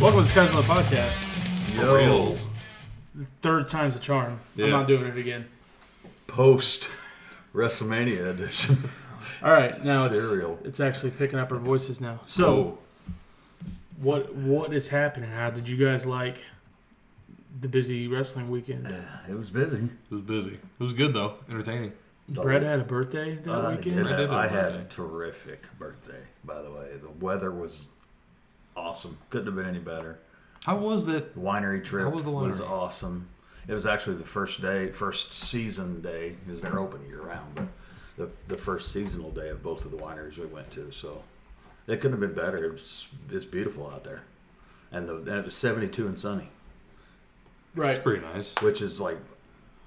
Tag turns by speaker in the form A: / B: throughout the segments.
A: Welcome to Skies on the Podcast.
B: Yo.
C: Reels.
A: Third time's a charm. I'm
C: Yeah.
A: not doing it again.
B: Post WrestleMania edition.
A: All right, now it's
B: Cereal.
A: it's actually picking up our voices now. So
C: Oh.
B: Oh.
A: what what is happening? How did you guys like the busy wrestling weekend?
B: Eh, it was busy.
C: It was busy. It was good though. Entertaining.
A: Brett had a birthday that
B: I
A: weekend.
B: did
C: I did
B: have-
C: have
B: I
C: a
B: had a
C: birthday.
B: terrific birthday, by the way. The weather was awesome. Couldn't have been any better.
C: How was that?
B: The winery trip
C: How was
B: was,
C: the winery?
B: awesome. It was actually the first day, first season day, because they're open year round, but the, the first seasonal day of both of the wineries we went to. So it couldn't have been better. It was, it's beautiful out there. And, the, and it was 72 and sunny,
A: Right.
C: Pretty nice.
B: which is like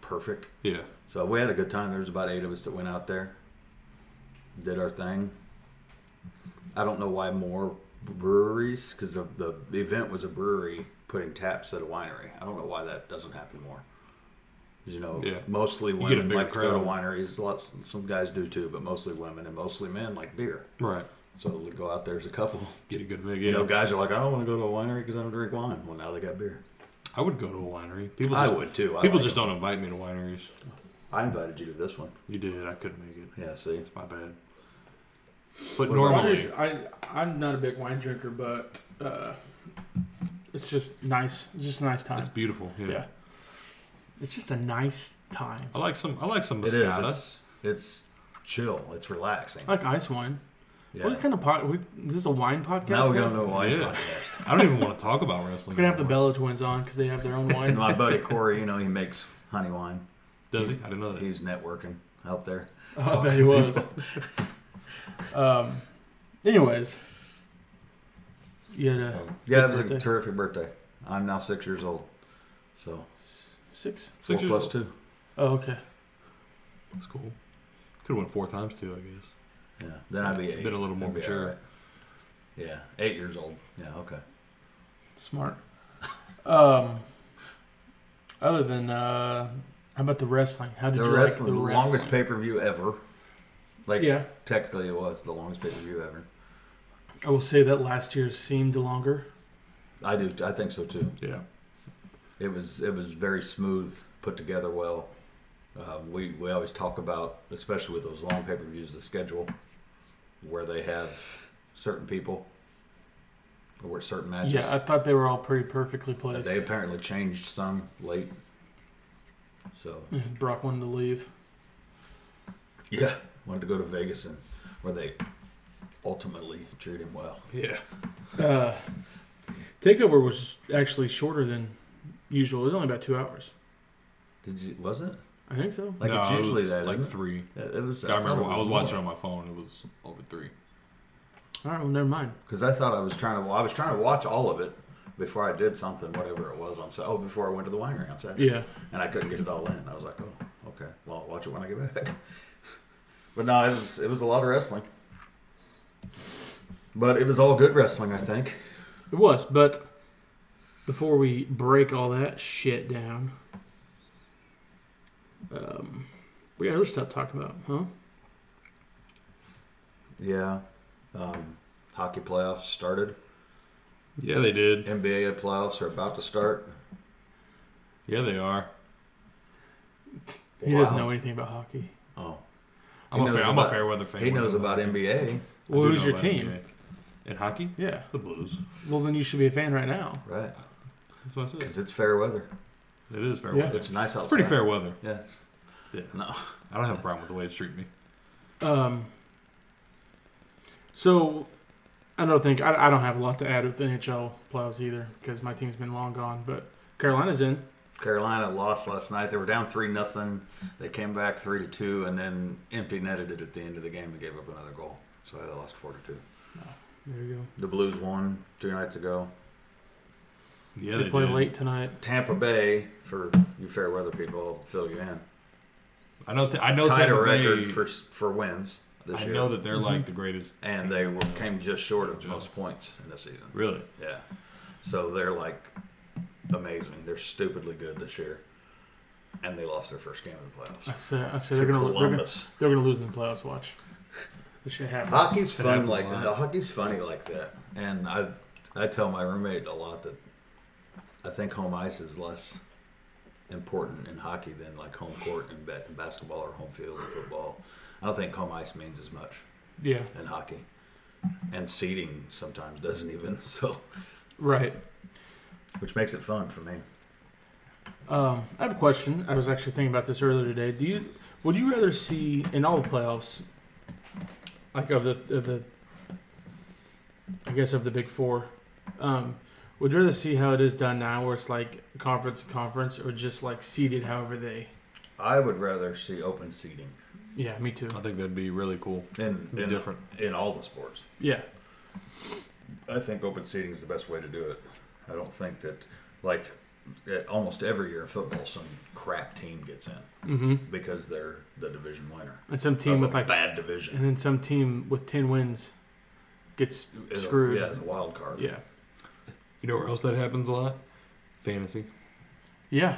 B: perfect.
C: Yeah.
B: So we had a good time. There was about eight of us that went out there, did our thing. I don't know why more breweries, because the, the event was a brewery putting taps at a winery. I don't know why that doesn't happen more. 'Cause, You know,
C: Yeah.
B: mostly
C: get a
B: women
C: bigger
B: like to go to
C: crowd.
B: wineries. Lots, some guys do too, but mostly women and mostly men like beer.
C: Right.
B: So they go out there as a couple.
C: Get a good mix.
B: You
C: Yeah.
B: know, guys are like, I don't want to go to a winery because I don't drink wine. Well, now they got beer.
C: I would go to a winery. People.
B: I
C: Just,
B: would too. I
C: People
B: like
C: just
B: it.
C: don't invite me to wineries.
B: I invited you to this one.
C: You did. I couldn't make it.
B: Yeah, see,
C: It's my bad. But
B: What
C: normally,
A: Wineries, I I'm not a big wine drinker, but uh, it's just nice. It's just a nice time.
C: it's beautiful. Yeah.
A: Yeah. It's just a nice time.
C: I like some. I like some
B: it is.
C: Moscata.
B: It's, it's chill. It's relaxing.
A: I like ice wine.
B: Yeah.
A: What kind of pod? We, is this a wine podcast?
B: Now we're
A: now?
B: going to a wine
C: Yeah.
B: podcast.
C: I don't even want to talk about wrestling.
A: We're gonna have the
C: anymore.
A: Bella twins on because they have their own
B: And
A: wine.
B: my buddy Corey, you know, he makes honey wine.
C: Does he? I didn't know that.
B: He's networking out there.
A: I bet he was. um, anyways, you had a
B: Um, Yeah, it was
A: birthday.
B: a terrific birthday. I'm now six years old. So
A: six.
C: Six
B: four
C: years
B: plus
C: old.
B: two.
A: Oh, okay.
C: That's cool. Could have went four times too. I guess.
B: Yeah. Then I'd be
C: Been
B: eight.
C: a little more
B: I'd be
C: mature.
B: alright. Yeah. Eight years old. Yeah, okay.
A: Smart. Um, other than uh, how about the wrestling? How did
B: The
A: you
B: wrestling,
A: like
B: the
A: the
B: longest
A: wrestling?
B: pay per view ever. Like
A: yeah,
B: technically it was the longest pay per view ever.
A: I will say that last year seemed longer.
B: I do I think so too.
C: Yeah.
B: It was it was very smooth, put together well. Um, we we always talk about, especially with those long pay per views, the schedule where they have certain people or where certain matches.
A: yeah, I thought they were all pretty perfectly
B: Uh,
A: placed.
B: they apparently changed some late. So
A: Yeah, Brock wanted to leave.
B: yeah, wanted to go to Vegas and where they ultimately treat him well.
C: Yeah.
A: Uh, Takeover was actually shorter than usual. It was only about two hours.
B: Did you? Was it
A: I think so.
B: like it's
C: No, it
B: usually
C: was
B: that?
C: like
B: isn't
C: three.
B: it? It- it was.
C: I remember. I was watching
B: them
C: on my phone. It was over three.
A: All right, well, never mind.
B: because I thought I was trying to. Well, I was trying to watch all of it before I did something, whatever it was on. Sa- Oh, before I went to the winery on Saturday.
A: Yeah.
B: and I couldn't get it all in. I was like, oh, okay. Well, I'll watch it when I get back. but no, it was it was a lot of wrestling. But it was all good wrestling, I think.
A: It was, but before we break all that shit down, um, we got other stuff to talk about, huh?
B: Yeah. Um, hockey playoffs started.
C: Yeah, they did.
B: NBA playoffs are about to start.
C: Yeah, they are.
A: He doesn't
B: Wow.
A: know anything about hockey.
B: Oh,
C: I'm,
B: He
C: a fair,
B: knows
C: I'm
B: about-
C: a fair weather fan.
B: he knows about NBA,
C: I do
A: Well, who's
C: know
A: your
C: about
A: team?
C: NBA. In hockey?
A: Yeah.
C: The Blues.
A: Well, then you should be a fan right now.
B: right?
C: That's what I said.
B: Because it's fair weather.
C: It is fair
A: Yeah.
C: weather.
B: It's nice outside.
C: It's pretty fair weather.
B: Yes.
C: Yeah.
B: No.
C: I don't have a problem with the way it's treating me.
A: Um, so I don't think I, I don't have a lot to add with the NHL playoffs either because my team's been long gone. But Carolina's in.
B: Carolina lost last night. They were down three nothing. They came back three to two, and then empty netted it at the end of the game and gave up another goal. So they lost four to two.
A: There you go.
B: The Blues won two nights ago.
C: Yeah,
A: they,
C: they
A: play
C: did.
A: late tonight.
B: Tampa Bay, for you fair weather people, I'll fill you in.
C: I know. I know.
B: Tied a
C: Tampa Bay-
B: record for for wins this
C: I
B: year,
C: know that they're like the greatest. team
B: and they
C: in
B: were
C: the-
B: came just short of
C: Good job.
B: most points in the season.
C: Really?
B: Yeah, so they're like amazing. They're stupidly good this year. and they lost their first game of the playoffs.
A: I said, I said
B: To
A: they're gonna they're gonna,
B: Columbus.
A: they're gonna lose in the playoffs. Watch. This shit happens.
B: Hockey's fun
C: happened a
B: like
C: lot.
B: that. Hockey's funny like that, and I I tell my roommate a lot that I think home ice is less important in hockey than like home court in, ba- in basketball or home field in football. I don't think home ice means as much
A: Yeah.
B: in hockey, and seating sometimes doesn't even so,
A: Right.
B: which makes it fun for me.
A: Um, I have a question. I was actually thinking about this earlier today. Do you would you rather see in all the playoffs, like of the of the, I guess of the big four, um, would you rather see how it is done now, where it's like conference to conference, or just like seeded however they?
B: I would rather see open seating
A: Yeah, me too.
C: I think that'd be really cool.
B: in
C: Be
B: in,
C: different.
B: in all the sports.
A: Yeah,
B: I think open seating is the best way to do it. I don't think that, like, eh, almost every year in football, some crap team gets in
A: mm-hmm.
B: because they're the division winner.
A: and some team
B: Of a
A: with like,
B: bad
A: and
B: division.
A: then some team with ten wins, gets
B: As a-
A: screwed.
B: yeah, as a wild card.
A: yeah,
C: You know where else that happens a lot? Fantasy.
A: yeah.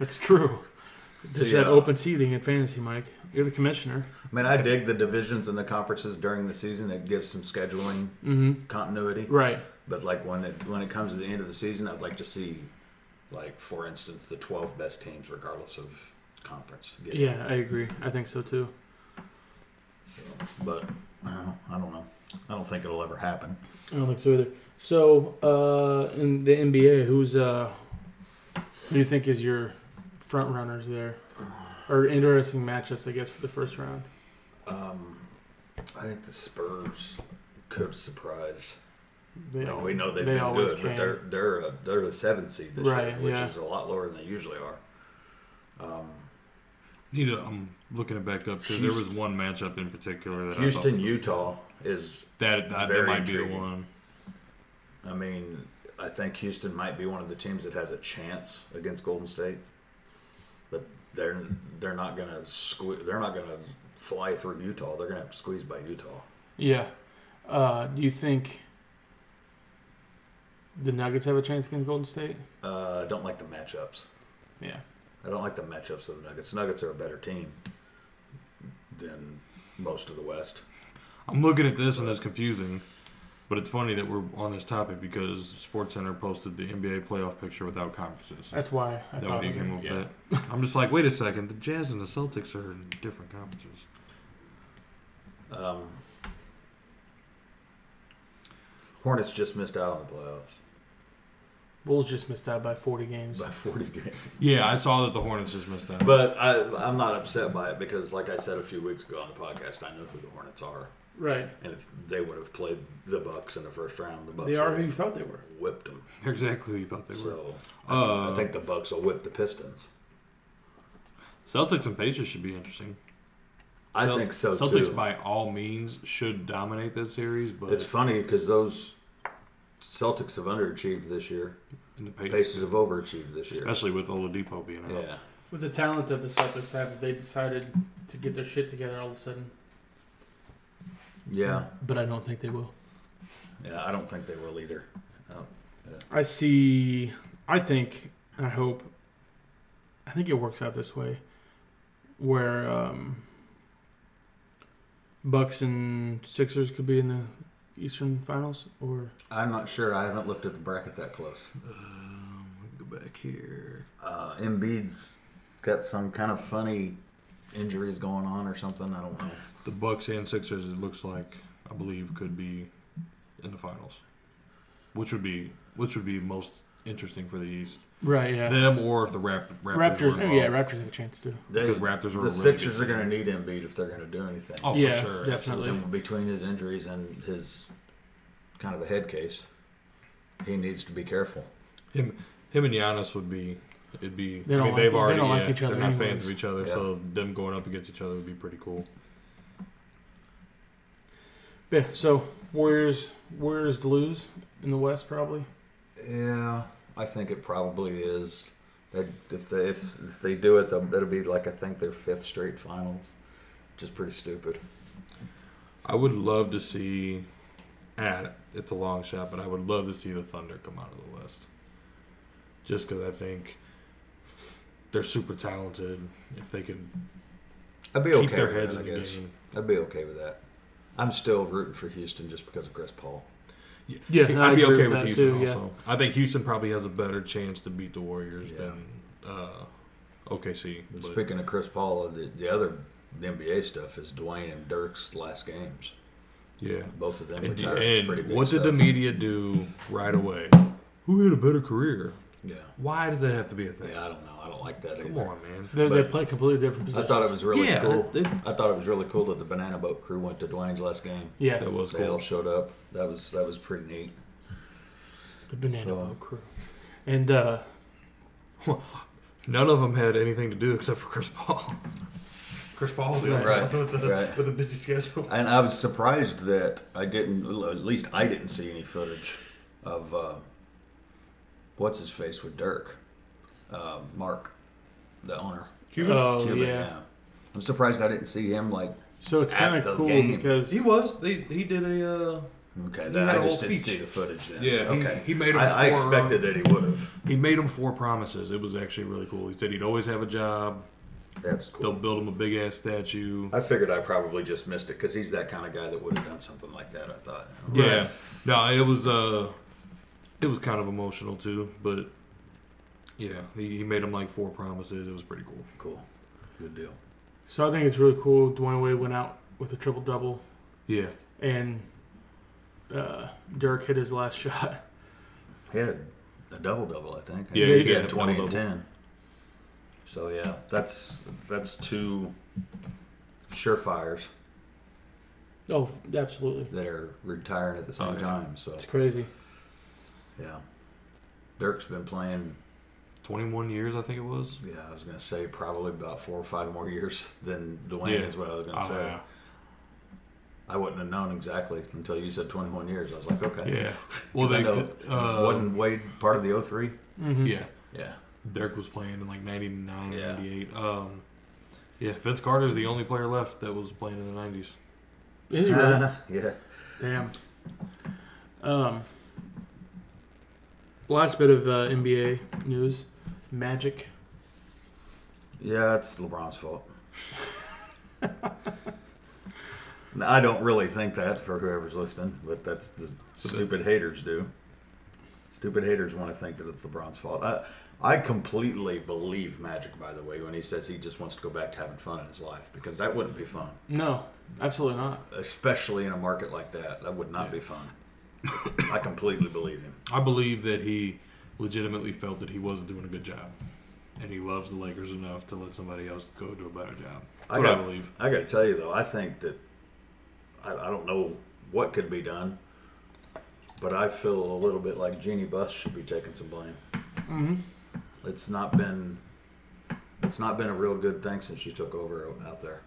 A: It's true. There's
B: yeah.
A: that open seeding in fantasy, Mike. You're the commissioner.
B: I mean, I dig the divisions and the conferences during the season. It gives some scheduling
A: Mm-hmm.
B: continuity.
A: Right.
B: But like when it when it comes to the end of the season, I'd like to see, like for instance, the twelve best teams, regardless of conference. get in.
A: Yeah, I agree. I think so too.
B: But I don't- I don't know. I don't think it'll ever happen.
A: I don't think so either. So, uh, in the NBA, who's uh, who do you think is your front runners there, or interesting matchups? I guess for the first round.
B: Um, I think the Spurs could surprise.
A: They
B: Like, Oh, we
A: always-
B: know they've
A: they
B: been
A: always
B: good, but
A: can.
B: they're they're a, they're the seventh seed this
A: Right,
B: year, which
A: yeah.
B: is a lot lower than they usually are. Um,
C: Need to, I'm looking it back up because there was one matchup in particular that I
B: Houston,
C: thought,
B: Utah is.
C: that that, that
B: Very
C: might be the
B: intriguing.
C: one.
B: I mean, I think Houston might be one of the teams that has a chance against Golden State, but they're they're not gonna sque- They're not gonna fly through Utah. They're gonna have to squeeze by Utah.
A: Yeah. Uh, do you think the Nuggets have a chance against Golden State?
B: Uh, I don't like the matchups.
A: Yeah.
B: I don't like the matchups of the Nuggets. Nuggets are a better team than most of the West.
C: I'm looking at this and it's confusing, but it's funny that we're on this topic because SportsCenter posted the NBA playoff picture without conferences.
A: That's why I
C: that
A: thought.
C: would be
A: of
C: came
A: it.
C: up
A: yeah.
C: with that. I'm just like, wait a second, the Jazz and the Celtics are in different conferences.
B: Um, Hornets just missed out on the playoffs
A: Bulls just missed out by 40 games.
B: by 40 games.
C: Yeah, I saw that the Hornets just missed out.
B: But I, I'm not upset by it because, like I said a few weeks ago on the podcast, I know who the Hornets are.
A: right.
B: And if they would have played the Bucks in the first round, the Bucks
A: They are
B: would
A: who you
B: have
A: thought they were.
B: whipped them.
C: They're exactly who you thought they were.
B: So I,
C: Uh,
B: think the Bucks will whip the Pistons.
C: Celtics and Pacers should be interesting.
B: I
C: Celt-
B: think so too.
C: Celtics, by all means, should dominate that series, but
B: It's funny because those Celtics have underachieved this year.
C: in the Pacers,
B: Pacers have overachieved this year.
C: especially with Oladipo being out.
B: Yeah.
A: With the talent that the Celtics have, they decided to get their shit together all of a sudden.
B: Yeah.
A: But I don't think they will.
B: Yeah. I don't think they will either. Um,
A: I see. I think. I hope. I think it works out this way, where um, Bucks and Sixers could be in the Eastern Finals, or
B: I'm not sure. I haven't looked at the bracket that close.
C: Um, let me go back here.
B: Uh, Embiid's got some kind of funny injuries going on or something. I don't know.
C: The Bucks and Sixers, it looks like, I believe, could be in the finals, which would be which would be most interesting for the East.
A: right? Yeah,
C: Them or if the Rap- Raptors.
A: Raptors.
C: were
A: Oh, yeah,
C: involved,
A: Raptors have a chance too.
B: They,
C: because Raptors are a
B: the
C: really
B: Sixers
C: good
B: are going to
C: team.
B: need Embiid if they're going to do anything.
C: Oh, for
A: yeah,
C: sure.
A: definitely.
B: And between his injuries and his kind of a head case, he needs to be careful.
C: Him, him and Giannis would be. It'd be.
A: They
C: I
A: don't
C: mean,
A: like-
C: they've
A: they
C: already.
A: don't like
C: yeah,
A: each other
C: They're not
A: anyways.
C: fans of each other,
B: Yeah.
C: so them going up against each other would be pretty cool.
A: Yeah. So Warriors, Warriors to lose in the West probably.
B: Yeah, I think it probably is. They, if they if, if they do it, they'll- that'll be like I think their fifth straight finals, which is pretty stupid.
C: I would love to see. Ah, it's a long shot, but I would love to see the Thunder come out of the West. Just because I think they're super talented. If they could
B: I'd be
C: keep
B: okay
C: their
B: with
C: heads
B: that,
C: in
B: I
C: the
B: guess.
C: game,
B: I'd be okay with that. I'm still rooting for Houston just because of Chris Paul.
A: Yeah, I
C: I'd be
A: agree
C: okay
A: with
C: with
A: that
C: Houston.
A: too, yeah.
C: also, I think Houston probably has a better chance to beat the Warriors
B: Yeah.
C: than uh, OKC.
B: And
C: but-
B: Speaking of Chris Paul, uh, the, the other NBA stuff is Dwayne and Dirk's last games.
C: yeah.
B: Both of them
C: And,
B: retired. It's pretty
C: and
B: big
C: what did the
B: stuff.
C: media do right away? Who had a better career?
B: Yeah.
C: Why does that have to be a thing?
B: yeah, I don't know. I don't like that
C: Come
B: either.
C: on, man.
A: They, they
B: But-
A: play completely different
B: I
A: positions.
B: thought it was really
C: Yeah,
B: cool.
C: it-
B: I thought it was really cool that the Banana Boat crew went to Dwayne's last game.
A: yeah,
C: That was
B: They all
C: cool.
B: showed up. That was that was pretty neat.
A: the banana
B: Oh.
A: boat crew, and uh,
C: None of them had anything to do except for Chris Paul. Chris Paul was the only
B: Right,
C: one with the,
B: right.
C: with a busy schedule.
B: And I was surprised that I didn't. At least I didn't see any footage of uh, what's his face with Dirk, uh, Mark, the owner.
C: Cuban?
A: oh
B: Cuban,
A: yeah.
B: I'm surprised I didn't see him. Like,
A: So it's
B: At
A: kind
B: the
A: of cool
B: game.
A: because
C: He was. They he did a. Uh,
B: okay,
C: He
B: that,
C: had a
B: I just
C: whole
B: didn't
C: speech.
B: see the footage. Then.
C: Yeah, he-
B: okay.
C: he made him
B: I, I
C: four,
B: expected that he would have.
C: he made him four promises. It was actually really cool. He said he'd always have a job.
B: That's
C: They'll
B: cool.
C: build him a big ass statue.
B: I figured I probably just missed it because he's that kind of guy that would have done something like that. I thought.
C: Yeah. No, it was uh, it was kind of emotional too, but yeah, he, he made him like four promises. It was pretty cool.
B: Cool. Good deal.
A: so I think it's really cool. Dwayne Wade went out with a triple double,
C: Yeah.
A: and uh, Dirk hit his last shot.
B: He had a double double, I think.
C: Yeah,
A: he
B: he
C: did have
B: had
C: a
B: twenty and
C: double-double.
B: ten. So yeah, that's that's two surefires
A: Oh, absolutely,
B: that are retiring at the same
C: Oh, yeah.
B: time. So
A: it's crazy.
B: yeah, Dirk's been playing.
C: Twenty one years, I think it was.
B: Yeah, I was gonna say probably about four or five more years than Dwayne
C: Yeah.
B: is what I was gonna
C: Oh,
B: say.
C: yeah.
B: I wouldn't have known exactly until you said 21 years. I was like, okay.
C: Uh, Yeah. Well,
B: 'Cause I
C: they
B: know,
C: uh,
B: wasn't Wade part of the 03?
A: Mm-hmm.
C: Yeah.
B: Yeah.
C: Dirk was playing in like 99,
B: Yeah.
C: 98. Um, yeah, Vince Carter's the only player left that was playing in the 90s.
A: Is he
B: Uh-huh.
A: really?
B: yeah.
A: Damn. Um, last bit of uh, NBA news. Magic.
B: Yeah, it's LeBron's fault. No, I don't really think that for whoever's listening, but that's the stupid haters do. Stupid haters want to think that it's LeBron's fault. I, I completely believe Magic, by the way, when he says he just wants to go back to having fun in his life because that wouldn't be fun,
A: No, absolutely not.
B: especially in a market like that. That would not be fun. I completely believe him.
C: I believe that he legitimately felt that he wasn't doing a good job. And he loves the Lakers enough to let somebody else go do a better job. That's
B: I
C: what
B: got-
C: I believe.
B: I got to tell you though, I think that I, I don't know what could be done, but I feel a little bit like Jeannie Buss should be taking some blame.
A: Mm-hmm.
B: It's not been it's not been a real good thing since she took over o- out there.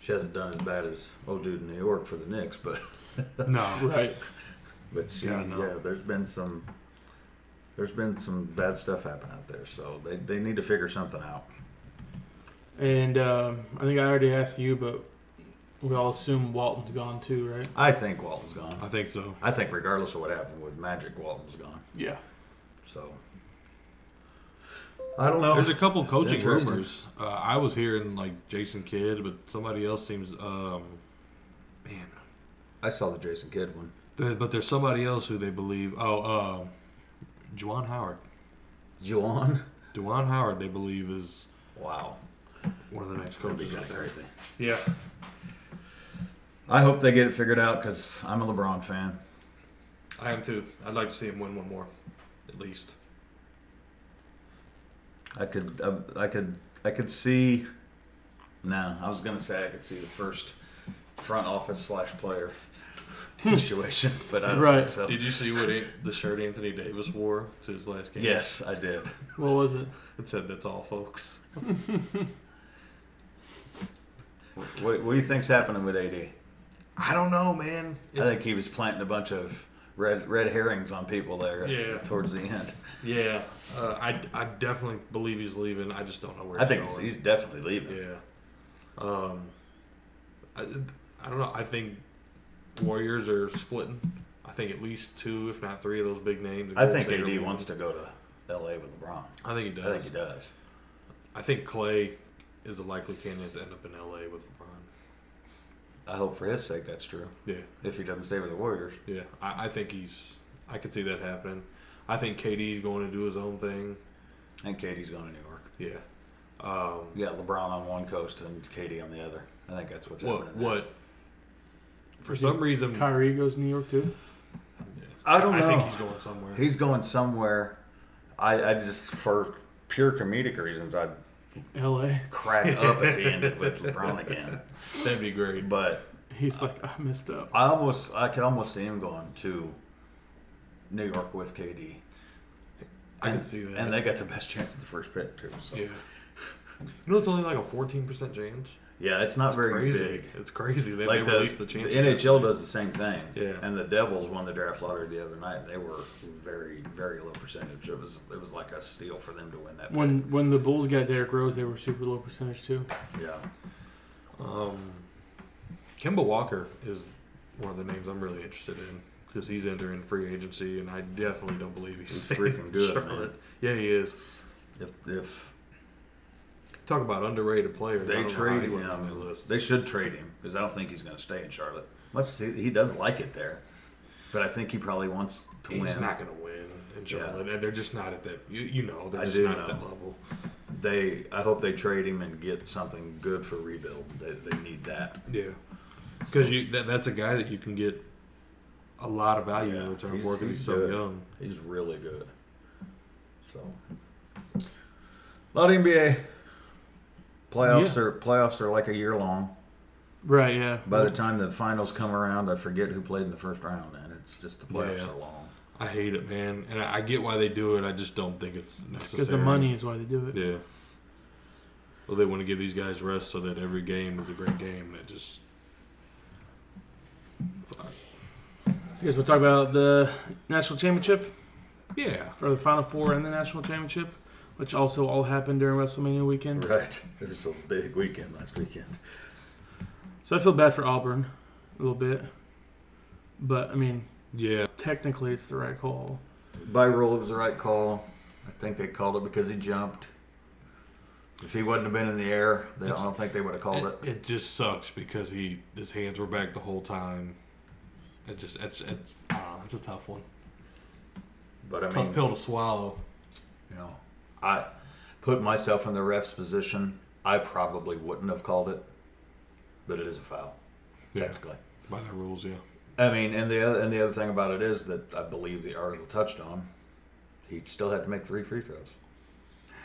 B: She hasn't done as bad as old dude in New York for the Knicks, but
C: No.
A: Right.
B: but she, yeah,
C: Yeah, I know.
B: there's been some there's been some bad stuff happen out there, so they, they need to figure something out.
A: And um, I think I already asked you, but we all assume Walton's gone too, right?
B: I think Walton's gone.
C: I think so.
B: I think regardless of what happened with Magic, Walton's gone.
A: Yeah.
B: So I don't know.
C: There's a couple coaching
B: interesting.
C: rumors. Uh, I was hearing like Jason Kidd, but somebody else seems. Um, man.
B: I saw the Jason Kidd one.
C: But but there's somebody else who they believe. Oh, um, Juwan Howard.
B: Juwan.
C: Juwan Howard, they believe, is
B: Wow,
C: one of the next
B: could be
C: coaches.
B: kind of crazy.
C: Yeah.
B: I hope they get it figured out because I'm a LeBron fan.
C: I am too. I'd like to see him win one more, at least.
B: I could, uh, I could, I could see. No, I was gonna say I could see the first front office slash player situation, but I don't
A: Right.
B: think so.
C: Did you see what An- the shirt Anthony Davis wore to his last game?
B: Yes, I did.
A: What was it?
C: It said, "That's all, folks."
B: What, what do you think's happening with AD?
C: I don't know, man.
B: I think he was planting a bunch of red red herrings on people there
C: Yeah.
B: towards the end.
C: yeah, uh, I, I definitely believe he's leaving. I just don't know where.
B: I think he's,
C: going.
B: he's definitely leaving.
C: Yeah. Um, I, I don't know. I think Warriors are splitting. I think at least two, if not three, of those big names.
B: I think
C: Golden State
B: AD
C: are-
B: wants to go to LA with LeBron.
C: I think he does.
B: I think he does.
C: I think Clay is a likely candidate to end up in LA with LeBron.
B: I hope for his sake that's true.
C: Yeah,
B: If he doesn't stay with the Warriors,
C: yeah. I, I think he's. I could see that happening. I think KD's going to do his own thing.
B: and Katie's going to New York.
C: Yeah. Um,
B: You got LeBron on one coast and Katie on the other. I think that's what's
C: what?
B: happening. there.
C: What? For
A: Is
C: some
A: it
C: reason,
A: Kyrie goes to New York too.
C: Yeah.
B: I don't know.
C: I think he's going somewhere.
B: He's going somewhere. I, I just for pure comedic reasons, I'd
A: L.A.
B: crack up if he ended with LeBron again.
C: That'd be great.
B: But
A: He's like, I messed up.
B: I almost I could almost see him going to New York with KD.
C: I
B: and,
C: can see that.
B: And they got the best chance at the first pick too. So.
C: yeah.
B: Yeah.
C: You know, it's only like a fourteen percent chance.
B: it's not very
C: Crazy.
B: big.
C: It's crazy. They,
B: Like
C: they
B: the,
C: released the
B: the
C: chance.
B: NHL does the same thing.
C: Yeah.
B: And the Devils won the draft lottery the other night. They were very very low percentage. It was it was like a steal for them to win that.
A: When when the Bulls got Derrick Rose, they were super low percentage too.
B: pick. Yeah.
C: Um, Kimba Walker is one of the names I'm really interested in because he's entering free agency, and I definitely don't believe he's,
B: He's
C: staying
B: freaking
C: in
B: good,
C: Charlotte.
B: man.
C: Yeah, he is.
B: If if
C: Talk about underrated players. I
B: They
C: don't know how
B: trade
C: he wasn't on the
B: him.
C: list.
B: They should trade him because I don't think he's going to stay in Charlotte. Much as he, he does like it there, but I think he probably wants to
C: He's
B: win.
C: not going to win in Charlotte, and they're just not at that. You, you know, they're
B: I
C: just
B: do
C: not at that
B: know.
C: level.
B: They, I hope they trade him and get something good for rebuild. They, they need that.
C: Yeah, because you that, that's a guy that you can get a lot of value
B: Yeah,
C: in return
B: he's-
C: for because
B: he's
C: he's, so
B: good.
C: young.
B: He's really good. So, a lot of NBA playoffs
A: Yeah.
B: are playoffs are like a year long.
A: Right. Yeah.
B: By the time the finals come around, I forget who played in the first round, and it's just the playoffs
C: Yeah.
B: are long.
C: I hate it, man, and I, I get why they do it. I just don't think it's necessary.
A: because the money is why they do it.
C: Yeah. Well, they want to give these guys rest so that every game is a great game. That just
A: I guess we'll talk about the national championship
C: yeah,
A: or the final four and the national championship, which also all happened during WrestleMania weekend.
B: Right. It was a big weekend last weekend.
A: So I feel bad for Auburn a little bit, but I mean,
C: yeah.
A: technically it's the right call.
B: By rule, it was the right call. I think they called it because he jumped. If he wouldn't have been in the air, they I don't think they would have called
C: It,
B: it.
C: it just sucks because he his hands were back the whole time. It just it's it's I don't know, it's a tough one,
B: But I
C: tough
B: mean,
C: pill to swallow.
B: you know, I put myself in the ref's position. I probably wouldn't have called it, but it is a foul
C: Yeah,
B: technically.
C: by the rules, yeah.
B: I mean, and the other, and the other thing about it is that I believe the article touched on. He still had to make three free throws,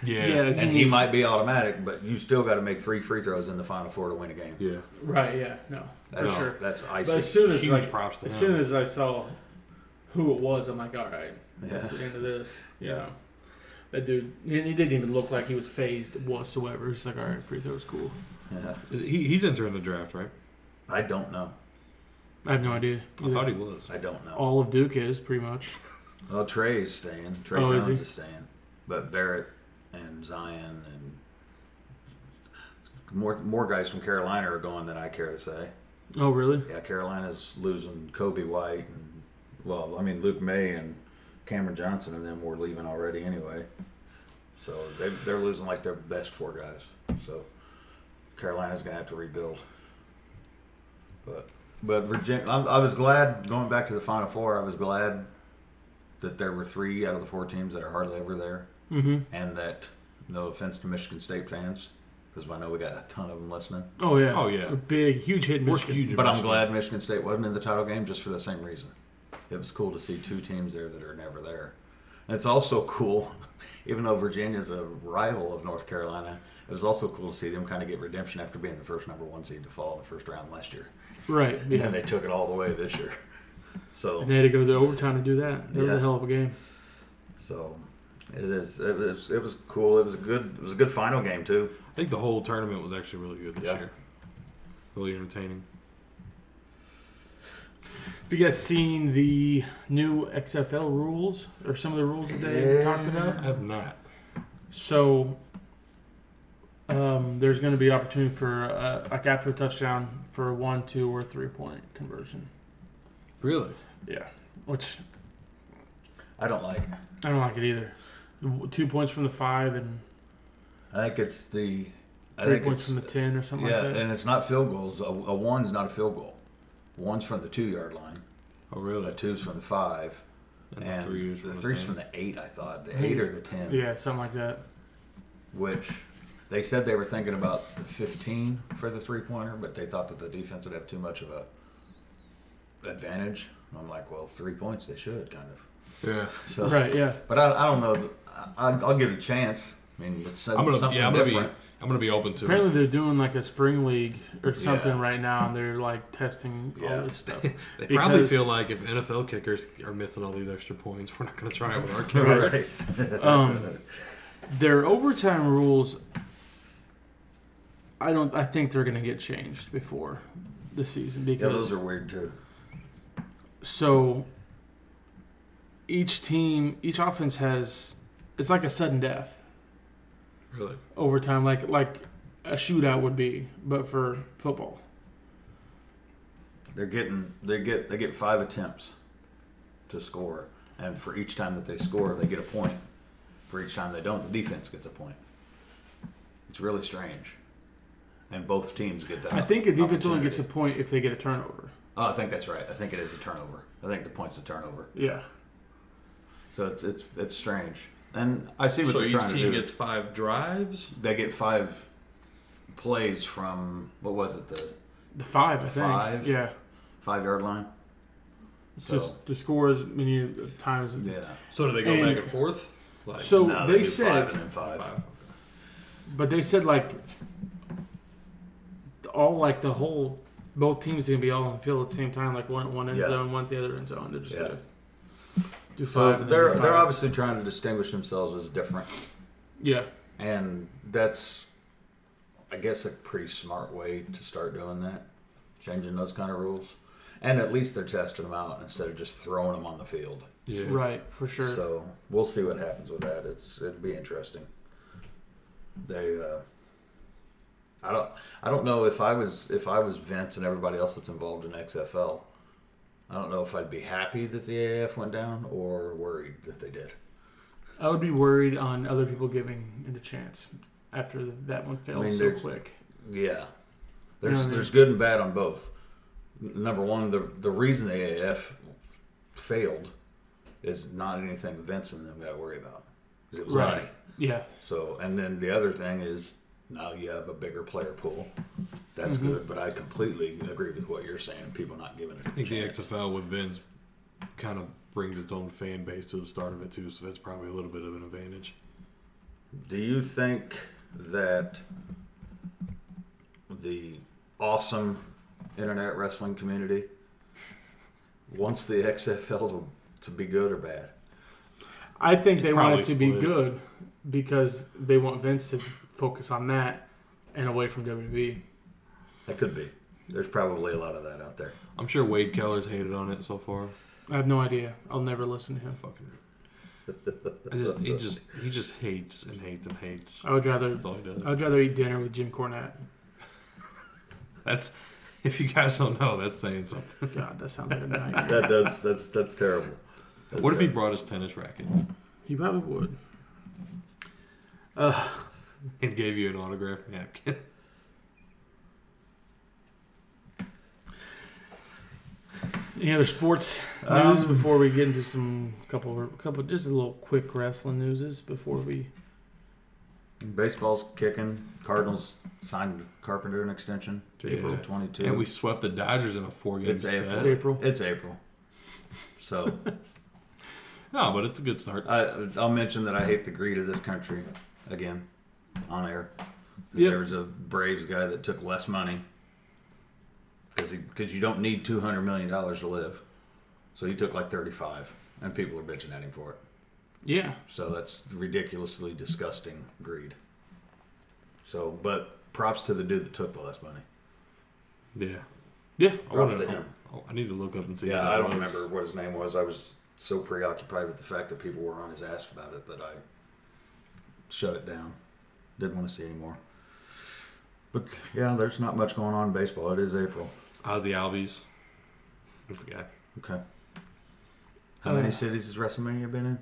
C: Yeah,
A: Yeah.
C: yeah,
B: and he might be automatic, but you still got to make three free throws in the final four to win a game.
A: Right? Yeah. No.
B: That's,
C: No.
B: that's
A: But as
B: icy.
A: soon as
C: Huge
A: like,
C: props to
A: as
C: him.
A: soon as I saw who it was, I'm like, all right, that's
B: Yeah.
A: the end of this. You
B: Yeah.
A: know, that dude, he, he didn't even look like he was phased whatsoever. He's like, all right, free throw's cool.
B: Yeah.
C: he, he's entering the draft, right?
B: I don't know.
A: I have no idea.
C: I
A: either.
C: thought he was.
B: I don't know.
A: All of Duke is pretty much.
B: Well, Trey is staying. Trey
A: Oh, is
B: Jones
A: he?
B: is, staying, but Barrett and Zion and more more guys from Carolina are going than I care to say.
A: Oh really?
B: Yeah, Carolina's losing Kobe White and well, I mean Luke May and Cameron Johnson and them were leaving already anyway. So they, they're losing like their best four guys. So Carolina's gonna have to rebuild. But but Virginia, I, I was glad going back to the Final Four. I was glad that there were three out of the four teams that are hardly ever there,
A: Mm-hmm.
B: and that no offense to Michigan State fans, because I know we got a ton of them listening.
A: Oh yeah.
C: Oh, yeah.
A: A big, huge hit. in
C: We're
A: Michigan.
C: huge,
B: But I'm
C: Michigan.
B: glad Michigan State wasn't in the title game just for the same reason. It was cool to see two teams there that are never there. And it's also cool, even though Virginia's a rival of North Carolina, it was also cool to see them kind of get redemption after being the first number one seed to fall in the first round last year.
A: Right. Yeah.
B: And they took it all the way this year. So,
A: And they had to go to overtime to do that. That was a
B: Yeah.
A: hell of a game.
B: so it is. It was. It was cool. It was a good. It was a good final game too.
C: I think the whole tournament was actually really good this
B: Yeah.
C: year. Really entertaining.
A: Have you guys seen the new XFL rules or some of the rules that they
B: Yeah.
A: talked about?
C: I have not.
A: So um, there's going to be opportunity for uh, like after a touchdown for a one, two, or three point conversion.
C: Really?
A: Yeah, which
B: I don't like. it.
A: I don't like it either. Two points from the five and
B: I think it's the. I
A: Three
B: think
A: points
B: it's,
A: from the ten or something
B: yeah,
A: like that.
B: and it's not field goals. A, a one's not a field goal. One's from the two yard line.
C: Oh,
B: A
C: really?
B: two's from the five,
C: And,
B: and,
C: the three is from
B: the
C: the
B: three's
C: 10.
B: from the eight. I thought the eight or the ten.
A: yeah, something like that.
B: Which they said they were thinking about the fifteen for the three pointer, but they thought that the defense would have too much of a advantage. And I'm like, well, three points they should kind of.
C: Yeah.
B: So,
A: Right, yeah.
B: but I, I don't know. I, I'll I'll give it a chance. I mean, it's
C: I'm gonna,
B: something
C: yeah, I'm gonna
B: different.
C: be, I'm gonna be open to
A: Apparently
C: it.
A: they're doing like a spring league or something
B: Yeah.
A: right now, and they're like testing
B: Yeah.
A: all this stuff.
C: They probably
A: because-
C: feel like if NFL kickers are missing all these extra points, we're not gonna try it with our kickers.
A: Right.
B: Right.
A: Um, their overtime rules, I don't. I think they're going to get changed before the season
B: yeah,
A: because
B: those are weird too.
A: so each team, each offense has it's like a sudden death
C: Really?
A: overtime, like like a shootout would be, but for football.
B: They're getting they get they get five attempts to score, and for each time that they score, they get a point. For each time they don't, the defense gets a point. It's really strange, and both teams get that.
A: I think a defense only gets a point if they get a turnover.
B: Oh, I think that's right. I think it is a turnover. I think the point's a turnover.
A: Yeah.
B: So it's it's it's strange, and I see what
C: So
B: they're
C: each
B: trying to
C: team
B: do.
C: gets five drives.
B: they get five plays from what was it the
A: The five, I think.
B: Five?
A: Yeah.
B: five yard line? So-
A: Just to score as many times.
B: Yeah.
C: So do they go
A: And-
C: back and forth? Like,
A: So
B: No,
A: they
B: do
A: said
B: five and then five.
C: five.
A: But they said like all like the whole both teams gonna be all on the field at the same time, like one at one end
B: Yeah.
A: zone, one at the other end zone. They're just
B: Yeah.
A: gonna do
B: So
A: five. and then
B: they're
A: do five.
B: they're obviously trying to distinguish themselves as different,
A: yeah,
B: and that's, I guess, a pretty smart way to start doing that, changing those kind of rules, and at least they're testing them out instead of just throwing them on the field.
C: Yeah.
A: right for sure.
B: So we'll see what happens with that. It's it'd be interesting. They, uh, I don't I don't know if I was if I was Vince and everybody else that's involved in XFL, I don't know if I'd be happy that the AAF went down or worried that they did.
A: I would be worried on other people giving it a chance after that one failed
B: mean,
A: so
B: there's-
A: quick.
B: Yeah,
A: You know
B: there's
A: what I mean?
B: there's good and bad on both. N- Number one, the the reason the AAF failed is not anything Vince and them got to worry about. 'Cause It was
A: Right.
B: money.
A: Yeah,
B: So, and then the other thing is now you have a bigger player pool. That's
A: Mhm.
B: good, but I completely agree with what you're saying. People not giving it
C: I
B: a
C: think the
B: chance.
C: XFL with Vince kind of brings its own fan base to the start of it too, so that's probably a little bit of an advantage.
B: Do you think that the awesome internet wrestling community wants the XFL to, to be good or bad?
A: I think
C: It's
A: they want it to
C: probably
A: be
C: split.
A: good because they want Vince to focus on that and away from WWE.
B: That could be. There's probably a lot of that out there.
C: I'm sure Wade Keller's hated on it so far.
A: I have no idea. I'll never listen to him.
C: Fucking. I just, he just he just hates and hates and hates.
A: I would rather
C: That's all he does.
A: I'd rather eat dinner with Jim Cornette.
C: That's if you guys don't know, that's saying something.
A: God, that sounds like a nightmare.
B: That does. That's that's terrible. That's
C: What if he
B: terrible.
C: brought his tennis racket
A: He probably would. Uh,
C: and gave you an autographed napkin?
A: any other sports news
B: Um,
A: before we get into some couple couple just a little quick wrestling newses before we
B: Baseball's kicking. Cardinals signed Carpenter an extension. to
C: Yeah.
B: April 22.
C: And we swept the Dodgers in a four-game
B: it's
C: set.
B: April.
A: It's April.
B: It's April. So
C: No, but it's a good start.
B: I, I'll mention that I hate the greed of this country again on air. 'Cause
A: Yep.
B: There was a Braves guy that took less money because you don't need $200 million to live. So he took like 35 and people are bitching at him for it.
A: Yeah.
B: So that's ridiculously disgusting greed. So, but props to the dude that took the less money.
C: Yeah,
A: Yeah.
C: I,
B: Props
C: wanna-
B: to him.
C: oh, I need to look up and see. who
B: Yeah,
C: that
B: I don't
C: was.
B: remember what his name was. I was so preoccupied with the fact that people were on his ass about it that I shut it down. Didn't want to see anymore. But yeah, there's not much going on in baseball. It is April.
C: Ozzy Albies. That's the guy.
B: Okay. How many
A: Uh,
B: cities has WrestleMania been in?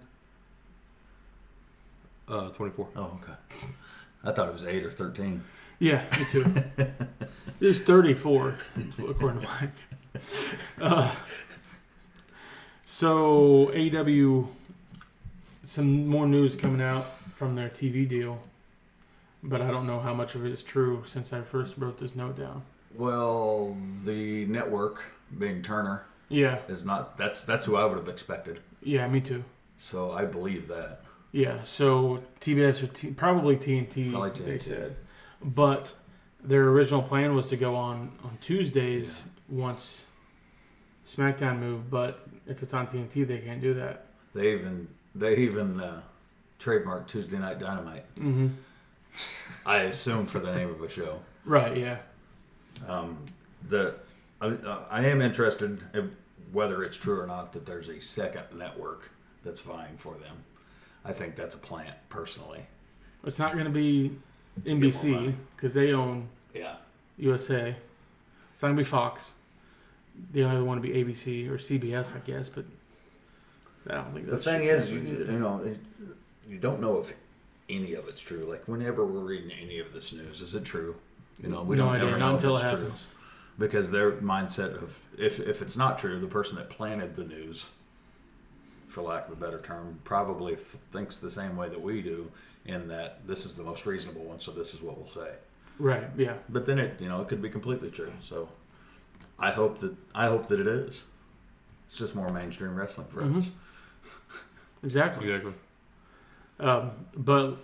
C: Uh, 24.
B: Oh, okay. I thought it was eight or thirteen.
A: Yeah, me too. it was 34, according to Mike. Uh, so, AW, some more news coming out from their TV deal, but I don't know how much of it is true since I first wrote this note down.
B: Well, the network being Turner
A: Yeah,
B: is not. That's that's who I would have expected.
A: yeah, me too.
B: So I believe that.
A: Yeah, so TBS or T, probably TNT,
B: Probably
A: they
B: TNT.
A: said. But their original plan was to go on on Tuesdays once SmackDown moved, but if it's on TNT, they can't do that.
B: They even they even uh, trademarked Tuesday Night Dynamite.
A: Mm-hmm.
B: I assume for the name of a show.
A: Right, yeah.
B: Um, the I, I am interested in whether it's true or not that there's a second network that's vying for them. I think that's a plant, personally.
A: It's not going to be NBC
B: money.
A: because they own
B: Yeah,
A: USA. It's not going to be Fox. They only want to be ABC or CBS, I guess, but I don't think
B: the
A: that's
B: thing is, you, you know, it, you don't know if any of it's true. Like whenever we're reading any of this news, is it true? You know, we
A: no
B: don't
A: idea.
B: ever
A: Not
B: know
A: until
B: if
A: it
B: it's true.
A: happens.
B: because their mindset of if if it's not true, the person that planted the news, for lack of a better term, probably th- thinks the same way that we do, in that this is the most reasonable one, so this is what we'll say.
A: Right, yeah.
B: But then it you know it could be completely true. So I hope that I hope that it is. It's just more mainstream wrestling for
A: Mm-hmm.
B: us.
A: Exactly.
C: Exactly.
A: Um, but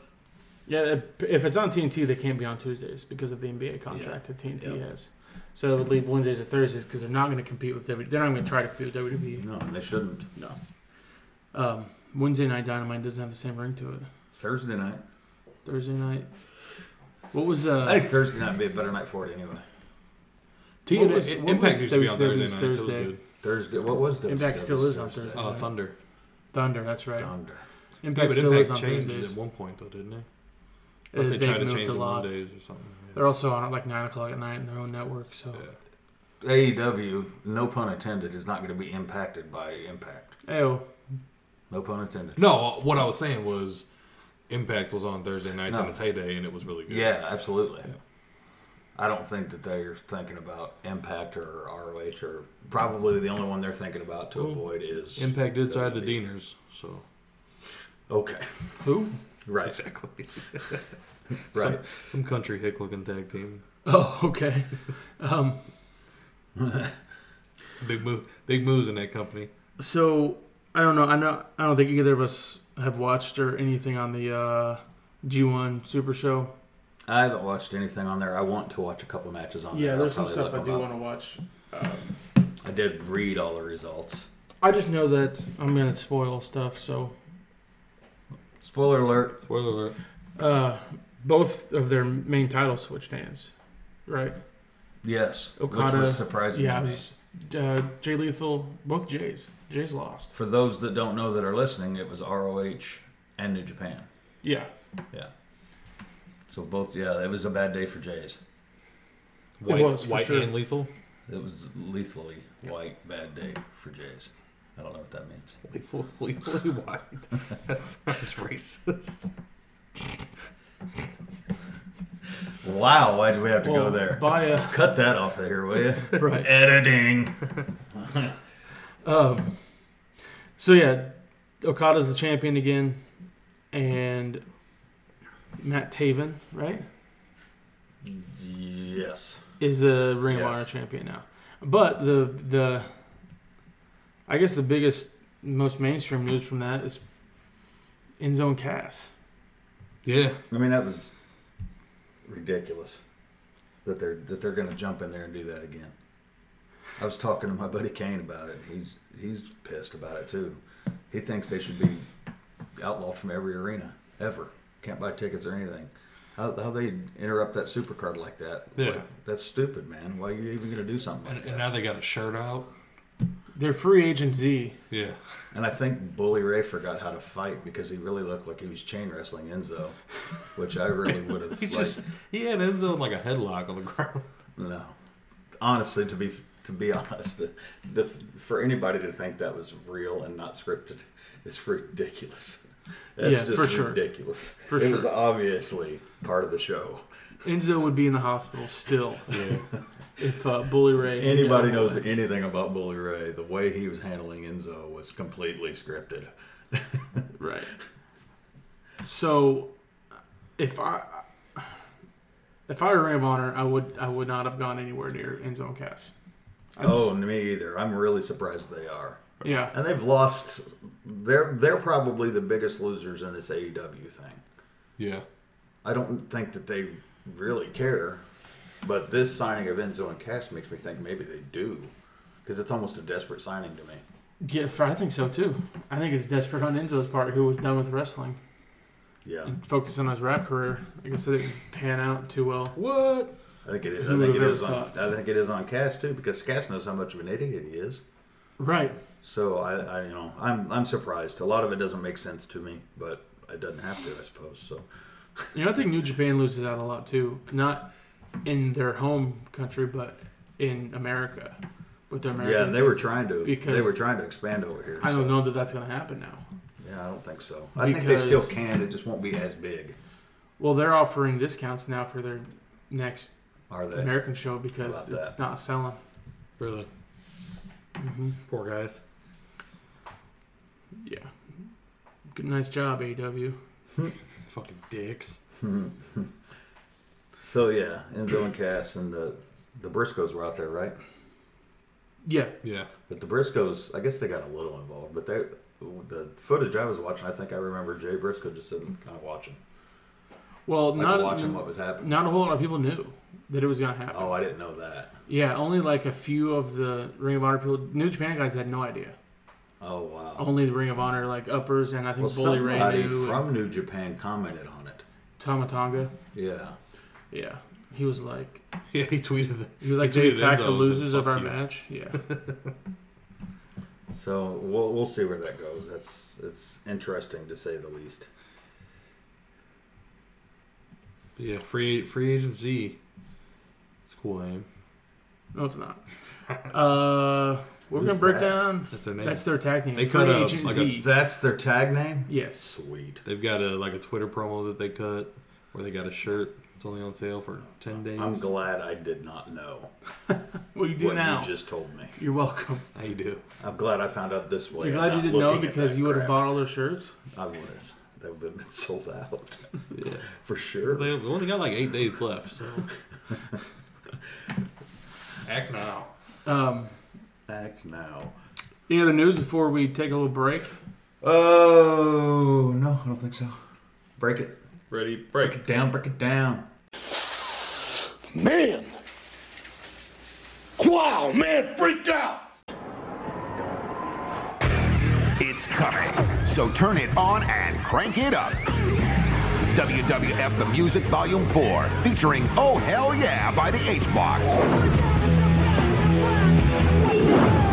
A: yeah, if it's on TNT, they can't be on Tuesdays because of the NBA contract that TNT
B: Yeah.
A: has. So that would leave Wednesdays or Thursdays because they're not going to compete with WWE. They're not going to try to compete with WWE.
B: No, and they shouldn't.
C: Mm-hmm.
A: No. Um, Wednesday night Dynamite doesn't have the same ring to it.
B: Thursday night.
A: Thursday night. What was uh?
B: I think Thursday night would be a better night for it anyway.
A: T-
C: Well,
A: what was,
C: I-
A: what
C: Impact
A: was
C: used to be on
A: WCW's
C: Thursday night. so it was good.
B: Thursday. What was the
A: Impact still is on Thursday.
C: Uh, Thunder.
A: Thunder. That's right.
B: Thunder.
C: Yeah,
A: Impact
C: but
A: still is on
C: Impact changed
A: Thursdays.
C: at one point though, didn't they?
A: Uh,
C: But they,
A: they've
C: tried to
A: moved
C: change
A: a
C: the
A: lot.
C: Mondays or something. yeah.
A: They're also on at like nine o'clock at night in their own network. So
C: Yeah.
B: AEW, E no pun intended, is not going to be impacted by Impact.
A: Ayo.
B: No pun intended.
C: No, uh, what I was saying was Impact was on Thursday nights
B: No.
C: in its heyday, and it was really good.
B: Yeah, absolutely.
C: Yeah.
B: I don't think that they're thinking about Impact or ROH or probably the only one they're thinking about to
C: Well,
B: avoid is
C: Impact did side the Deaners, so
B: okay,
A: Who?
B: right,
C: exactly
B: right.
C: some country hick looking tag team.
A: Oh, okay. Um,
C: Big move, big moves in that company.
A: So I don't know. I know. I don't think either of us have watched or anything on the uh, G1 Super Show.
B: I haven't watched anything on there. I want to watch a couple matches on there.
A: Yeah,
B: Oh, I'll
A: there's some
B: probably
A: stuff I
B: look
A: do
B: them
A: want
B: up.
A: to watch. Um,
B: I did read all the results.
A: I just know that I'm gonna spoil stuff. So
B: Spoiler alert.
C: Spoiler alert.
A: uh, both of their main titles switched hands, right?
B: Yes, which
A: Okada,
B: was surprising.
A: Yeah, it was, uh, Jay Lethal, both Jays. Jays lost.
B: For those that don't know that are listening, it was ROH and New Japan.
A: Yeah,
B: So both, yeah, it was a bad day for Jays.
C: White,
A: was, for
C: white
A: sure.
C: and lethal.
B: It was lethally white bad day for Jays. I don't know what that means.
C: Lethal, lethally white. that sounds racist.
B: Wow, why did we have to go
A: Well,
B: there?
A: By a
B: Cut that off of here, will you?
A: right.
B: Editing.
A: Um, so yeah, Okada's the champion again, and Matt Taven, right,
B: Yes.
A: is the Ring of
B: Yes.
A: Honor champion now. But the the, I guess the biggest, most mainstream news from that is Endzone Cass.
C: Yeah,
B: I mean that was ridiculous that they're that they're going to jump in there and do that again. I was talking to my buddy Kane about it. He's he's pissed about it too. He thinks they should be outlawed from every arena ever. Can't buy tickets or anything. How, how they interrupt that supercard like that?
C: Yeah.
B: Like, that's stupid, man. Why are you even going to do something
C: and,
B: like
C: and
B: that?
C: now they got a shirt out.
A: They're free agent Z.
C: Yeah,
B: And I think Bully Ray forgot how to fight because he really looked like he was chain wrestling Enzo, which I really would have.
C: he
B: liked.
C: just he had Enzo in like a headlock on the ground.
B: No, honestly, to be to be honest, the, the for anybody to think that was real and not scripted is ridiculous. That's
A: Yeah,
B: just
A: for sure.
B: ridiculous.
A: For
B: it was
A: sure.
B: obviously part of the show.
A: Enzo would be in the hospital still
C: Yeah.
A: if uh, Bully Ray. uh, had
B: Anybody
A: gotten
B: knows
A: away.
B: anything about Bully Ray, the way he was handling Enzo was completely scripted.
A: Right. So, if I if I were Ring of Honor, I would I would not have gone anywhere near Enzo Cass. I just-
B: oh, me either. I'm really surprised they are.
A: yeah,
B: And they've lost. They're they're probably the biggest losers in this AEW thing.
C: yeah.
B: I don't think that they really care, but this signing of Enzo and Cass makes me think maybe they do, because it's almost a desperate signing to me.
A: yeah, for, I think so too. I think it's desperate on Enzo's part, who was done with wrestling
B: Yeah,
A: and focused on his rap career. I guess it didn't pan out too well.
C: What?
B: I think it is.
A: Who
B: I think
A: would've
B: it is
A: ever
B: on.
A: thought?
B: I think it is on Cass too, because Cass knows how much of an idiot he is.
A: Right.
B: So I, I you know, I'm I'm surprised. A lot of it doesn't make sense to me, but it doesn't have to, I suppose. So
A: You know, I think New Japan loses out a lot too. Not in their home country, but in America with their American.
B: yeah, and they were trying to they
A: Because-
B: were trying to expand over here.
A: I
B: so-
A: don't know that that's going to happen now.
B: Yeah, I don't think so. I think they still
A: Because-
B: can. It just won't be as big.
A: Well, they're offering discounts now for their next
B: Are they?
A: American show because
B: About
A: it's not selling.
C: Really?
A: hmm
C: Poor guys.
A: Yeah. Good, nice job, E AW.
C: Fucking dicks.
B: So yeah, Enzo and Cass and the the Briscoes were out there, right?
A: Yeah.
C: Yeah.
B: But the Briscoes, I guess they got a little involved. But they, the footage I was watching, I think I remember Jay Briscoe just sitting kind of watching,
A: Well,
B: like
A: not
B: watching what was happening.
A: not a whole lot of people knew that it was gonna happen.
B: Oh, I didn't know that.
A: Yeah, only like a few of the Ring of Honor people, New Japan guys had no idea.
B: Oh wow.
A: Only the Ring of Honor like uppers and I think
B: well,
A: Bully Ray
B: somebody
A: knew. and
B: from New Japan commented on it.
A: Tamatanga.
B: Yeah.
A: Yeah, he was like
C: Yeah, he tweeted that.
A: he was like
C: He
A: we
C: tweeted
A: attack the
C: Enzo and said,
A: losers of
C: "Fuck
A: our
C: you."
A: match. Yeah,
B: So we'll we'll see where that goes. That's it's interesting to say the least.
C: But yeah, free free agent Z. It's a cool name.
A: no, it's not. Uh, we're
B: Who's
A: gonna break
B: that?
A: down.
C: That's their name.
A: That's their tag name.
C: They
A: Free
C: cut a-
A: Agent
C: like a-
A: Z.
B: That's their tag name.
A: yes.
B: Sweet.
C: They've got a like a Twitter promo that they cut where they got a shirt. It's only on sale for ten days.
B: I'm glad I did not know
A: Well, you do
B: what
A: now.
B: you just told me.
A: You're welcome.
C: How you do?
B: I'm glad I found out this way.
A: You're
B: I'm
A: glad you
B: not
A: didn't know
B: looking at
A: because
B: that
A: you would have
B: crap.
A: bought all their shirts.
B: I would have. They would have been sold out
C: Yeah.
B: for sure.
C: They have- they only got like eight days left, so act now.
A: Um,
B: Act now.
A: any other news before we take a little break?
B: Oh no, I don't think so. Break it.
C: Ready, break.
B: Break it down. Break it down.
D: Man! Wow, man, freaked out!
E: It's coming. So turn it on and crank it up. WWF The Music Volume 4, featuring Oh Hell Yeah by the H Block.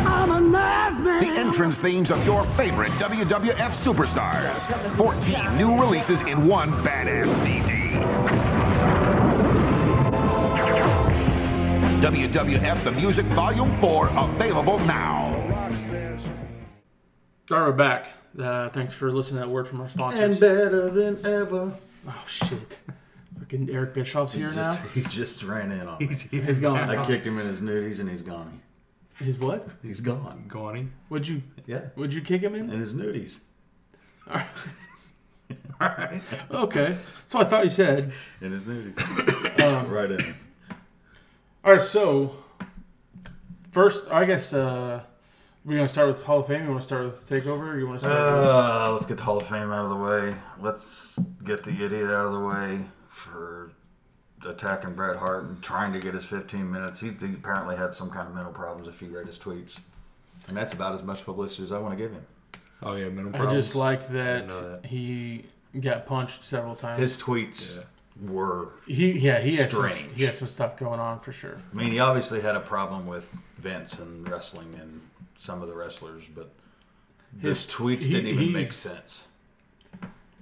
F: I'm a
E: The
F: madman!
E: entrance themes of your favorite WWF superstars. 14 new releases in one badass CD. WWF The Music Volume 4, available now.
A: All right, we're back. Uh, thanks for listening to that word from our
B: And
A: sponsors.
B: better than ever.
A: oh shit! Fucking Eric Bischoff's here
B: Just,
A: now.
B: he just ran in on me.
A: He's gone.
B: I kicked him in his nudies and he's gone.
A: His what?
B: He's gone.
C: Gawny.
A: Would you?
B: Yeah.
A: Would you kick him in?
B: And his nudies.
A: Okay. So I thought you said.
B: And his nudies.
A: Um,
B: right in.
A: All right. So first, I guess uh, we're gonna start with Hall of Fame. You want to start with Takeover? Or you want to start? with
B: Uh, let's get the Hall of Fame out of the way. Let's get the idiot out of the way for attacking Bret Hart and trying to get his 15 minutes. He, he apparently had some kind of mental problems if you read his tweets. And that's about as much publicity as I want to give him.
C: Oh yeah, minimum
A: I
C: problems.
A: just like that,
C: know that.
A: he got punched several times.
B: His tweets were.
A: he yeah he had some,
B: Strange.
A: he had some stuff going on for sure.
B: I mean, he obviously had a problem with Vince and wrestling and some of the wrestlers, but his,
A: His-
B: tweets
A: he-
B: didn't even make
A: he's-
B: sense.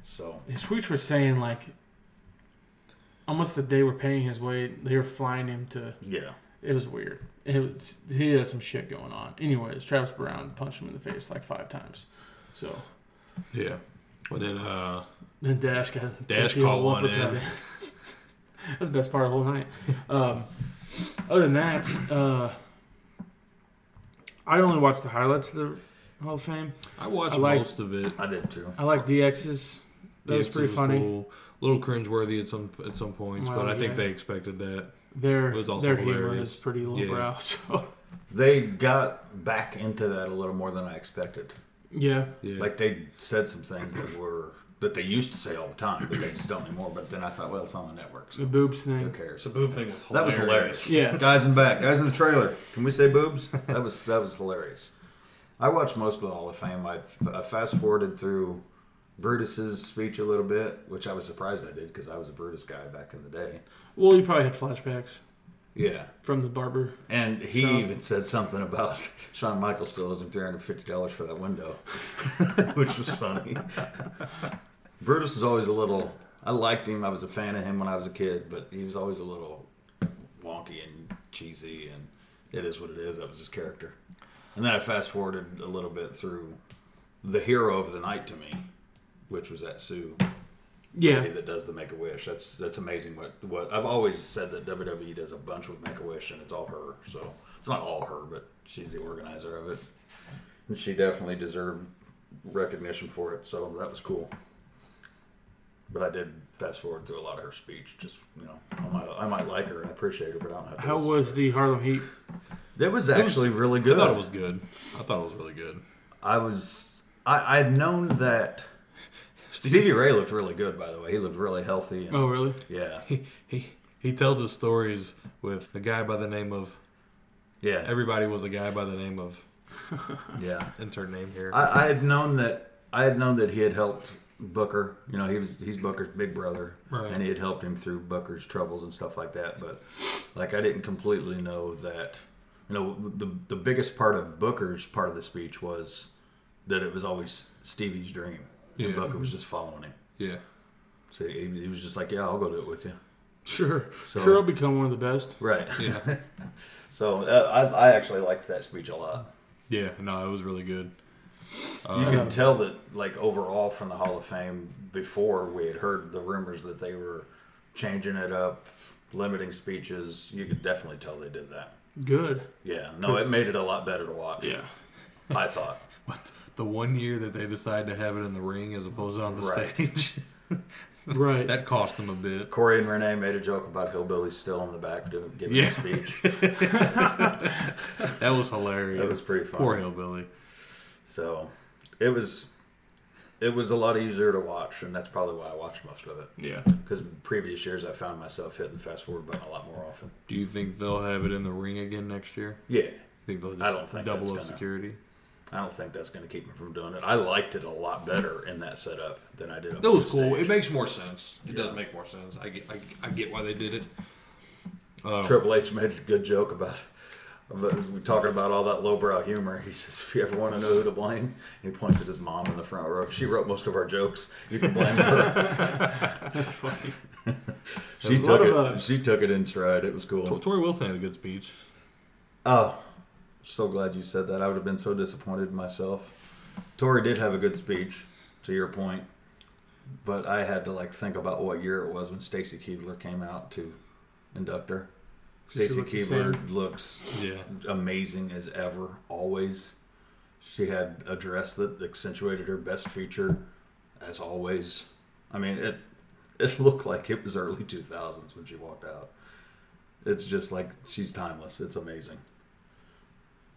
B: So
A: His tweets were saying like almost the day we're paying his way, they were flying him to.
B: yeah,
A: It was weird. It was he has some shit going on. Anyways, Travis Brown punched him in the face like five times. So
C: yeah. But then uh,
A: Then Dash got
C: Dash
A: got the
C: caught
A: old
C: one
A: uppercut.
C: in.
A: That's the best part of the whole night. Um, other than that, uh, I only watched the highlights of the Hall of Fame.
C: I watched
A: I liked-
C: most of it.
B: I did too.
A: I like DX's. That was
C: DX's
A: pretty funny.
C: cool. A little cringeworthy at some at some points,
A: Well,
C: but I think
A: yeah.
C: they expected that.
A: Their
C: It was also
A: their humor
C: hilarious.
A: is pretty lowbrow. So
B: They got back into that a little more than I expected.
A: yeah,
C: Yeah.
B: Like they said some things that were that they used to say all the time, but they just don't anymore. But then I thought, well, it's on the network, so
A: the boobs thing.
B: who cares?
C: the boob thing was
B: That was hilarious.
A: Yeah.
B: guys in back, guys in the trailer. Can we say boobs? That was that was hilarious. I watched most of the Hall of Fame. I, I fast forwarded through Brutus's speech a little bit, which I was surprised I did because I was a Brutus guy back in the day.
A: Well, you probably had flashbacks
B: Yeah,
A: from the barber.
B: and he
A: So-
B: even said something about Shawn Michaels still owes him three hundred fifty dollars for that window, which was funny. Brutus was always a little. I liked him. I was a fan of him when I was a kid, but he was always a little wonky and cheesy, and it is what it is. That was his character. And then I fast forwarded a little bit through the hero of the night to me, which was that Sue
A: Yeah,
B: lady that does the Make a Wish. That's that's amazing. What what I've always said that WWE does a bunch with Make a Wish, and it's all her. So it's not all her, but she's the organizer of it, and she definitely deserved recognition for it. So that was cool. But I did fast forward through a lot of her speech. Just you know, I might I might like her and appreciate her, but I don't have. To
A: how
B: listen
A: was
B: to
A: the Harlem Heat?
B: it. It was actually really good.
C: I thought it was good. I thought it was really good.
B: I was. I I'd known that. Stevie Ray looked really good, by the way. He looked really healthy. And,
A: Oh, really?
B: Yeah,
C: He he he tells his stories with a guy by the name of.
B: yeah,
C: Everybody was a guy by the name of.
B: yeah.
C: Insert name here.
B: I, I had known that I had known that he had helped Booker. You know, he was he's Booker's big brother,
C: Right.
B: and he had helped him through Booker's troubles and stuff like that. But like, I didn't completely know that. You know, the the biggest part of Booker's part of the speech was that it was always Stevie's dream, and
C: Yeah.
B: Booker was just following him.
C: yeah.
B: So he, he was just like, "Yeah, I'll go do it with you."
A: Sure,
B: So-
A: sure. I'll become one of the best.
B: Right.
C: Yeah.
B: So uh, I I actually liked that speech a lot.
C: yeah. No, it was really good.
B: You can tell that, like overall, from the Hall of Fame, before we had heard the rumors that they were changing it up, limiting speeches. You could definitely tell they did that.
A: Good.
B: Yeah, no, it made it a lot better to watch.
A: Yeah.
B: I thought.
C: But the one year that they decide to have it in the ring as opposed to on the
B: Right.
C: stage,
A: Right.
C: that cost them a bit.
B: Corey and Renee made a joke about hillbillies still in the back doing giving
C: Yeah.
B: a speech.
C: That was hilarious.
B: That was pretty
C: Poor
B: funny.
C: hillbilly.
B: So it was it was a lot easier to watch, and that's probably why I watched most of it.
A: yeah.
B: Because previous years, I found myself hitting the fast forward button a lot more often.
C: Do you think they'll have it in the ring again next year?
B: Yeah,
C: Think they'll just
B: I don't think
C: double
B: that's
C: up
B: gonna-
C: security?
B: I don't think that's going to keep me from doing it. I liked it a lot better in that setup than I did. up
C: That
B: on
C: was cool.
B: stage.
C: It makes more sense. It does make more sense. I get, I, I get why they did it.
A: Oh.
B: Triple H made a good joke about. about- We're talking about all that lowbrow humor. He says, "If you ever want to know who to blame," he points at his mom in the front row. She wrote most of our jokes. You can blame her.
A: That's funny.
B: she
A: A
B: took
A: lot
B: it.
A: of, uh,
B: she took it in stride. It was
C: Well,
B: cool.
C: Tori Wilson had a good speech.
B: Oh, so glad you said that. I would have been so disappointed in myself. Tori did have a good speech, to your point, but I had to like think about what year it was when Stacy Keebler came out to induct her.
A: she
B: Stacy
A: looked the
B: Keebler
A: same.
B: looks
C: Yeah.
B: amazing as ever, always. She had a dress that accentuated her best feature, as always. I mean, it it looked like it was early two thousands when she walked out. It's just like she's timeless. It's amazing.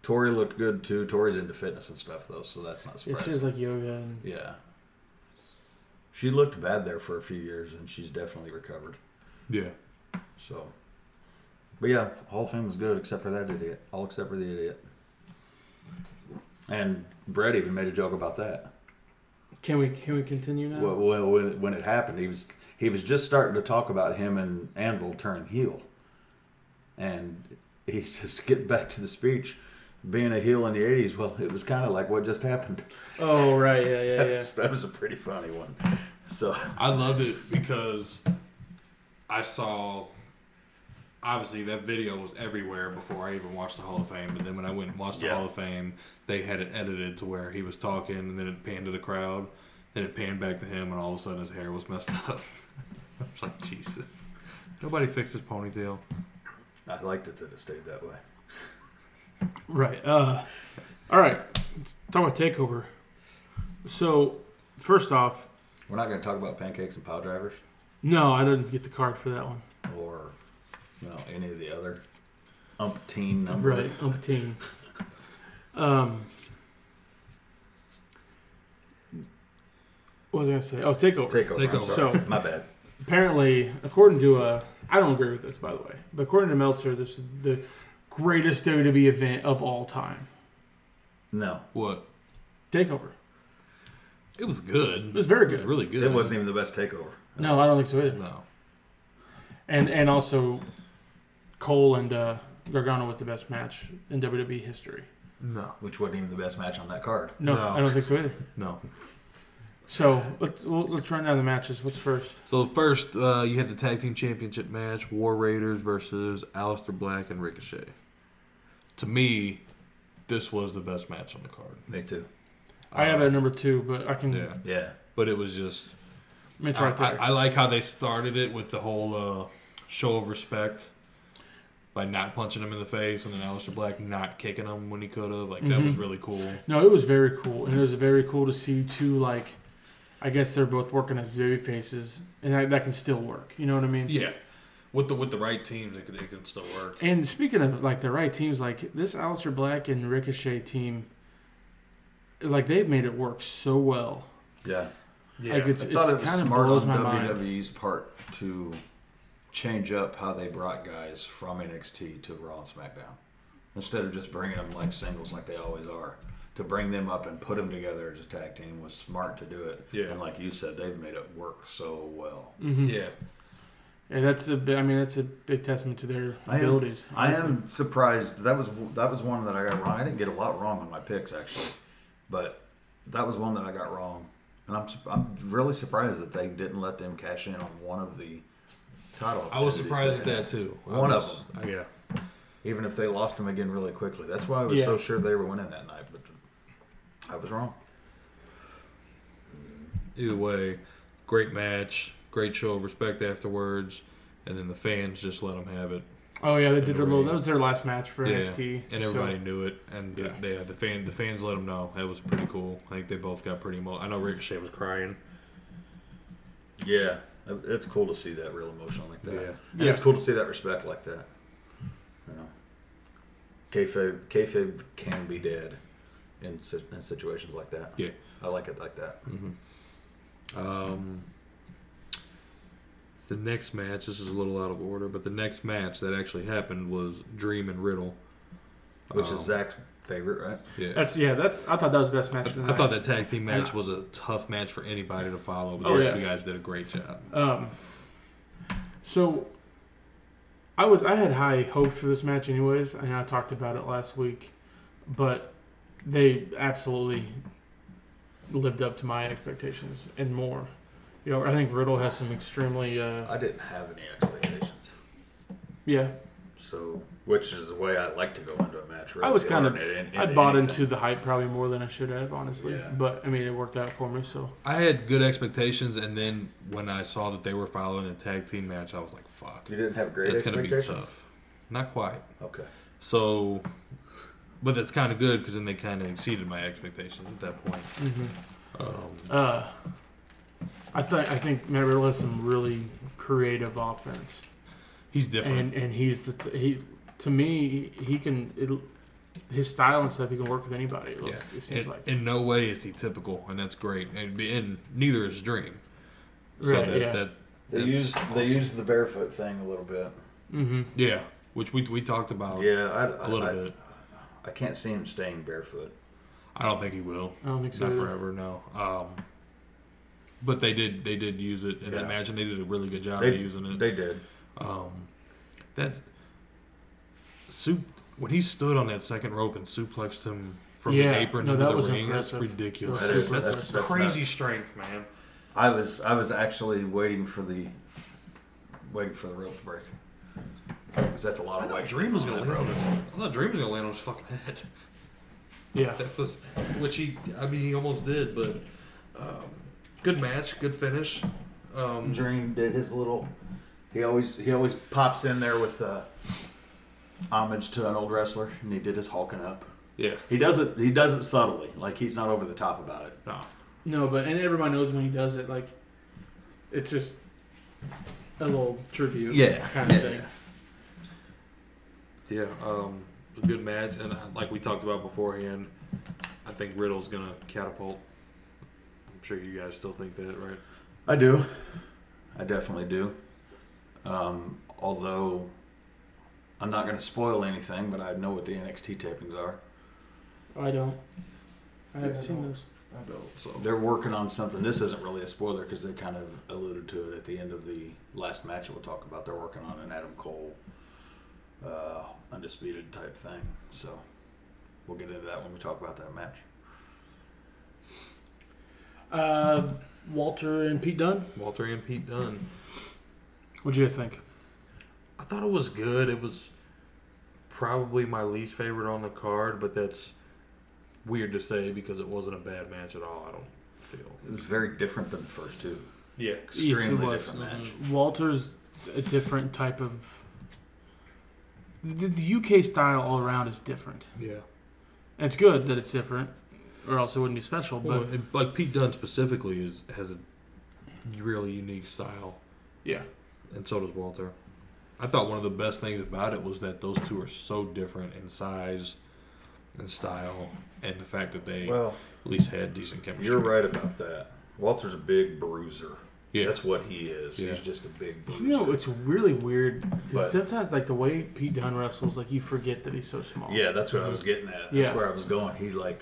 B: Tori looked good too. Tori's into fitness and stuff though, so that's not
A: Yeah,
B: surprising.
A: she does like yoga and
B: yeah. She looked bad there for a few years, and she's definitely recovered.
C: Yeah.
B: So, but yeah, Hall of Fame was good except for that idiot. All except for the idiot. And Brett even made a joke about that.
A: Can we can we continue now?
B: Well, well when, it, when it happened, he was he was just starting to talk about him and Anvil turning heel, and he just get back to the speech, being a heel in the '80s. Well, it was kind of like what just happened.
A: Oh right, yeah, yeah, yeah.
B: that was a pretty funny one. So
C: I loved it because I saw obviously that video was everywhere before I even watched the Hall of Fame, but then when I went and watched the
B: Yeah.
C: Hall of Fame, they had it edited to where he was talking and then it panned to the crowd Then it panned back to him, and all of a sudden his hair was messed up. I was like, Jesus. Nobody fixed his ponytail.
B: I liked it that it stayed that way.
A: Right. Uh, all right. Let's talk about takeover. So, first off,
B: We're not going to talk about pancakes and pile drivers
A: no, I didn't get the card for that one.
B: or you know, any of the other umpteen number.
A: Right. Umpteen. Um. What was I gonna say? Oh, takeover.
B: Takeover.
C: Takeover.
B: I'm sorry.
A: So-
B: My bad.
A: apparently, according to uh, I don't agree with this, by the way, but according to Meltzer, this is the greatest WWE event of all time.
B: No,
C: What?
A: Takeover.
C: It was good. It
A: was very
C: It
A: good.
C: was really good.
B: it wasn't even the best takeover.
A: No, I don't think so either.
C: No.
A: And and also, Cole and uh, Gargano was the best match in WWE history.
C: No.
B: Which wasn't even the best match on that card.
A: No,
C: No.
A: I don't think so either.
C: No.
A: So let's well, let's run down the matches. What's first?
C: So first, uh, you had the tag team championship match: War Raiders versus Aleister Black and Ricochet. To me, this was the best match on the card.
B: Me too.
A: I have it at number two, but I can.
C: Yeah,
B: Yeah.
C: but it was just.
A: It's right
C: I,
A: there.
C: I like how they started it with the whole uh, show of respect by not punching him in the face, and then Aleister Black not kicking him when he could have. Like that was really cool.
A: No, it was very cool, and it was very cool to see two like, I guess they're both working as baby faces, and that, that can still work. You know what I mean?
C: Yeah, with the with the right teams, it could, it could still work.
A: And speaking of like the right teams, like this Alistair Black and Ricochet team, like they've made it work so well.
B: Yeah.
C: Yeah,
A: Like it's,
B: I thought
A: it's
B: it was
A: kind of
B: smart on E
A: blows my mind.
B: WWE's part to change up how they brought guys from NXT to Raw and SmackDown instead of just bringing them like singles like they always are. To bring them up and put them together as a tag team was smart to do it.
C: Yeah.
B: And like you said, they've made it work so well.
C: yeah.
A: And that's a, bi- I mean, that's a big testament to their
B: I am-
A: abilities.
B: I am surprised. That was that was one that I got wrong. I didn't get a lot wrong on my picks actually, but that was one that I got wrong, and I'm su- I'm really surprised that they didn't let them cash in on one of the title.
C: I was
B: opportunities
C: surprised at
B: they
C: that
B: had.
C: too. I
B: One of
C: was- Yeah.
B: Even if they lost them again really quickly, that's why I was
A: Yeah.
B: so sure they were winning that night. But I was wrong.
C: Either way, great match, great show of respect afterwards, and then the fans just let them have it.
A: Oh yeah, they did their little.
C: Everybody-
A: That was their last match for NXT,
C: and
A: so-
C: everybody knew it, and
A: Yeah.
C: they had the fan. The fans let them know that was pretty cool. I think they both got pretty. Emo- I know Ricochet was crying.
B: Yeah, it- it's cool to see that real emotion like that.
C: Yeah.
B: And it's cool to see that respect like that. You know, kayfabe, kayfabe can be dead in, si- in situations like that.
C: Yeah. Mm.
B: I like it like that.
C: Um, the next match. This is a little out of order, but the next match that actually happened was Dream and Riddle.
B: Which
C: Um,
B: is Zach's favorite, right?
C: Yeah.
A: That's yeah. That's I thought that was the best match. Of the
C: I
A: night.
C: thought that tag team match
A: And-
C: was a tough match for anybody to follow, but
A: Oh,
C: those
A: yeah.
C: two guys did a great job.
A: Um, so I was I had high hopes for this match, anyways. I know I talked about it last week, but they absolutely lived up to my expectations and more. You know, I think Riddle has some extremely uh,
B: I didn't have any expectations,
A: yeah.
B: so which is the way I like to go into a match. Really,
A: I was kind of
B: or in- in-
A: I bought
B: anything.
A: into the hype probably more than I should have, honestly.
B: Yeah.
A: But I mean, it worked out for me. So
C: I had good expectations, and then when I saw that they were following a tag team match, I was like, "Fuck,
B: You didn't have great
C: it's gonna be
B: expectations.
C: tough." Not quite.
B: Okay.
C: So, but that's kind of good because then they kind of exceeded my expectations at that point.
A: uh, I think I think Matt Riddle has some really creative offense.
C: He's different.
A: and and he's the t- he to me he, he can it, his style and stuff he can work with anybody. It,
C: yeah.
A: looks, it seems
C: in,
A: like
C: in no way is he typical, and that's great. And, be- and neither is Dream. So
A: Right,
C: that,
A: yeah.
C: that
B: They
C: that's
B: used they
C: awesome.
B: used the barefoot thing a little bit.
C: yeah, which we we talked about
B: Yeah, I, I,
C: a little
B: I,
C: bit.
B: I can't see him staying barefoot.
C: I don't think he will.
A: I don't think so
C: Not
A: either.
C: forever, no. Um, but they did they did use it, and
B: Yeah.
C: I imagine they did a really good job
B: They
C: of using it.
B: They did.
C: That's soup when he stood on that second rope and suplexed him from
A: Yeah,
C: the apron
A: no,
C: into
A: that
C: the
A: was
C: ring.
A: impressive.
C: That's ridiculous.
A: That
B: is-
C: that's,
B: that's- that's
C: crazy
B: nuts.
C: strength, man.
B: I was I was actually waiting for the waiting for the rope to break. 'Cause that's a lot
C: I
B: of
C: thought
B: weight.
C: Dream was gonna
B: on
C: land
B: that
C: on
B: rope.
C: his. I thought Dream was gonna land on his fucking head.
A: Yeah,
C: That was which he. I mean, he almost did, but um, Good match, good finish. Um,
B: Dream did his little. He always he always pops in there with uh, homage to an old wrestler, and he did his hulking up.
C: yeah.
B: He does it. He does it subtly, like he's not over the top about it.
C: No.
A: No, but and everybody knows when he does it. Like, it's just a little tribute,
B: Yeah,
A: kind of
B: yeah,
A: thing.
B: yeah.
C: Yeah, um, it was a good match, and uh, like we talked about beforehand, I think Riddle's gonna catapult. I'm sure you guys still think that, right?
B: I do. I definitely do. Um, although I'm not going to spoil anything, but I know what the NXT tapings are.
A: I don't. I haven't
G: Yeah, I
A: seen
G: don't.
A: those.
G: I don't.
C: So
B: They're working on something. This isn't really a spoiler because they kind of alluded to it at the end of the last match that we'll talk about. They're working on an Adam Cole uh, undisputed type thing. So we'll get into that when we talk about that match.
A: Uh, Walter and Pete Dunn.
C: Walter and Pete Dunn.
A: What do you guys think?
C: I thought it was good. It was probably my least favorite on the card, but that's weird to say because it wasn't a bad match at all. I don't feel.
B: It was very different than the first two.
C: Yeah.
B: Extremely
A: Yes, it
B: different
A: was.
B: match.
A: Uh, Walter's a different type of. The, the UK style all around is different.
C: Yeah.
A: And it's good that it's different, or else it wouldn't be special. But
C: Well, it- like Pete Dunn specifically is has a really unique style.
A: yeah,
C: and so does Walter. I thought one of the best things about it was that those two are so different in size and style, and the fact that they
B: Well,
C: at least had decent chemistry.
B: You're right about that. Walter's a big bruiser.
C: Yeah.
B: That's what he is.
C: Yeah.
B: He's just a big bruiser.
A: you know it's really weird 'cause
B: But-
A: sometimes like the way Pete Dunn wrestles, like you forget that he's so small.
B: yeah, that's what I was getting at. That's
A: Yeah.
B: where I was going. He like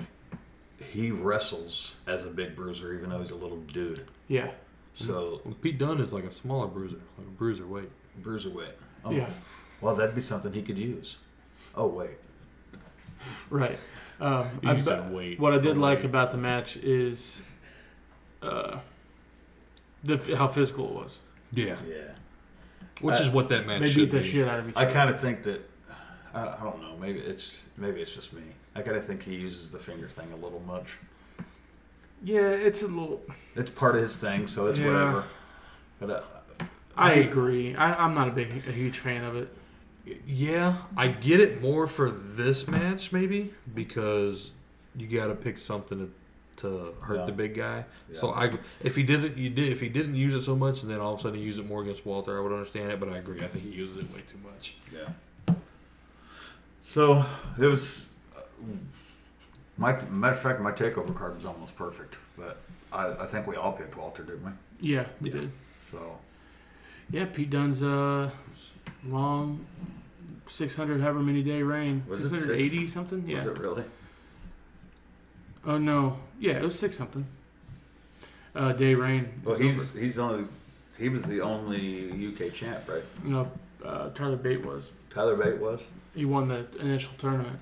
B: he wrestles as a big bruiser even though he's a little dude.
A: yeah, Mm-hmm.
B: So
C: Well, Pete Dunn is like a smaller bruiser, like a bruiser weight.
B: bruiserweight. Oh,
A: yeah.
B: Well, that'd be something he could use. Oh wait.
A: Right. Um,
C: You
A: I
C: just
A: bet-
C: said wait.
A: What I did
C: Oh,
A: like
C: wait.
A: about the match is uh, the how physical it was.
C: Yeah,
B: Yeah.
C: which
B: Uh,
C: is what that match
A: They
C: should
A: beat the
C: be.
A: shit out of each
B: I
A: other.
B: kind of think that I, I don't know. Maybe it's maybe it's just me. I kind of think he uses the finger thing a little much.
A: yeah, it's a little.
B: It's part of his thing, so it's
A: Yeah.
B: whatever. But uh,
A: I agree. I, I'm not a big, a huge fan of it.
C: Yeah, I get it more for this match maybe because you got to pick something to, to hurt
B: Yeah.
C: the big guy. So
B: Yeah.
C: I, if he doesn't, you did if he didn't use it so much, and then all of a sudden he used it more against Walter, I would understand it. But I agree, I think he uses it way too much.
B: Yeah. So it was. uh, My matter of fact, my takeover card was almost perfect, but I, I think we all picked Walter, didn't we?
A: Yeah, we
C: Yeah.
A: did.
B: So
A: Yeah, Pete Dunne's uh, long, 600 however many day reign.
B: Was it six?
A: 680 something? Yeah.
B: was it really?
A: Oh, no. Yeah, it was six something. Uh, day reign.
B: Well,
A: was
B: he's he's the only he was the only UK champ, right?
A: over. No, uh, Tyler Bate was.
B: Tyler Bate was.
A: He won the initial tournament.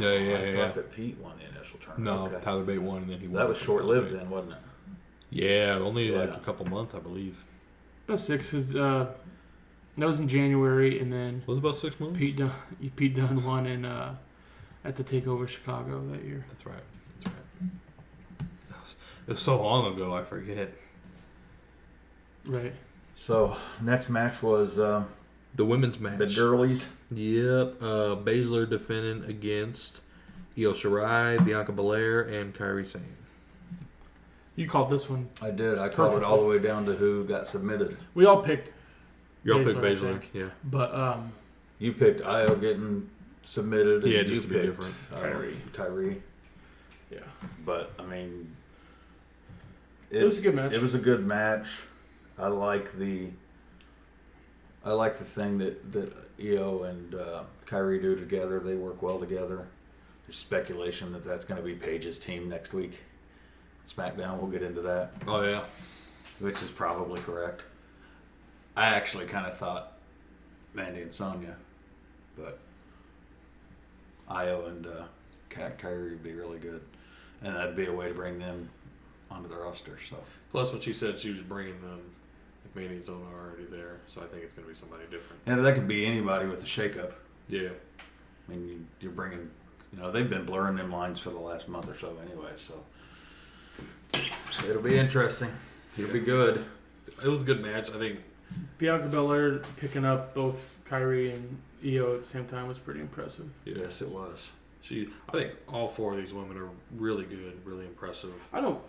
C: Yeah,
B: I thought that Pete won the initial tournament.
C: No,
B: okay.
C: Tyler Bate won, and then he won.
B: that was short lived then, wasn't it?
C: Yeah, only like
B: Yeah.
C: a couple months, I believe.
A: About six is uh, that was in January, and then
C: Was it about six months?
A: Pete Dunn, Pete Dunn won in uh, at the Takeover Chicago that year.
C: That's right. That's right. That was- It was so long ago, I forget.
A: Right.
B: So next match was um,
C: The women's match.
B: the Gurleys.
C: Yep. Uh, Baszler defending against Io Shirai, Bianca Belair, and Kyrie Sane.
A: You called this one.
B: I did. I called it all the way down to who got submitted.
A: We all picked,
C: Y'all pick
A: Baszler, I
C: Baszler.
A: think.
C: Yeah.
A: but um,
B: You picked Io getting submitted. And
C: Yeah,
B: you
C: just to be
B: picked,
C: different.
B: uh,
A: Kyrie.
B: Kyrie.
A: yeah,
B: But I mean,
A: it, was a good match.
B: It was a good match. I like the. I like the thing that that Io and uh, Kyrie do together. They work well together. There's speculation that that's going to be Paige's team next week. SmackDown. We'll get into that,
C: Oh yeah.
B: which is probably correct. I actually kind of thought Mandy and Sonya, but Io and uh, Kat Kyrie would be really good, and that'd be a way to bring them onto the roster. So.
C: Plus, when she said she was bringing them, like Mandy's own are already there, so I think it's gonna be somebody different.
B: Yeah, but that could be anybody with a shakeup.
C: Yeah.
B: I mean, you, you're bringing, you know, they've been blurring them lines for the last month or so anyway, so It'll be interesting. It'll be good.
C: It was a good match. I think
A: Bianca Belair picking up both Kyrie and Io at the same time was pretty impressive.
B: Yes, it was.
C: she. I think all four of these women are really good, really impressive.
A: I don't.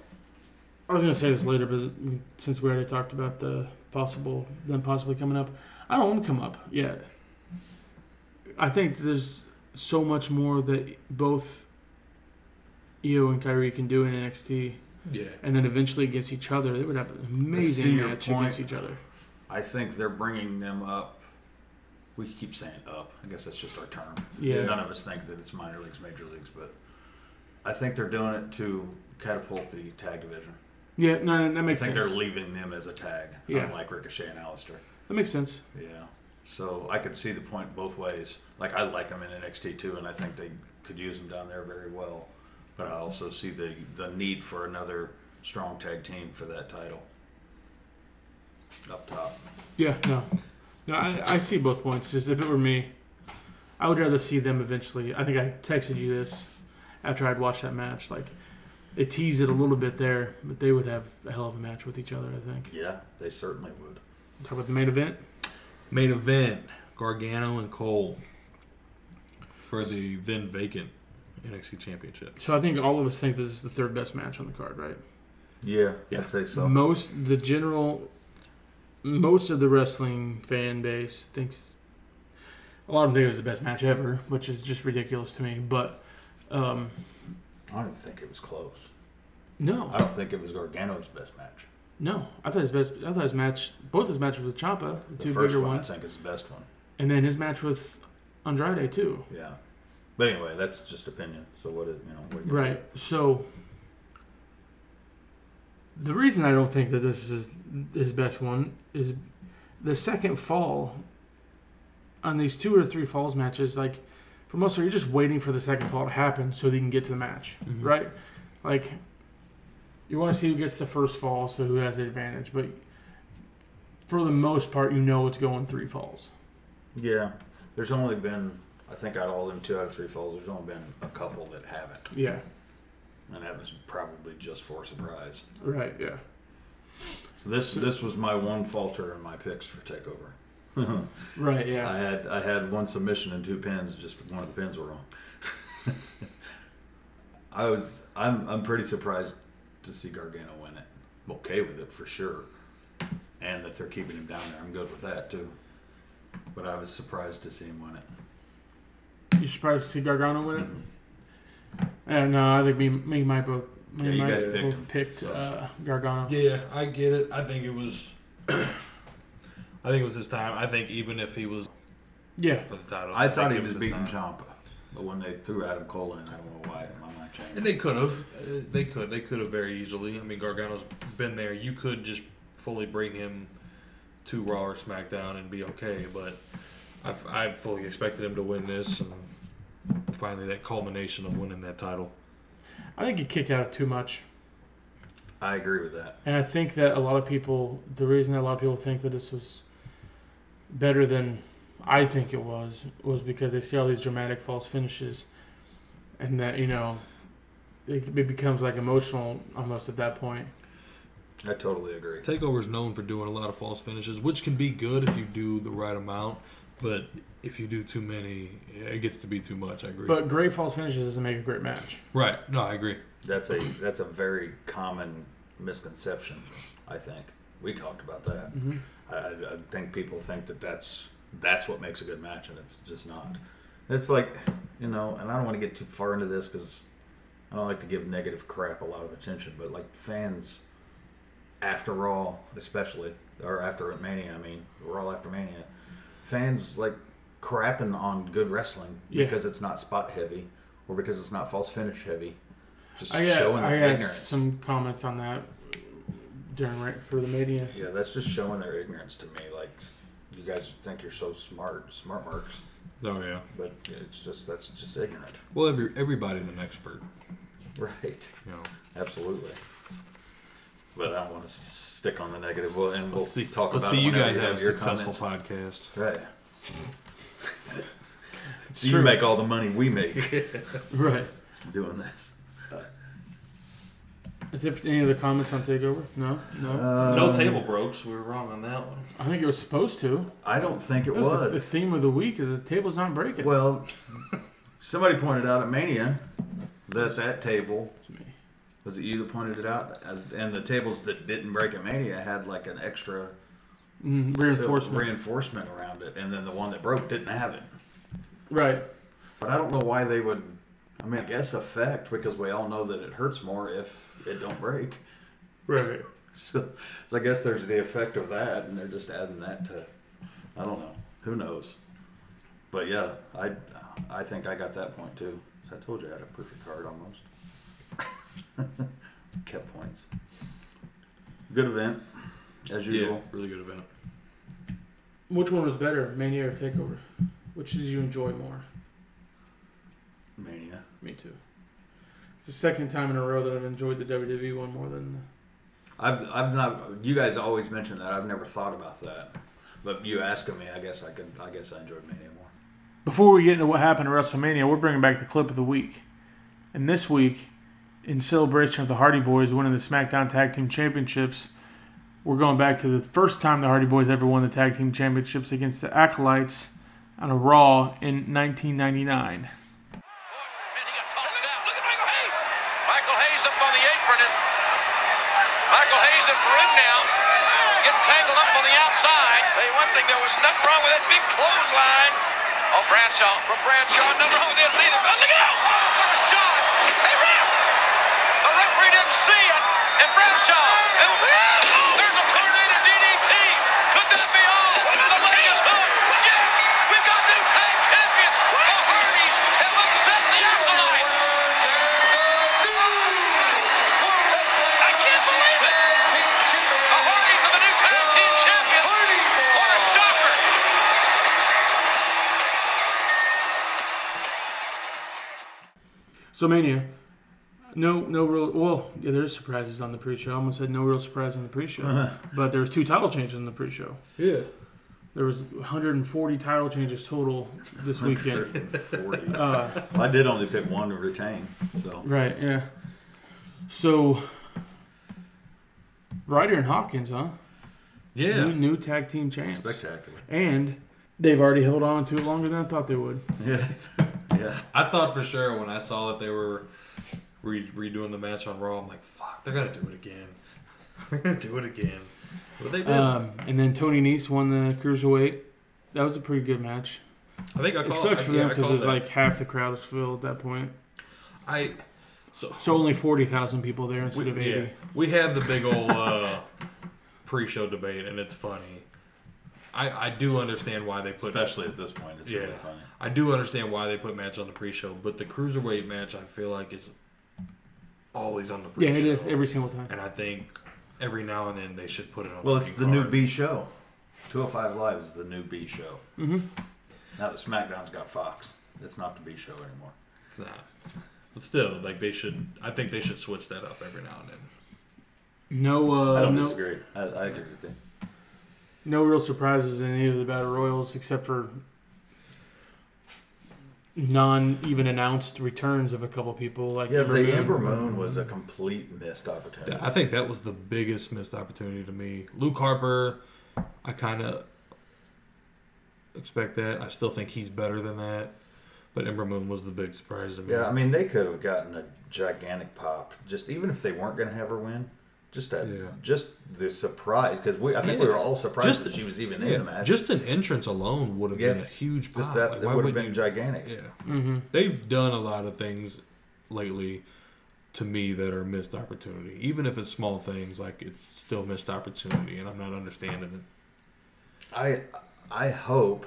A: I was gonna say this later, but since we already talked about the possible, them possibly coming up, I don't want to come up yet. I think there's so much more that both Io and Kyrie can do in NXT,
C: Yeah.
A: and then eventually against each other, they would have an amazing
B: your
A: match
B: point.
A: against each other.
B: I think they're bringing them up. We keep saying up. I guess that's just our term.
A: Yeah.
B: None of us think that it's minor leagues, major leagues, but I think they're doing it to catapult the tag division.
A: Yeah, no, that
B: I
A: makes
B: think
A: sense.
B: they're leaving them as a tag,
A: Yeah.
B: unlike Ricochet and Alistair.
A: That makes sense.
B: Yeah. So I could see the point both ways. Like I like them in NXT too, and I think they could use them down there very well. But I also see the the need for another strong tag team for that title up top.
A: Yeah, no, no, I, I see both points. Just if it were me, I would rather see them eventually. I think I texted you this after I'd watched that match. Like they teased it a little bit there, but they would have a hell of a match with each other. I think.
B: Yeah, they certainly would.
A: Talk about the main event.
C: Main event: Gargano and Cole for the then vacant NXT Championship.
A: So I think all of us think this is the third best match on the card, right?
B: Yeah,
C: Yeah.
B: I'd say so.
A: Most the general, most of the wrestling fan base thinks a lot of them think it was the best match ever, which is just ridiculous to me. But um,
B: I don't think it was close.
A: no,
B: I don't think it was Gargano's best match.
A: No, I thought his best. I thought his match, both his matches with Ciampa, the,
B: The
A: two
B: first
A: bigger
B: one,
A: ones,
B: I think is the best one.
A: and then his match with Andrade too.
B: Yeah. But anyway, that's just opinion. So what is you know what are you gonna
A: Right. So the reason I don't think that this is his best one is the second fall on these two or three falls matches. Like for most of it, you're just waiting for the second fall to happen so that you can get to the match, right? Like you want to see who gets the first fall, so who has the advantage. But for the most part, you know it's going three falls.
B: do? Yeah. There's only been I think out of all them two out of three falls, there's only been a couple that haven't.
A: Yeah.
B: And that was probably just for surprise.
A: Right. Yeah.
B: So this this was my one falter in my picks for takeover.
A: Right. Yeah.
B: I had I had one submission and two pins. Just one of the pins were wrong. I was I'm I'm pretty surprised to see Gargano win it. I'm okay with it for sure, and that they're keeping him down there. I'm good with that too. But I was surprised to see him win it.
A: You surprised to see Gargano win it? Yeah, no, I think me, me and Mike both, me
B: Yeah,
A: and
B: you
A: Mike
B: guys picked
A: both
B: him,
A: picked
B: so.
A: uh, Gargano.
C: Yeah, I get it. I think it was. I think it was his time. I think even if he was
A: Yeah,
C: for the title,
B: I thought
C: think
B: he
C: it
B: was
C: his
B: beating
C: time.
B: Ciampa, but when they threw Adam Cole in, I don't know why my mind changed.
C: And they could have. Uh, They could. They could have very easily. I mean, Gargano's been there. You could just fully bring him to Raw or SmackDown and be okay. But I, f- I fully expected him to win this, and finally that culmination of winning that title.
A: I think he kicked out of too much,
B: I agree with that.
A: and I think that a lot of people, the reason that a lot of people think that this was better than I think it was, was because they see all these dramatic false finishes, and that you know, it, it becomes like emotional almost at that point.
B: I totally agree.
C: Takeover is known for doing a lot of false finishes, which can be good if you do the right amount. But if you do too many, it gets to be too much. I agree.
A: But great false finishes doesn't make a great match.
C: right? No, I agree.
B: That's a that's a very common misconception. I think we talked about that. I, I I think people think that that's that's what makes a good match, and it's just not. It's like you know, and I don't want to get too far into this because I don't like to give negative crap a lot of attention, but like fans after Raw, especially or after Mania, I mean Raw after Mania, fans like crapping on good wrestling
A: Yeah.
B: because it's not spot heavy or because it's not false finish heavy. Just
A: I got,
B: showing
A: I
B: their
A: got
B: ignorance.
A: some comments on that during right for the media.
B: Yeah, that's just showing their ignorance to me. Like, you guys think you're so smart, smart marks,
C: Oh yeah.
B: but it's just that's just ignorant,
C: Well, every, everybody's an expert.
B: right?
C: You know.
B: Absolutely. But I don't want to stick on the negative. Well, and we'll talk
C: Let's
B: about
C: see
B: it
C: you
B: whenever
C: guys have a
B: your
C: successful
B: comments.
C: podcast.
B: Right. so you make all the money we make
A: Right.
B: doing this.
A: Is there any other comments on Takeover? No, no.
B: Uh,
C: no table broke. We were wrong on that one.
A: I think it was supposed to.
B: I don't think it
A: That was the, the
B: was.
A: theme of the week. Is the table's not breaking.
B: Well, somebody pointed out at Mania that that table was it you that pointed it out, Uh, and the tables that didn't break at Mania had like an extra
A: Mm, reinforcement.
B: reinforcement around it, and then the one that broke didn't have it.
A: right.
B: But I don't know why they would. I mean, I guess effect because we all know that it hurts more if it don't break.
A: Right.
B: So, so I guess there's the effect of that, and they're just adding that to. I don't know. Who knows? But yeah, I I think I got that point too. 'Cause I told you I had a perfect card almost. Kept points. Good event, as
C: Yeah,
B: usual.
C: really good event.
A: Which one was better, Mania or Takeover? Which did you enjoy more?
B: Mania.
A: Me too. It's the second time in a row that I've enjoyed the WWE one more than.
B: I've I've not. You guys always mention that. I've never thought about that. But you asking me, I guess I could. I guess I enjoyed Mania more.
A: Before we get into what happened at WrestleMania, we're bringing back the clip of the week. And this week, in celebration of the Hardy Boys winning the SmackDown Tag Team Championships, we're going back to the first time the Hardy Boys ever won the Tag Team Championships against the Acolytes on a Raw in 1999.
G: Man, he got tossed out. Look at Michael Hayes. Michael Hayes up on the apron. And Michael Hayes and Perrin now getting tangled up on the outside. Hey, one thing, there was nothing wrong with that big clothesline. Oh, Bradshaw from Bradshaw. Nothing wrong with this either. Oh, look at that. Oh, what a shot. Hey, ref. The referee didn't see it. And Bradshaw. And there's a tornado DDT. Could that be all? The leg is hooked. Yes, we've got new tag champions. The Hardys have upset the Acolytes. I can't believe it. The Hardys are the new tag team champions. What a shocker.
A: So Mania, no, no real. Well, yeah, there's surprises on the pre-show. I almost said no real surprise on the pre-show, but there was two title changes in the pre-show.
C: Yeah.
A: There was 140 title changes total this weekend.
B: 40. well, I did only pick one to retain. So
A: right? Yeah. So, Ryder and Hopkins, huh? New,
C: Yeah.
A: new tag team champs,
B: spectacular.
A: and they've already held on to it longer than I thought they would.
B: Yeah, yeah.
C: I thought for sure when I saw that they were re- redoing the match on Raw, I'm like, fuck, they're going to do it again. they're going to do it again. But they did.
A: Um, and then Tony Nese won the cruiserweight. That was a pretty good match.
C: I think I
A: It
C: called
A: sucks
C: I-
A: for
C: yeah,
A: them
C: I
A: because
C: called
A: it's
C: that.
A: like half the crowd is filled at that point.
C: I
A: So only forty thousand people there instead
C: we,
A: of eighty.
C: yeah, we have the big old uh, pre-show debate, and it's funny. I, I do understand why they put
B: Especially at this point, it's
C: yeah,
B: really funny.
C: I do understand why they put match on the pre-show, but the cruiserweight match I feel like is always on the
A: Yeah,
C: pre-show.
A: it is every single time.
C: and I think every now and then they should put it on.
B: Well, it's the
C: main
B: new
C: card.
B: B show. 205 Live is the new B show. Mm-hmm. Now that SmackDown's got Fox, it's not the B show anymore.
C: It's not. But still, like they should. I think they should switch that up every now and then.
A: No, uh,
B: I don't
A: no,
B: disagree. I, I agree with you.
A: no real surprises in any of the battle royals except for non even announced returns of a couple people like
B: Yeah,
A: Ember
B: the
A: Moon.
B: Amber Moon was a complete missed opportunity.
C: I think that was the biggest missed opportunity to me. Luke Harper, I kind of expect that. I still think he's better than that. But Ember Moon was the big surprise to me.
B: Yeah, I mean, they could have gotten a gigantic pop. Just even if they weren't going to have her win, just that,
C: Yeah.
B: just the surprise because we, I think we
C: Yeah.
B: were all surprised
C: Just-
B: that she was even
C: Yeah,
B: in the match.
C: just an entrance alone would have
B: Yeah.
C: been a huge pop.
B: Just that
C: Like,
B: that
C: why
B: would have
C: wouldn't
B: been
C: you-
B: gigantic.
C: Yeah,
A: Mm-hmm.
C: they've done a lot of things lately to me that are missed opportunity. Even if it's small things, like it's still missed opportunity, and I'm not understanding it.
B: I I hope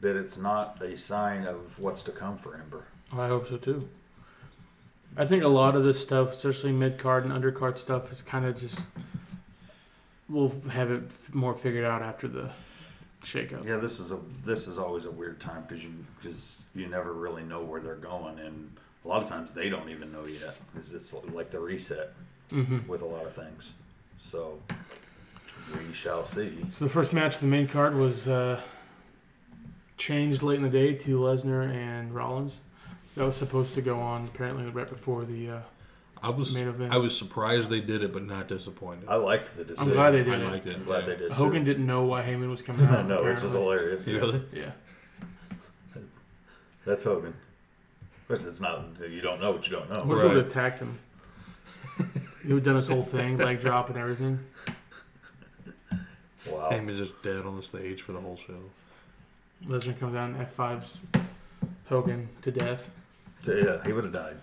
B: that it's not a sign of what's to come for Ember.
A: I hope so too. I think a lot of this stuff, especially mid card and undercard stuff, is kind of just we'll have it f- more figured out after the shakeup.
B: Yeah, this is a this is always a weird time because you because you never really know where they're going, and a lot of times they don't even know yet. 'cause it's like the reset
A: Mm-hmm.
B: with a lot of things. So we shall see.
A: So the first match of the main card was uh, changed late in the day to Lesnar and Rollins. That was supposed to go on apparently right before the uh,
C: I was
A: Main event.
C: I was surprised they did it, but not disappointed.
B: I liked the decision.
A: glad they did.
C: I
A: it.
C: liked it.
B: I'm glad
C: yeah.
B: they did.
A: Hogan
B: too.
A: didn't know why Heyman was coming
B: I
A: out.
B: know, which is
A: apparently.
B: hilarious.
C: Really?
A: Yeah.
B: That's Hogan. Of course, it's not. You don't know what you don't know.
A: What's
C: Right.
A: would have attacked him? he would have done his whole thing, leg drop and everything.
B: Wow.
C: Heyman's just dead on the stage for the whole show.
A: Lesnar comes down and F5s Hogan to death.
B: Yeah, he would have died.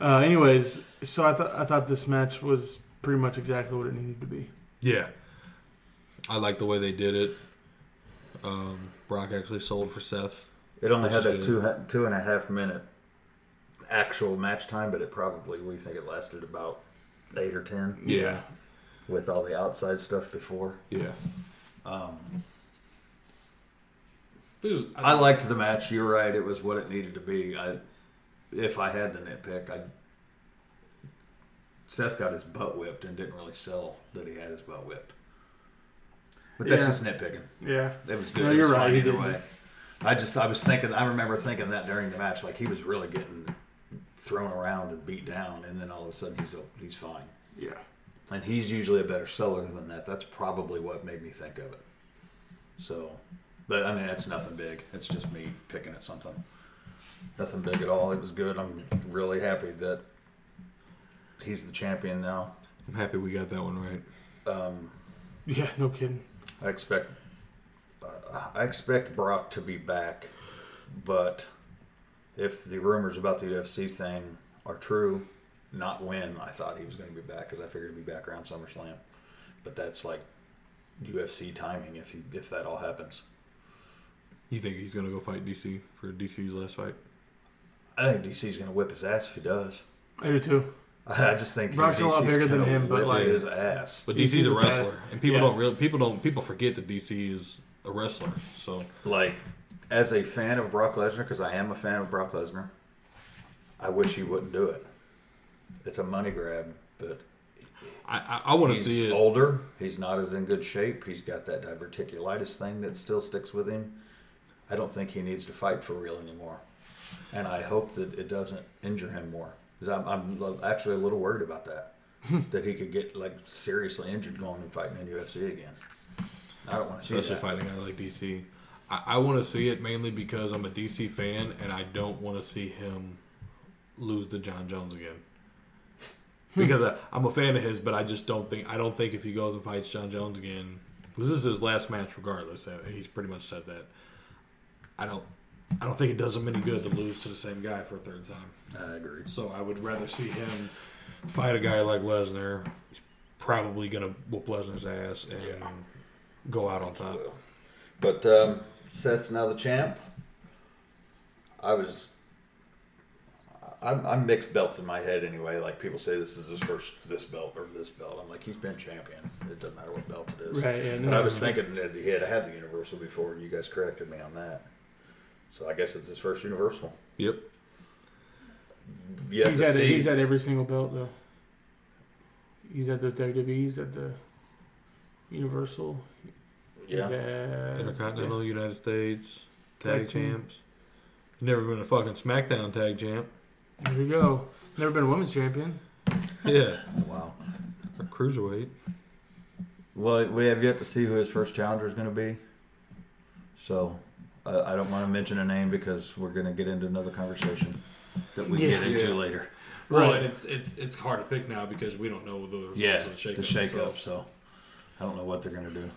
A: Uh, anyways, so I thought I thought this match was pretty much exactly what it needed to be.
C: Yeah. I like the way they did it. Um, Brock actually sold for Seth.
B: It only had that
C: Which is
B: two two and a half minute actual match time, but it probably we think it lasted about eight or ten
C: Yeah.
B: with all the outside stuff before.
C: Yeah. It was- I-
B: I liked the match. You're right. It was what it needed to be. I, if I had the nitpick, I Seth got his butt whipped and didn't really sell that he had his butt whipped. But that's
A: Yeah.
B: just nitpicking.
A: Yeah.
B: It was good.
A: No,
B: It was
A: you're
B: fine
A: right. He
B: either
A: didn't.
B: way. I just I was thinking. I remember thinking that during the match, like he was really getting thrown around and beat down, and then all of a sudden he's he's fine.
A: Yeah.
B: And he's usually a better seller than that. That's probably what made me think of it. So, but I mean, it's nothing big. It's just me picking at something. Nothing big at all. It was good. I'm really happy that he's the champion now.
C: I'm happy we got that one right.
A: Yeah, no kidding.
B: I expect uh, I expect Brock to be back, but if the rumors about the UFC thing are true, not when I thought he was going to be back because I figured he'd be back around SummerSlam, but that's like UFC timing if he if that all happens.
C: You think he's gonna go fight DC for DC's last fight?
B: I think DC's going to whip his ass if he does.
A: I do too.
B: I just think
A: Brock's a lot
B: DC's
A: bigger than
B: gonna
A: him, but,
B: whip
A: like-
B: his ass.
C: But
A: DC's
C: DC's, a
A: the
C: wrestler,
A: best.
C: and people
A: Yeah.
C: don't really people don't people forget that DC is a wrestler. So
B: like as a fan of Brock Lesnar because I am a fan of Brock Lesnar. I wish he wouldn't do it. It's a money grab, but
C: I I, I want to
B: he's
C: see it.
B: older. He's not as in good shape. He's got that diverticulitis thing that still sticks with him. I don't think he needs to fight for real anymore, and I hope that it doesn't injure him more. 'Cause I'm, I'm lo- actually a little worried about that. that he could get like seriously injured going and fighting in UFC again. I don't want to see
C: especially
B: that.
C: fighting a guy like DC. I, I want to see it mainly because I'm a DC fan, and I don't want to see him lose to John Jones again. Because I, I'm a fan of his, but I just don't think I don't think if he goes and fights John Jones again, because this is his last match, regardless. uh, He's pretty much said that. I don't. I don't think it does him any good to lose to the same guy for a third time.
B: I agree.
C: So I would rather see him fight a guy like Lesnar. He's probably gonna whoop Lesnar's ass and go out on top.
B: will. But um, Seth's now the champ. I was. I'm, I'm mixed belts in my head anyway. Like people say, this is his first this belt or this belt. I'm like, he's been champion. It doesn't matter what belt it is.
A: Right, yeah,
B: but
A: no,
B: I was
A: no.
B: thinking that he had had the universal before, and you guys corrected me on that. So I guess it's his first universal.
C: Yep.
B: Yet
A: He's
B: to
A: at
B: see,
A: he's at every single belt though. He's at the WWE. He's at the Universal. He's
B: yeah.
A: at-
C: Intercontinental United States tag,
A: Tag team.
C: champs. You've never been a fucking SmackDown tag champ.
A: There we go. Never been a women's champion.
C: Yeah.
B: Wow.
C: a cruiserweight.
B: Well, we have yet to see who his first challenger is going to be. So I, I don't want to mention a name because we're going to get into another conversation that we
A: Yeah.
B: get into
C: Yeah.
B: later.
C: Well,
A: Right.
C: and it's, it's it's hard to pick now because we don't know the results
B: Yeah,
C: of the shakeup.
B: the shake
C: so-
B: up. So I don't know what they're going to do.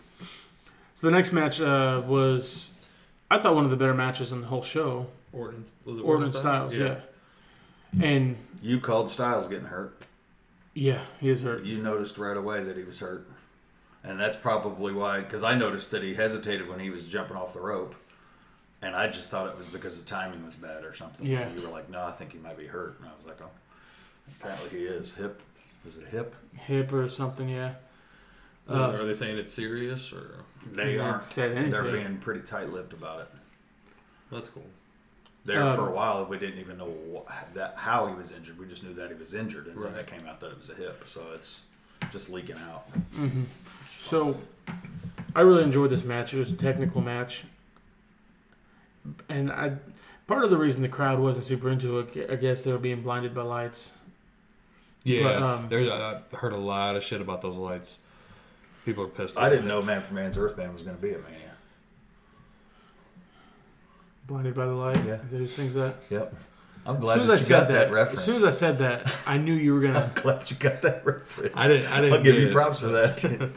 A: So the next match uh, was, I thought one of the better matches in the whole show.
C: Orton was it
A: Orton Styles, yeah. And
B: You called Styles getting hurt.
A: yeah, he is hurt.
B: You noticed right away that he was hurt. And that's probably why, because I noticed that he hesitated when he was jumping off the rope. And I just thought it was because the timing was bad or something.
A: Yeah.
B: You were like, no, I think he might be hurt. And I was like, oh, apparently he is. Hip. Was it hip?
A: Hip or something, yeah.
C: Uh, are they saying it's serious or?
B: They
A: Yeah,
B: aren't.
A: said
B: They're
A: anything.
B: being pretty tight-lipped about it.
C: That's cool.
B: There
A: Um,
B: for a while, we didn't even know wh- that how he was injured. We just knew that he was injured, and then
C: Right.
B: that came out that it was a hip. So it's just leaking out.
A: So I really enjoyed this match. It was a technical match. And I part of the reason the crowd wasn't super into it, I guess they were being blinded by lights.
C: Yeah,
A: But, um,
C: there's uh, I I heard a lot of shit about those lights. People are pissed.
B: I
C: about
B: didn't
C: it.
B: know Man for Man's Earth Band was going to be at Mania.
A: Blinded by the light.
B: Yeah.
A: They just sings that.
B: Yep. I'm
A: As
B: glad
A: soon
B: that
A: as I
B: you
A: said
B: got that, reference.
A: as soon as I said that, I knew you were gonna.
B: Glad you got that reference.
C: I didn't- I
B: I'll
C: didn't
B: give
C: get
B: you
C: it.
B: props for that.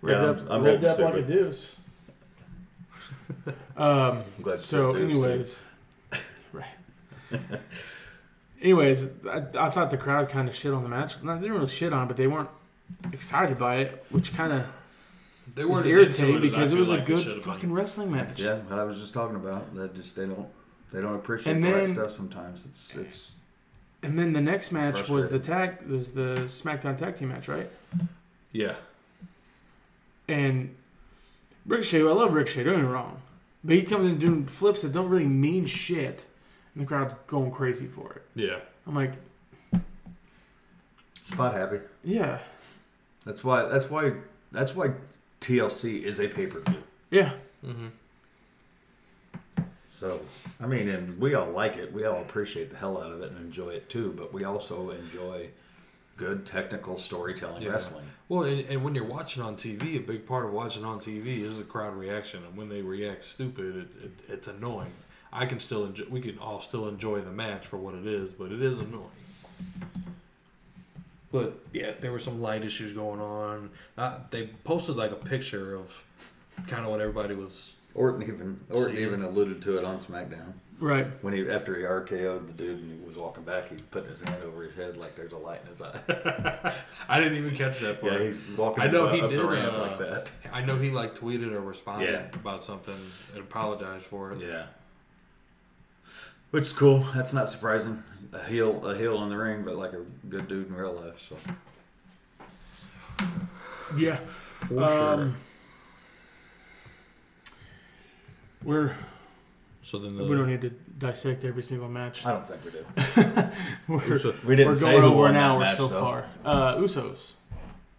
A: Red
B: Yeah, I'm-
A: Dep-
B: I'm
A: Red
B: old
A: Dep
B: stupid.
A: like a deuce. um,
B: glad
A: so,
B: you said deuce, too.
A: anyways, right. Anyways, I, I thought the crowd kind of shit on the match. No, they didn't really shit on, it, but they weren't excited by it, which kind of
C: they
A: was
C: weren't as into
A: irritating because
C: as I
A: it
C: feel
A: was a
C: like they should
A: good
C: have been.
A: fucking wrestling match.
B: yeah, what I was just talking about that. Just they don't they don't appreciate
A: And
B: the right
A: then-
B: stuff sometimes. It's it's
A: And then the next match was the
B: Frustrating.
A: tag, was the SmackDown tag team match, right?
C: Yeah,
A: And Ricochet, I love Ricochet, don't get me wrong. But he comes in doing flips that don't really mean shit, and the crowd's going crazy for it.
C: yeah.
A: I'm like,
B: spot happy.
A: yeah,
B: That's why that's why that's why TLC is a pay per view.
A: yeah.
B: So I mean, and we all like it. We all appreciate the hell out of it and enjoy it too. But we also enjoy good technical storytelling
C: Yeah.
B: wrestling.
C: Well, and, and when you're watching on TV, a big part of watching on TV is the crowd reaction, and when they react stupid, it, it, it's annoying. I can still enjoy. We can all still enjoy the match for what it is, but it is annoying. But yeah, there were some light issues going on. Uh, they posted like a picture of kind of what everybody was.
B: Orton even Orton
C: See.
B: even alluded to it on SmackDown.
A: Right.
B: When he after he RKO'd the dude and he was walking back, he put his hand over his head like there's a light in his eye.
C: I didn't even catch that part.
B: yeah, he's walking.
C: I know
B: up,
C: he
B: up
C: did
B: the ramp
C: uh,
B: like that.
C: I know he like tweeted or responded
B: Yeah.
C: about something and apologized for it.
B: Yeah, which is cool. That's not surprising. A heel, a heel in the ring, but like a good dude in real life. So
A: Yeah.
C: For
A: Um, We're
C: So then
A: we don't need to dissect every single match.
B: I don't think we do.
A: We're,
B: We didn't
A: we're
B: say
A: going
B: who
A: over
B: won
A: an
B: that
A: hour
B: match,
A: so
B: though.
A: far. Uh, Usos.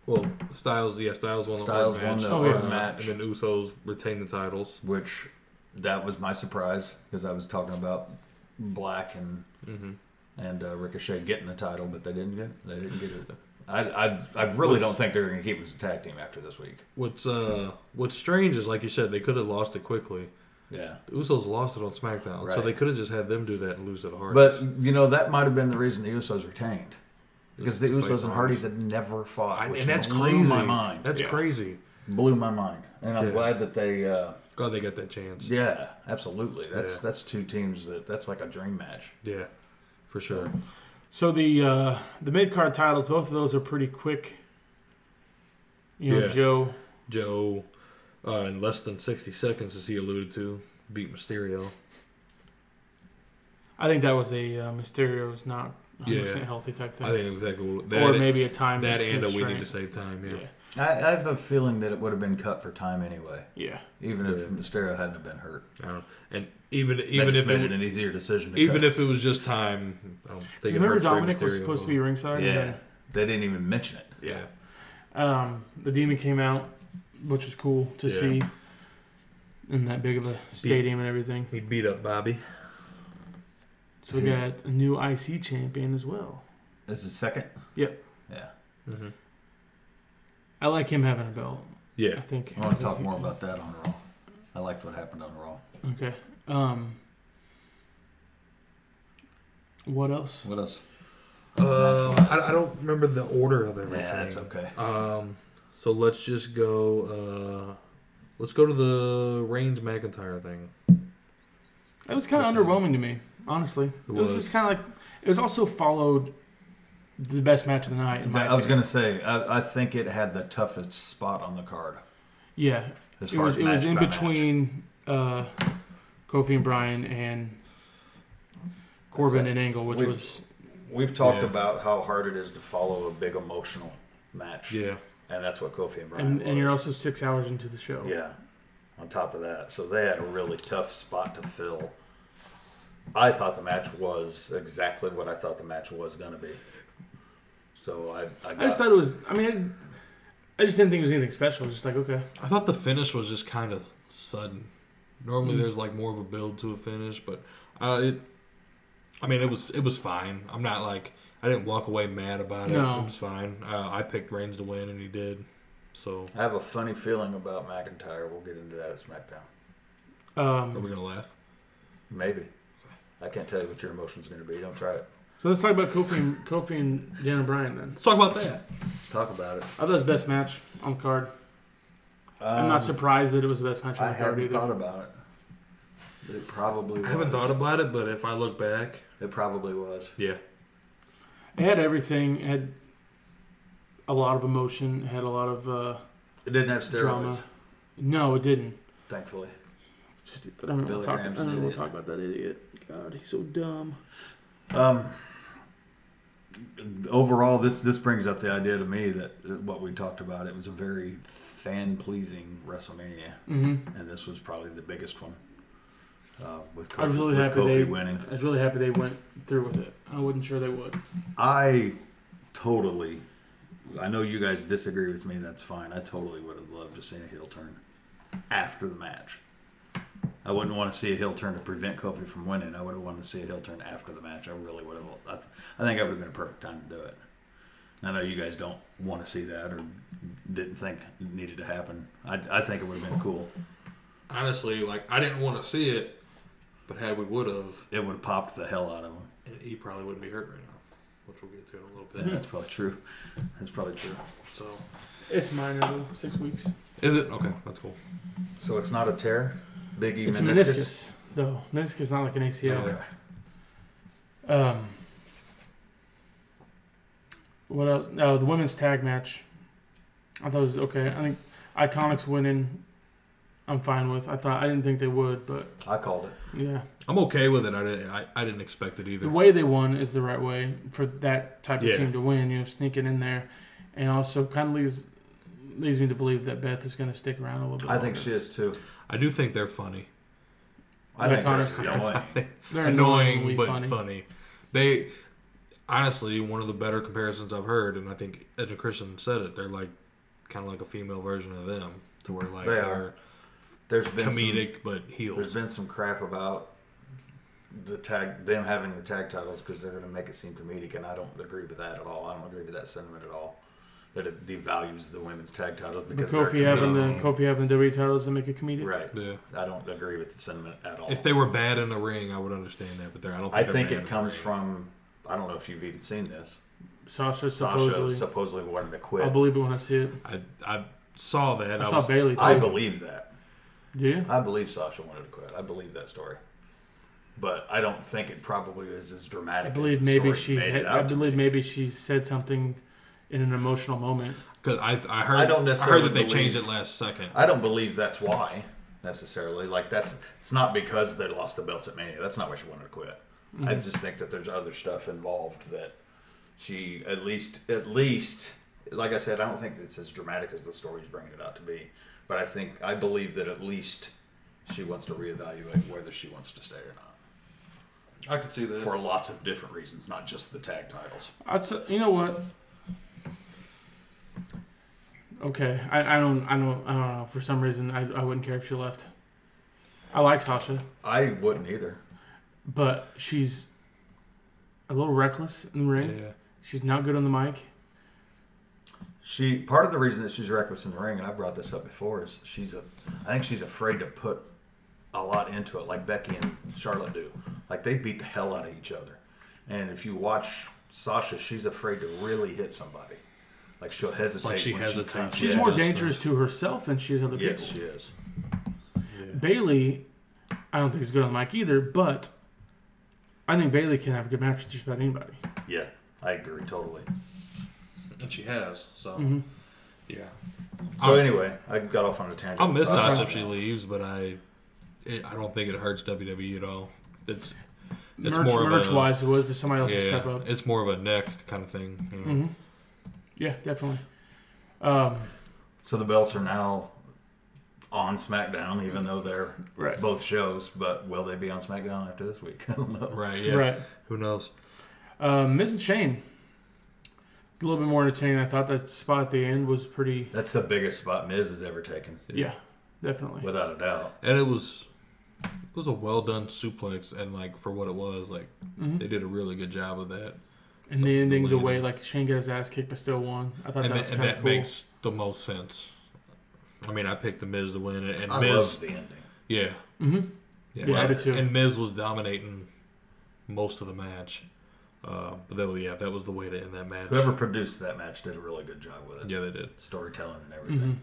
C: Well, Styles, yeah, Styles won the
B: Styles
C: Styles
B: won
C: match,
B: the
A: Oh, yeah. Orton
B: match.
C: and then Usos retained the titles.
B: Which that was my surprise because I was talking about Black and
A: Mm-hmm.
B: and uh, Ricochet getting the title, but they didn't get they didn't get it. I I, I really don't think they're going to keep him as a tag team after this week.
C: What's uh, what's strange is, like you said, they could have lost it quickly.
B: Yeah.
C: The Usos lost it on SmackDown, so
B: Right.
C: they could have just had them do that and lose it hard.
B: But you know that might have been the reason the Usos retained, because the
C: Just to fight
B: Usos and Hardys had never fought,
C: I,
B: which
C: and that's
B: blew
C: crazy.
B: my mind.
C: That's crazy.
B: blew my mind, and I'm
C: Yeah.
B: glad that they. Uh,
C: God, they got that chance. Yeah,
B: yeah, absolutely. That's
C: Yeah.
B: that's two teams that that's like a dream match.
C: for sure.
A: So the uh, the mid card titles, both of those are pretty quick. You know,
C: Yeah.
A: Joe.
C: Joe, uh, in less than sixty seconds, as he alluded to, beat Mysterio.
A: I think that was a uh, Mysterio's not 100
C: Yeah.
A: percent healthy type thing,
C: I think exactly what, that.
A: or maybe a time
C: that and a we
A: constraint.
C: need to save time. Yeah.
A: Yeah.
B: I, I have a feeling that it would have been cut for time anyway,
A: Yeah.
B: even if Mysterio hadn't have been hurt.
C: I don't. And
B: Even
C: even
B: that
C: even
B: just
C: if
B: made it
C: it,
B: an easier decision. To
C: even
B: cut.
C: if it was just time, I don't think. it
A: Remember
C: hurts for
A: Dominic was
C: Mysterio.
A: supposed to be ringside. and
B: yeah,
A: then-
B: they didn't even mention it.
C: Yeah.
A: Um, the demon came out, which was cool to
C: Yeah.
A: see in that big of a stadium and everything.
C: He beat up Bobby.
A: So we got a new IC champion as well.
B: This is second.
A: Yep,
B: Yeah,
A: I like him having a belt. I
C: Yeah.
A: think.
B: I want to talk more about that on Raw. I liked what happened on Raw.
A: Okay. Um, what else?
B: What else?
C: Um, I, I don't remember the order of everything.
B: Yeah, that's okay.
C: Um, so let's just go. Uh, let's go to the Reigns McIntyre thing.
A: It was kind of underwhelming to me, honestly. It was,
C: was.
A: just kind of like it was also followed the best match of the night. In my
B: I was
A: opinion.
B: gonna say, I, I think it had the toughest spot on the card.
A: Yeah,
B: As
A: it
B: far
A: was.
B: as
A: It was
B: match
A: in
B: by match.
A: between uh, Kofi and Brian and Corbin
B: it.
A: and Angle, which
B: We-
A: was
B: We've talked
C: Yeah.
B: about how hard it is to follow a big emotional match.
C: Yeah.
B: And that's what Kofi and Brian
A: and, and
B: was.
A: you're also six hours into the show.
B: yeah. On top of that, so they had a really tough spot to fill. I thought the match was exactly what I thought the match was going to be. So I, I, got,
A: I just thought it was. I mean, I, I just didn't think it was anything special. It was just like okay,
C: I thought the finish was just kind of sudden. Normally, there's like more of a build to a finish, but uh, it I mean, it was it was fine. I'm not like I didn't walk away mad about it.
A: No.
C: It was fine. Uh, I picked Reigns to win, and he did. So
B: I have a funny feeling about McIntyre. We'll get into that at SmackDown.
C: are we gonna laugh?
B: Maybe. I can't tell you what your emotion's going to be. Don't try it.
A: So let's talk about Kofi and, Kofi and Dan Bryan then.
C: Let's talk about that.
B: Let's talk about it.
A: I thought it was the best match on the card. I'm not surprised that it was the best match on
B: Um, I
A: the card
B: hadn't
A: either.
B: thought about it. But it probably was.
C: I haven't thought about it, but if I look back,
B: It probably was.
C: yeah,
A: It had everything. It had a lot of emotion. It had a lot of uh,
B: It didn't have steroids,
A: drama. No, it didn't.
B: thankfully.
A: Just- but I don't
B: Billy
A: want to talk, I
B: Graham's
A: don't
B: an
A: wanna
B: idiot.
A: talk about that idiot. God, he's so dumb.
B: Um, Overall, this this brings up the idea to me that uh, what we talked about. It was a very fan pleasing WrestleMania, mm-hmm. and this was probably the biggest one. Uh, with
A: I
B: Kofi,
A: was really
B: with
A: happy
B: Kofi
A: they.
B: winning,
A: I was really happy they went through with it. I wasn't sure they would.
B: I totally. I know you guys disagree with me. That's fine. I totally would have loved to see a heel turn after the match. I wouldn't want to see a heel turn to prevent Kofi from winning. I would have wanted to see a heel turn after the match. I really would have. I, th- I think that would have been a perfect time to do it. And I know you guys don't want to see that or didn't think it needed to happen. I, I think it would have been cool.
C: honestly, like I didn't want to see it, but had we would have,
B: It would have popped the hell out of him.
C: he probably wouldn't be hurt right now, which we'll get to in a little bit.
A: Mm-hmm.
B: That's probably true. That's probably true.
C: So,
A: It's minor though. Six weeks.
C: is it okay? That's cool.
B: So it's not a tear. Biggie
A: It's a
B: meniscus.
A: meniscus though. Meniscus is not like an ACL.
C: Okay.
A: Um, what else? No, the women's tag match. I thought it was okay. I think Iconics winning. I'm fine with. I thought I didn't think they would, but
B: I called it.
A: yeah,
C: I'm okay with it. I didn't. I, I didn't expect it either.
A: the way they won is the right way for that type of
C: Yeah.
A: team to win. You know, sneaking in there, and also kind of leaves leads me to believe that Beth is going to stick around a little bit.
B: I think
A: longer.
B: she is too.
C: I do think they're funny.
B: I
A: They're
B: think
A: kind
B: that's
A: of-
B: the only-
A: They're
C: annoying
A: annoyingly
C: but funny. They honestly one of the better comparisons I've heard, and I think Edge and Christian said it. They're like kind of like a female version of them, to where like
B: They
C: they
B: are.
C: are
B: There's been Some,
C: comedic but
B: there's
C: heels.
B: been some crap about the tag them having the tag titles because they're going to make it seem comedic, and I don't agree with that at all. I don't agree with that sentiment at all. That it devalues the women's tag titles
A: But
B: because
A: Kofi
B: they're
A: having the
B: comedic.
A: Kofi having the WWE titles and make it comedic.
B: right.
C: Yeah.
B: I don't agree with the sentiment at all.
C: If they were bad in the ring, I would understand that, but they're I don't. Think
B: I
C: they're
B: think
C: bad in
B: it
C: the
B: comes
C: ring.
B: from. I don't know if you've even seen this.
A: Sasha
B: Sasha
A: supposedly.
B: supposedly wanted to quit.
A: I believe it when I see it.
C: I I saw that.
A: I,
C: I,
A: saw
C: was,
A: Bailey.
B: I believe that.
A: Do you?
B: I believe Sasha wanted to quit. I believe that story. But I don't think it probably is as dramatic.
A: I believe
B: as the
A: maybe
B: story
A: she.
B: made it
A: I
B: out to
A: believe
B: be.
A: maybe she said something in an emotional moment.
C: Cause I I heard
B: I
C: I
B: don't necessarily
C: heard that they
B: believe-
C: changed it last second.
B: I don't believe that's why necessarily. Like that's it's not because they lost the belts at Mania. That's not why she wanted to quit. I
A: Mm-hmm.
B: just think that there's other stuff involved that she at least at least like I said, I don't think it's as dramatic as the story's bringing it out to be. But I think I believe that at least she wants to reevaluate whether she wants to stay or not
C: I could see that.
B: for lots of different reasons, not just the tag titles.
A: I'd say, you know what? Okay, I, I don't I don't I don't know. For some reason, I, I wouldn't care if she left. I like Sasha,
B: I wouldn't either.
A: but she's a little reckless in the ring.
C: Yeah.
A: She's not good on the mic.
B: She part of the reason that she's reckless in the ring, and I brought this up before, is she's a. I think she's afraid to put a lot into it, like Becky and Charlotte do. Like they beat the hell out of each other, and if you watch Sasha, she's afraid to really hit somebody. Like she'll hesitate.
C: Like she
B: when
C: hesitates.
B: comes.
C: She's
A: She's
B: Yeah.
A: more
C: that's
A: dangerous to herself than she is other
B: Yes,
A: people.
B: she is.
A: Bailey, I don't think is good on the mic either, but I think Bailey can have a good match with just about anybody.
B: Yeah, I agree totally.
C: and she has so.
A: Mm-hmm.
C: Yeah,
B: So anyway, I got off on a tangent.
C: I'll miss
B: So that's
C: Sasha
B: not-
C: if she leaves, but I, it, I don't think it hurts WWE at all. It's it's
A: merch,
C: more of
A: merch
C: a,
A: wise, it was, but somebody else would step
C: yeah,
A: up. Mm-hmm.
C: it's more of a next kind of thing. you know.
A: Yeah, definitely.
B: So the belts are now on SmackDown, even though they're
A: Right.
B: both shows. But will they be on SmackDown after this week? I don't know.
C: Right? Yeah.
A: Right.
C: Who knows?
A: Um, Miz and Shane. A little bit more entertaining. I thought that spot at the end was pretty.
B: That's the biggest spot Miz has ever taken,
A: Yeah, definitely.
B: without a doubt.
C: And it was, it was a well done suplex, and like for what it was, like
A: Mm-hmm.
C: they did a really good job of that.
A: And the ending, the way like Shane got his ass kicked but still won. I thought
C: and
A: that was
C: that, and
A: kind
C: that
A: of cool.
C: makes the most sense. I mean, I picked the Miz to win, and, and
B: I
C: Miz,
B: love the ending.
C: yeah, yeah,
A: Yeah, I did too.
C: and Miz was dominating most of the match. Uh, but that was yeah, that was the way to end that match.
B: Whoever produced that match did a really good job with it.
C: yeah, they did.
B: Storytelling
A: Mm-hmm.
B: and everything.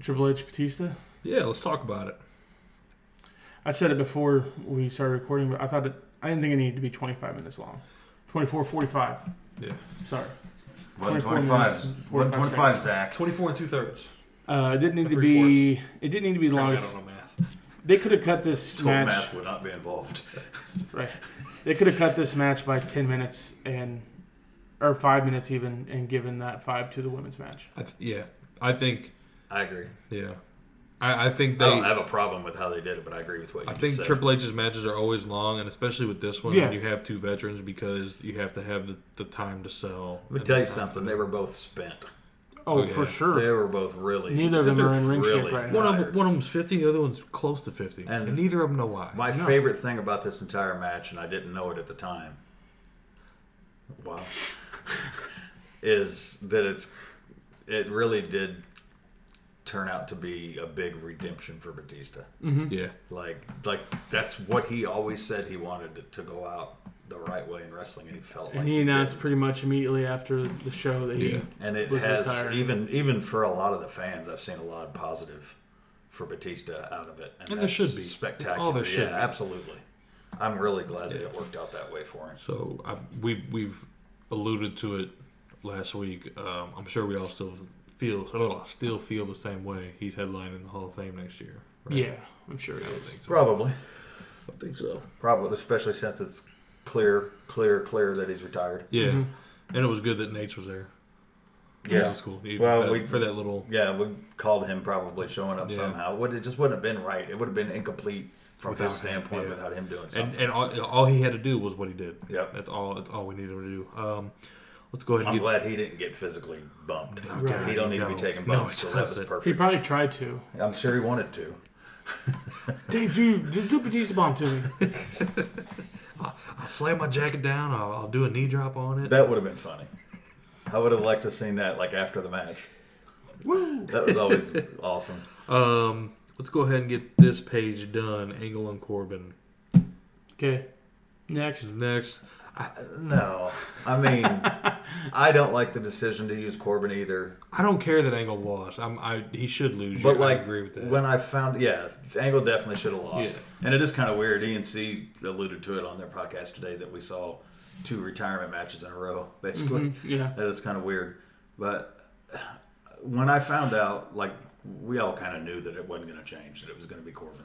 A: Triple H Batista.
C: Yeah, let's talk about it.
A: I said it before we started recording, but I thought it. I didn't think it needed to be 25 minutes long. 24, 45.
C: Yeah,
A: Sorry.
B: 125.
A: 24 minutes,
B: 125, Zach.
C: twenty four and two thirds.
A: Uh, it didn't need to
C: Three
A: be. It didn't need to be the
C: I
A: longest.
C: don't know math.
A: They could have cut this
B: Told
A: match.
B: Matt would not be involved.
A: Right. They could have cut this match by 10 minutes and or 5 minutes even and given that 5 to the women's match.
C: I th- yeah, I think
B: I agree.
C: yeah, I, I think they.
B: I don't have a problem with how they did it, but I agree with what you
C: I
B: just
C: think
B: said.
C: Triple H's matches are always long, and especially with this one,
A: Yeah.
C: when you have two veterans, because you have to have the, the time to sell.
B: Let me tell you something. They were both spent.
A: Oh,
C: for
A: for
C: yeah.
A: sure.
B: They were both really.
A: Neither of them
C: These are
A: are in ring
B: really
A: shape right
C: One
A: now.
C: of,
B: tired.
C: them, one of them's 50, the other one's close to 50. And,
B: And-
C: neither of them know why.
B: My favorite thing about this entire match, and I didn't know it at the time, wow, is that it's it really did turn out to be a big redemption for Batista.
A: Mm.
C: Yeah.
B: Like, like that's what he always said he wanted to, to go out the right way in wrestling, and he felt like
A: And he announced
B: didn't.
A: pretty much immediately after the show that he
C: Yeah.
B: And it
A: was
B: has
A: retired.
B: even even for a lot of the fans, I've seen a lot of positive for Batista out of it, and,
C: there
B: that's
C: should be.
B: spectacular.
C: All there should
B: yeah,
C: be.
B: absolutely. I'm really glad that it worked out that way for him.
C: So I, we, we've alluded to it last week. Um, I'm sure we all still feel still feel the same way. He's headlining the Hall of Fame next year. Right?
A: Yeah, I'm sure he is.
B: Probably,
C: I think so.
B: probably, especially since it's clear, clear, clear that he's retired.
C: Yeah. And it was good that Nate's was there.
B: Yeah,
C: That was cool. Even
B: Well,
C: for, that,
B: we-
C: for that little.
B: Yeah, we called him probably showing up
C: Yeah.
B: somehow. Would it just wouldn't have been right? It would have been incomplete from
C: Without him,
B: his standpoint
C: yeah.
B: without him doing something.
C: and and all, all he had to do was what he did.
B: Yep.
C: that's all. That's all we needed him to do. Um, let's go ahead and
B: I'm
C: get.
B: glad he didn't get physically bumped.
C: God,
B: He don't need to
C: no.
B: be taking
C: No,
B: bumps,
C: he
B: so that was
C: doesn't.
A: He
B: perfect.
A: probably tried to.
B: I'm sure he wanted to.
A: Dave, dude, do, do Batista bomb to me.
C: I'll slam my jacket down. I'll, I'll do a knee drop on it.
B: That would have been funny. I would have liked to have seen that like after the match. That was always awesome.
C: Um, let's go ahead and get this page done. Angle and Corbin
A: Okay. Next.
C: next.
B: No, I mean, I don't like the decision to use Corbin either.
C: I don't care that Angle lost. I'm. I he should lose.
B: But
C: yeah,
B: like
C: I agree with that.
B: when I found, yeah, Angle definitely should have lost.
C: Yeah.
B: And it is kind of weird. ENC alluded to it on their podcast today that we saw two retirement matches in a row. Basically,
C: Mm-hmm,
A: Yeah.
B: that is kind of weird. But when I found out, like we all kind of knew that it wasn't going to change, that it was going to be Corbin.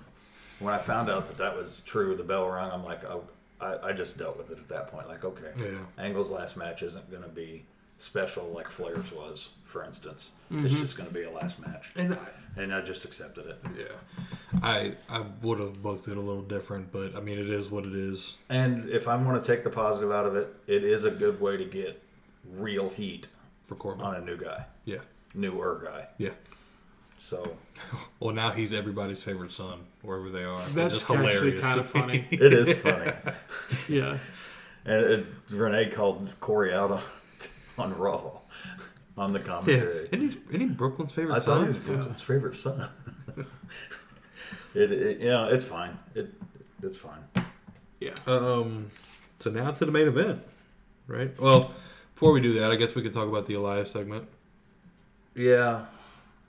B: When I found out that that was true, the bell rung. I'm like, oh, I, I just dealt with it at that point. Like, okay,
C: Yeah.
B: Angle's last match isn't going to be special like Flair's was, for instance.
C: Mm-hmm.
B: It's just going to be a last match,
C: and I,
B: and I just accepted it.
C: yeah, I I would have booked it a little different, but I mean it is what it is.
B: And if I'm going to take the positive out of it, it is a good way to get real heat
C: For Corbin.
B: on a new guy,
C: Yeah,
B: newer guy.
C: yeah.
B: So
C: Well, now he's everybody's favorite son, wherever they are.
A: That's
C: Just
A: actually
C: hilarious.
A: kind of funny.
B: it is funny.
A: Yeah.
B: And it, Renee called Corey out on, on Raw on the commentary.
C: Isn't he, isn't he Brooklyn's favorite
B: I thought
C: son?
B: he was Brooklyn's favorite son. it, it, yeah, it's fine. It, it's fine.
A: Yeah.
C: Um, so now to the main event, right? Well, before we do that, I guess we could talk about the Elias segment.
B: Yeah,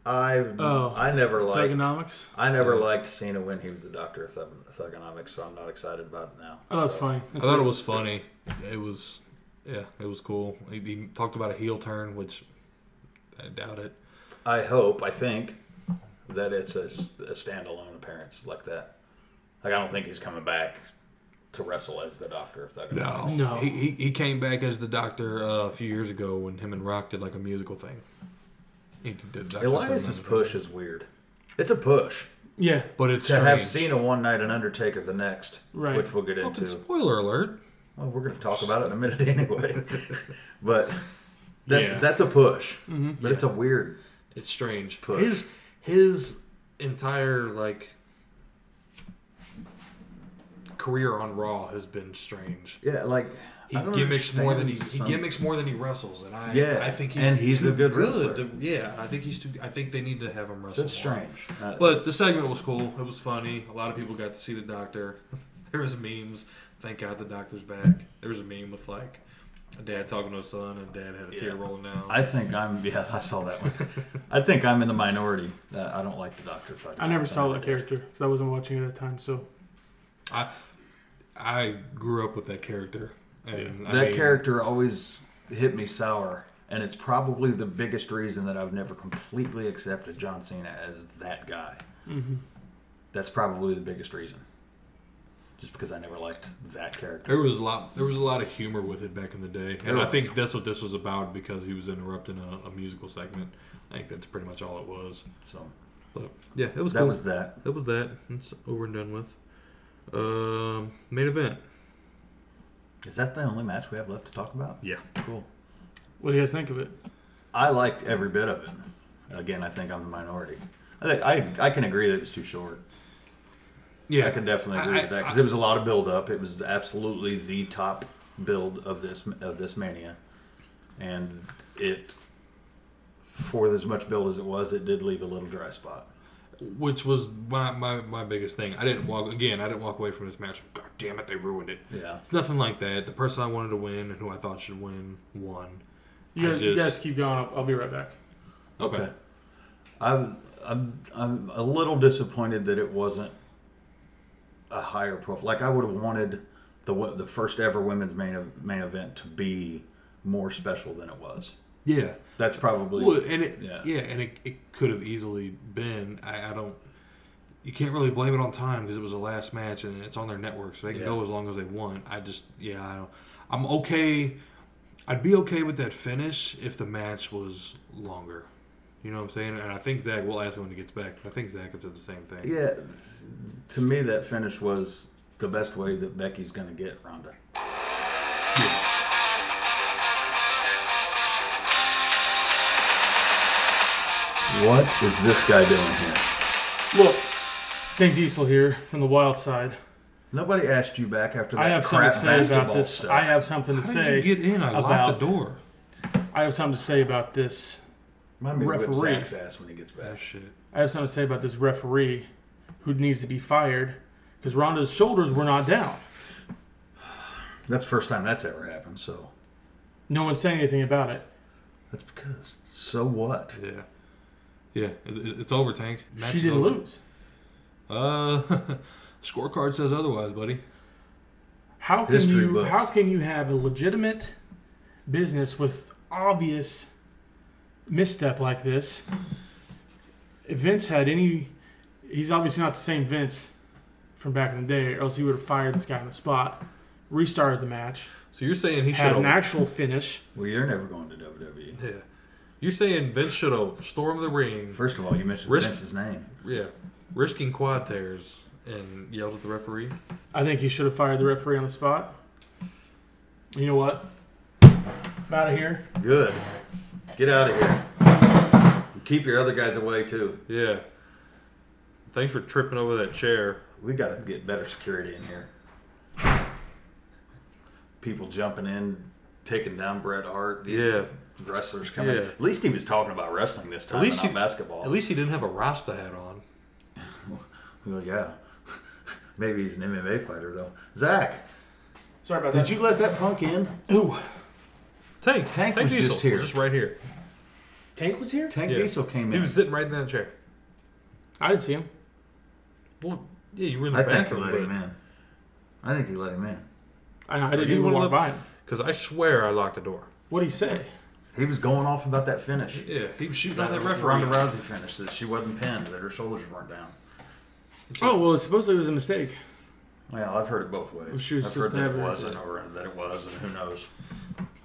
B: I
A: Oh,
B: I never liked
A: Thugonomics.
B: I never liked Cena when he was the doctor of Thug- thugonomics, so I'm not excited about it now.
A: Oh, that's
B: So,
A: funny.
C: I thought it was funny. It was, yeah, it was cool. He, he talked about a heel turn, which I doubt it.
B: I hope I think that it's a, s- a standalone appearance like that. Like I don't think he's coming back to wrestle as the doctor of thugonomics.
A: No.
C: He, he, he came back as the Doctor uh, a few years ago when him and Rock did like a musical thing. He did Dr.
B: Elias's
C: Thugonomics.
B: push is weird. It's a push
A: Yeah.
C: but it's
B: to have
C: strange.
B: Cena one night and Undertaker the next,
A: Right.
B: which we'll get
C: Fucking
B: into.
C: Spoiler alert.
B: Well, we're going to talk about it in a minute anyway. but that,
C: Yeah.
B: that's a push, but it's a weird
C: It's strange.
B: Push.
C: His his entire like career on Raw has been strange.
B: Yeah, like
C: He
B: I don't
C: gimmicks more than he, he
B: understand
C: gimmicks more than he wrestles, and I
B: Yeah,
C: I think he's
B: and he's a
C: too
B: good wrestler.
C: to- yeah, I think he's too. I think they need to have him wrestle.
B: That's
C: more.
B: strange. Uh,
C: But the segment was cool. It was funny. A lot of people got to see the doctor. There was memes. Thank God the doctor's back. There was a meme with like a dad talking to his son, and dad had a tear
B: Yeah.
C: rolling down.
B: I think I'm. Yeah, I saw that one. I think I'm in the minority. That I don't like the doctor. fucking
A: I never saw that
B: doctor.
A: character because I wasn't watching at the time. So
C: I I grew up with that character. And I
B: That
C: mean,
B: character always hit me sour, and it's probably the biggest reason that I've never completely accepted John Cena as that guy.
A: Mm-hmm.
B: That's probably the biggest reason. Just because I never liked that character.
C: There was a lot. There was a lot of humor with it back in the day,
B: There
C: and I
B: was.
C: think that's what this was about because he was interrupting a, a musical segment. I think that's pretty much all it was.
B: So
C: But yeah, it was
B: that
C: cool.
B: was that.
C: that was that. It's over and done with. Um, main event.
B: Is that the only match we have left to talk about?
C: Yeah.
B: Cool.
A: what do you guys think of it?
B: I liked every bit of it. Again, I think I'm the minority. I think I, I can agree that it was too short.
C: Yeah,
B: I can definitely agree
C: I-
B: with that because
C: I-
B: it was a lot of build up. It was absolutely the top build of this of this mania, and it for as much build as it was, it did leave a little dry spot.
C: which was my, my, my biggest thing. I didn't walk again. I didn't walk away from this match. God damn it, they ruined it.
B: Yeah.
C: It's nothing like that. The person I wanted to win and who I thought should win won.
A: You
C: I
A: guys, you
C: just-
A: guys keep going. I'll, I'll be right back.
B: Okay. I'm, I'm I'm a little disappointed that it wasn't a higher profile. Like I would have wanted the wo- the first ever women's main ev- main event to be more special than it was.
C: Yeah.
B: That's probably
C: Well, and it yeah,
B: Yeah.
C: and it, it could have easily been. I, I don't. You can't really blame it on time because it was the last match and it's on their network, so they can
B: Yeah.
C: go as long as they want. I just yeah, I don't, I'm okay. I'd be okay with that finish if the match was longer. You know what I'm saying? And I think Zach. We'll ask him when he gets back. I think Zach had said the same thing.
B: Yeah, to me that finish was the best way that Becky's going to get Ronda. What is this guy doing here?
A: Look, Nick Diesel here from the wild side.
B: Nobody asked you back after that
A: I have something
B: crap
A: to say about
B: basketball
A: this.
B: stuff.
A: I have something to
C: How
A: say
C: did you get in? I
A: about
C: locked the door.
A: I have something to say about this.
B: Remind me to whip
A: referee.
B: Zach's ass when he gets
C: Oh,
B: back.
C: shit.
A: I have something to say about this referee who needs to be fired because Ronda's shoulders were not down.
B: That's the first time that's ever happened. So
A: No one's saying anything about it.
B: that's because. So what?
C: Yeah. Yeah, it, it- it's over, Tank. Match
A: she
C: is
A: didn't
C: over.
A: lose.
C: Uh, scorecard says otherwise, buddy.
A: How can
B: History
A: you
B: books.
A: how can you have a legitimate business with obvious misstep like this? If Vince had any he's obviously not the same Vince from back in the day, or else he would have fired this guy on the spot, restarted the match,
C: So you're saying he
A: had
C: should
A: an
C: have?
A: actual finish.
B: Well, you're never going to E. WWE.
C: Yeah. You're saying Vince should have stormed the ring.
B: First of all, you mentioned
C: Risk-
B: Vince's name.
C: yeah, risking quad tears and yelled at the referee.
A: I think he should have fired the referee on the spot. You know what? I'm out of here.
B: Good. Get out of here. And Keep your other guys away too.
C: Yeah. Thanks for tripping over that chair.
B: We gotta get better security in here. People jumping in, taking down Bret Hart. These
C: Yeah.
B: Wrestlers coming.
C: Yeah.
B: At least he was talking about wrestling this time,
C: At least
B: and
C: he-
B: not basketball.
C: At least he didn't have a Rasta hat on.
B: Well, yeah. Maybe he's an MMA fighter though. Zach,
A: Sorry about
B: did
A: that.
B: you let that punk in?
A: Ooh,
C: Tank,
B: Tank was
C: Diesel
B: just here.
C: just right here.
A: Tank was here?
B: Tank
C: Yeah.
B: Diesel came
C: He
B: in.
C: was sitting right in that chair.
A: I didn't see him.
C: Well, yeah, you were in the
B: I think he
C: bathroom.
B: let him in. I think he let him in.
A: I, I didn't even walk by him.
C: Because I swear I locked the door.
A: What'd he say?
B: He was going off about that finish.
C: Yeah, he was shooting at
B: That
C: that referee.
B: Ronda Rousey finish that she wasn't pinned, that her shoulders weren't down.
A: Oh well, supposedly it was a mistake.
B: Well, I've heard it both ways.
A: She was
B: I've
A: supposed to
B: heard that
A: have
B: it
A: her-
B: wasn't, or that it was, and who knows.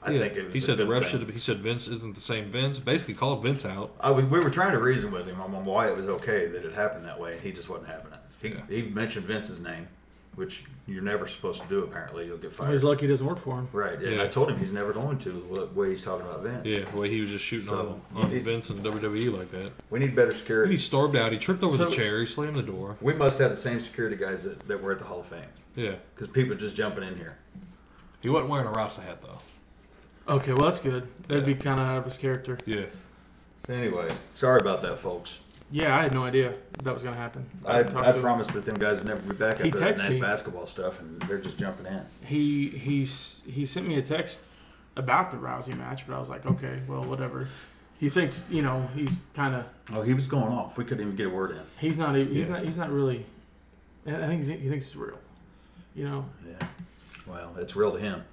B: I
C: Yeah,
B: think it was.
C: he
B: a
C: said the
B: good
C: ref
B: thing.
C: should have. He said Vince isn't the same Vince. Basically, called Vince out.
B: I was, we were trying to reason with him on why it was okay that it happened that way, and he just wasn't having it. He,
C: Yeah.
B: he mentioned Vince's name. which you're never supposed to do. Apparently, you'll get
A: He's
B: fired.
A: lucky it doesn't work for him.
B: Right, and
C: Yeah.
B: I told him he's never going to. The way he's talking about Vince,
C: Yeah, the way he was just shooting
B: So,
C: on, on
B: it-
C: Vince and WWE like that.
B: we need better
C: He
B: security.
C: starved out. He tripped over the
A: So-
C: chair. He slammed the door.
B: We must have the same security guys that, that were at the Hall of Fame
C: Yeah.
B: because people just jumping in here.
C: He wasn't wearing a Rasta hat, though.
A: Okay, well that's good. That'd be kind of out of his character.
C: Yeah.
B: So anyway, sorry about that, folks.
A: Yeah, I had no idea that was gonna happen.
B: I,
A: talked
B: I
A: to him.
B: promised that them guys would never be back
A: He
B: after that
A: texted me.
B: night basketball stuff, and they're just jumping in.
A: He he s- he sent me a text about the Rousey match, but I was like, okay, well whatever. He thinks you know he's kind of
B: Oh, he was going off. We couldn't even get a word in.
A: he's not e- he's
C: Yeah.
A: not he's not really. I think he's- he thinks it's real. You know
B: Yeah. Well, it's real to him.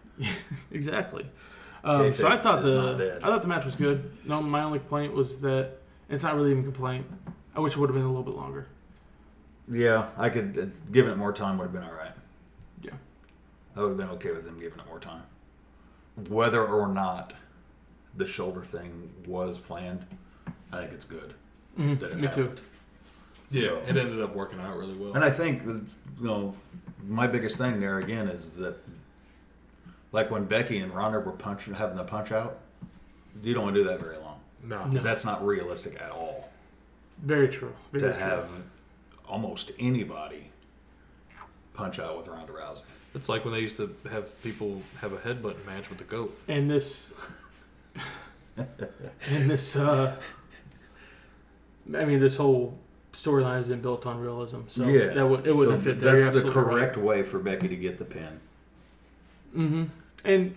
A: exactly. Um, so I
B: Kayfabe
A: thought
B: is not
A: the
B: dead.
A: I thought the match was good. No, my only complaint was that it's not really even a complaint. I wish it would have been a little bit longer.
B: Yeah, I could uh, giving it more time would have been all right.
A: Yeah.
B: I would have been okay with them giving it more time. Whether or not the shoulder thing was planned, I think it's good. that it
A: Mm-hmm. Me too.
B: happened.
C: Yeah.
B: So-
C: It ended up working out really well.
B: And I think, you know, my biggest thing there again is that, like when Becky and Ronda were punching, having the punch out, you don't want to do that very long.
C: no.
B: 'Cause that's not realistic at all
A: Very true. Very
B: to
A: true.
B: have almost anybody punch out with Ronda Rousey.
C: It's like when they used to have people have a headbutt match with the goat.
A: and this and this uh i mean this whole storyline has been built on realism so that would it wouldn't
B: So
A: fit there. You're
B: That's the
A: absolutely right.
B: correct way for Becky to get the pin.
A: and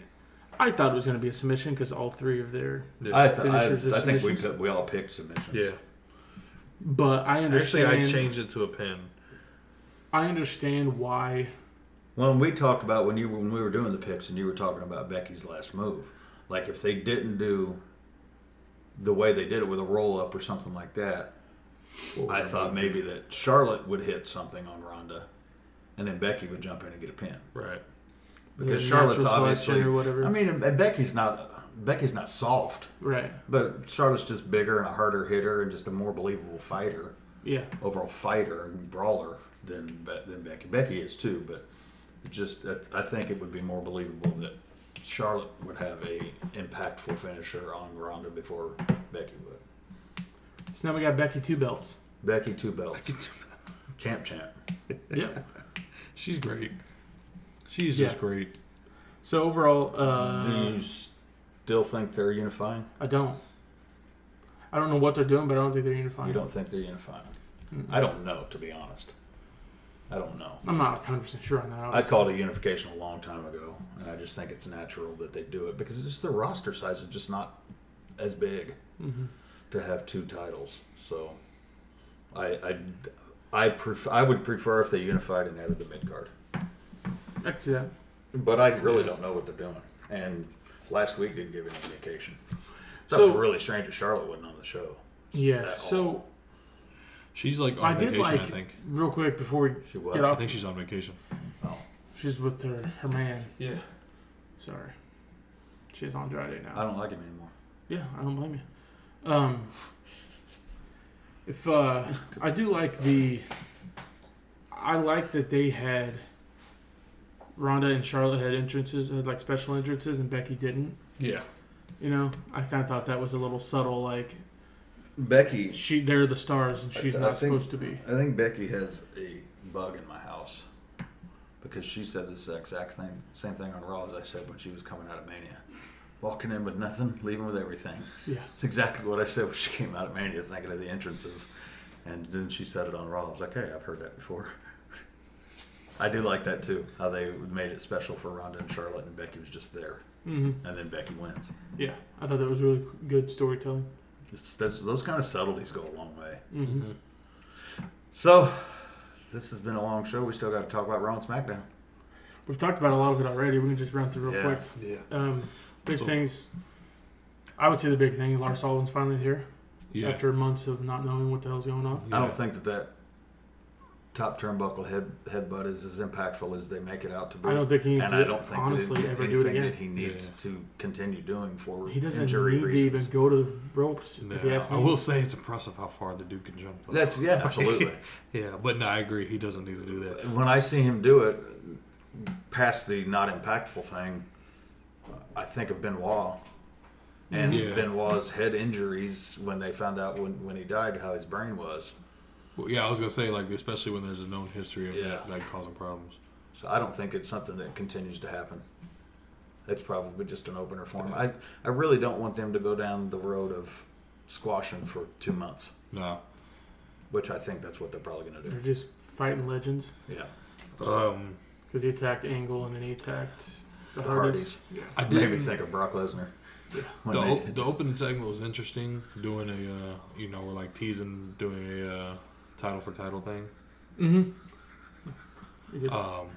A: i thought it was going to be a submission because all three of their
C: Yeah.
B: I, th- I,
A: Finishers or
B: I think we,
A: submissions?
B: could, we all picked submissions.
C: yeah.
A: but i
C: Actually,
A: understand
C: I changed it to a pin.
A: I understand why
B: When we talked about when you when we were doing the picks and you were talking about Becky's last move, like if they didn't do the way they did it with a roll up or something like that, I thought maybe that Charlotte would hit something on Ronda, and then Becky would jump in and get a pin
C: Right.
B: because
A: Yeah,
B: Charlotte's
A: natural
B: obviously
A: selection or whatever.
B: I mean, and Becky's not Becky's not soft,
A: right
B: but Charlotte's just bigger and a harder hitter and just a more believable fighter.
A: yeah
B: overall fighter and brawler than Be- than Becky. Becky is too, but it just I- I think it would be more believable that Charlotte would have a impactful finisher on Ronda before Becky would.
A: so now we got becky two belts
B: Becky two belts, champ champ.
A: yep
C: She's great. She's
A: Yeah.
C: just great.
A: so overall
B: Do
A: uh
B: you still think they're unifying?
A: i don't i don't know what they're doing but i don't think they're unifying
B: You don't think they're unifying? I don't know, to be honest. I don't know.
A: i'm not 100% sure on that
B: I
A: obviously.
B: called it unification a long time ago, and I just think it's natural that they do it because it's just the roster size is just not as big to have two titles. So, I I I, pref- I would prefer if they unified and added the mid card,
A: back to that
B: but I really don't know what they're doing. And last week didn't give any indication. That
A: So-
B: was really strange that Charlotte wasn't on the show.
A: yeah
B: At
A: so
B: all.
C: She's like on
A: I did
C: vacation,
A: like
C: I think.
A: real quick before we
B: She was.
A: get
C: I
A: off.
C: think she's on vacation.
A: She's with her her man.
C: Yeah.
A: Sorry, she's on dry day now.
B: I don't like him anymore.
A: yeah, I don't blame you. Um, if uh, I do like the, I like that they had. Rhonda and Charlotte had entrances, had like special entrances, and Becky didn't.
C: Yeah.
A: You know, I kind of thought that was a little subtle. Like
B: Becky
A: she, they're the stars, and
B: I
A: she's
B: th- I
A: not
B: think-
A: supposed to be.
B: I think Becky has a bug in my house because she said this exact thing, same thing on Raw as I said when she was coming out of Mania. Walking in with nothing, leaving with everything.
A: Yeah.
B: It's exactly what I said when she came out of Mania, thinking of the entrances. And then she said it on Raw. I was like, hey, I've heard that before. I do like that too, how they made it special for Ronda and Charlotte, and Becky was just there. Mm-hmm. And then Becky wins.
A: Yeah, I thought that was really good storytelling.
B: It's, that's, those kind of subtleties go a long way.
A: Mm-hmm.
B: So, this has been a long show. We still got to talk about Raw and SmackDown.
A: We've talked about a lot of it already. We can just run through real
B: Yeah.
A: quick.
C: Yeah.
A: Um, big
C: So-
A: things. I would say the big thing: Lars Sullivan's finally here
C: Yeah.
A: after months of not knowing what the hell's going on.
B: I don't think that that top turnbuckle head headbutt is as impactful as they make it out to be.
A: I don't think he needs
B: and
A: to
B: I don't think
A: honestly
B: that it-
A: ever do it
B: anything
A: again.
B: that he needs to continue doing for
A: He doesn't
B: injury
A: need to
B: reasons.
A: even go to the ropes. If you
C: Yeah,
A: ask me.
C: I will say it's impressive how far the dude can jump. Though.
B: That's yeah, absolutely.
C: yeah, but no, I agree. He doesn't need to do that.
B: when I see him do it, past the not impactful thing, I think of Benoit. And
C: Yeah.
B: Benoit's head injuries when they found out when, when he died how his brain was.
C: Well, yeah, I was gonna say like especially when there's a known history of
B: Yeah.
C: that like causing problems.
B: So I don't think it's something that continues to happen. It's probably just an opener for him. I, I really don't want them to go down the road of squashing for two months,
C: No.
B: which I think that's what they're probably going to
A: They're
B: do.
A: just fighting legends
B: Yeah.
C: Um,
A: because he attacked Angle and then he attacked the Hardys.
B: Hardys.
A: Yeah.
C: I did.
B: Made me think of Brock Lesnar. When
C: the,
B: they-
C: o- the opening segment was interesting. Doing a uh, you know we're like teasing doing a uh, title for title thing.
B: Mm-hmm.
A: You get-
C: Um,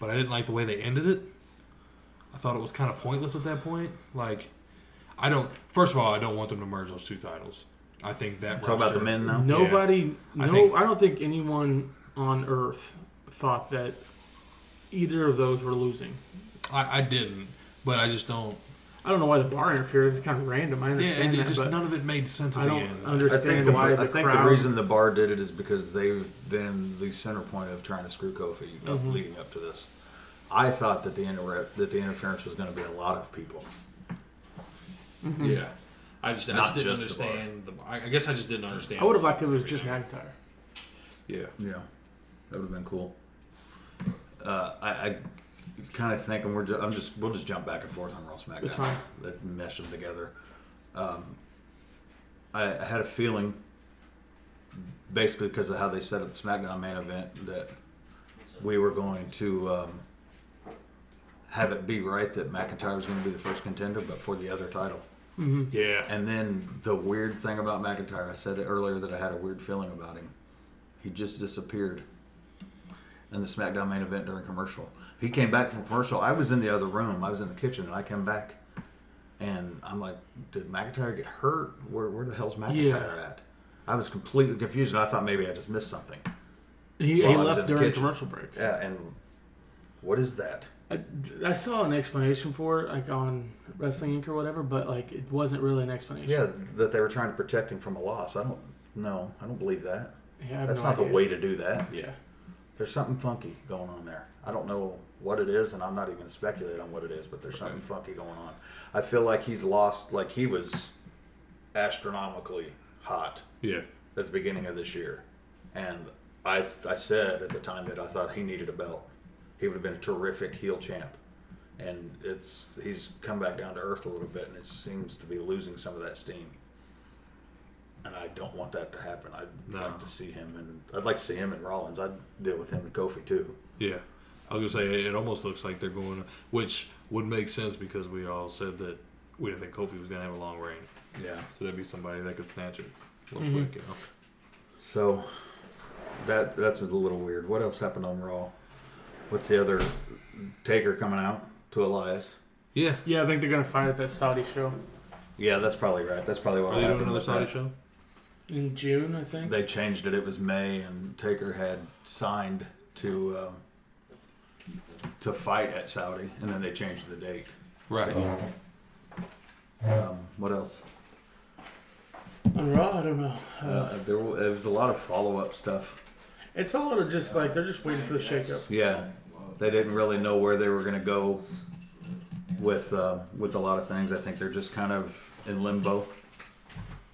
C: but I didn't like the way they ended it. I thought it was kind of pointless at that point. Like, I don't. First of all, I don't want them to merge those two titles. I think that
B: Talk about the
C: roster-
B: men now.
A: Nobody,
C: I
A: no,
C: think-
A: I don't think anyone on Earth thought that either of those were losing.
C: I, I didn't, but I just don't.
A: I don't know why the bar interferes. It's kind of random. I
C: Yeah,
A: understand
C: it, it
A: that,
C: just
A: but
C: none of it made sense at
A: I
C: the
A: don't
C: end.
B: I think,
A: understand
B: the,
A: why
B: I
A: the
B: think
A: crowd.
B: the reason the bar did it is because they've been the center point of trying to screw Kofi up
A: Mm-hmm.
B: leading up to this. I thought that the inter- that the interference was going to be a lot of people.
C: Yeah, I just, I
B: Not
C: just didn't
B: just the bar.
C: understand. The I I guess I just didn't understand.
A: I would have liked if it was just McIntyre.
C: Yeah,
B: Yeah, that would have been cool. Uh, I, I kind of think, and we're just, I'm just we'll just jump back and forth on Raw SmackDown.
A: It's fine.
B: That mesh them together. Um, I, I had a feeling, basically because of how they set up the SmackDown main event, that we were going to um, have it be right that McIntyre was going to be the first contender, but for the other title.
C: yeah.
B: And then the weird thing about McIntyre, I said it earlier that I had a weird feeling about him. He just disappeared in the SmackDown main event during commercial. He came back from commercial. I was in the other room. I was in the kitchen, and I came back, and I'm like, "Did McIntyre get hurt? Where, where the hell's McIntyre
A: Yeah.
B: at?" I was completely confused, and I thought maybe I just missed something.
A: He,
B: While
A: he
B: I was in
A: left
B: the
A: during
B: kitchen.
A: commercial break.
B: Yeah, and what is that?
A: I, I saw an explanation for it, like on Wrestling Inc. or whatever, but like it wasn't really an explanation.
B: Yeah, that they were trying to protect him from a loss. I don't. No, I don't believe that.
A: Yeah, I have
B: That's
A: no
B: not the
A: idea.
B: way to do that.
A: Yeah,
B: there's something funky going on there. I don't know what it is, and I'm not even gonna speculate on what it is, but there's something funky going on. I feel like he's lost, like he was astronomically hot
C: Yeah.
B: at the beginning of this year, and I I said at the time that I thought he needed a belt. He would have been a terrific heel champ, and it's he's come back down to earth a little bit, and it seems to be losing some of that steam. And I don't want that to happen. I'd
C: No.
B: like to see him, and I'd like to see him and Rollins. I'd deal with him and Kofi too.
C: Yeah. I was going to say, it almost looks like they're going, which would make sense because we all said that we didn't think Kofi was going to have a long reign.
B: Yeah.
C: So that'd be somebody that could snatch it real quick, you know?
B: So that that's a little weird. What else happened on Raw? What's the other Taker coming out to Elias?
C: Yeah.
A: yeah. I think they're gonna fight at that Saudi show
B: Yeah, that's probably right. That's probably what
C: Are they
B: happened.
C: doing another
B: with
C: Saudi
B: that.
C: show?
A: in June, I think.
B: they changed it. It was May, and Taker had signed to um, to fight at Saudi, and then they changed the date.
C: Right.
B: Um, what else?
A: on Raw, I don't know.
B: Uh, there wa- it was a lot of follow up stuff.
A: It's all a little just like they're just waiting for the shakeup.
B: Yeah, they didn't really know where they were going to go with uh, with a lot of things. I think they're just kind of in limbo.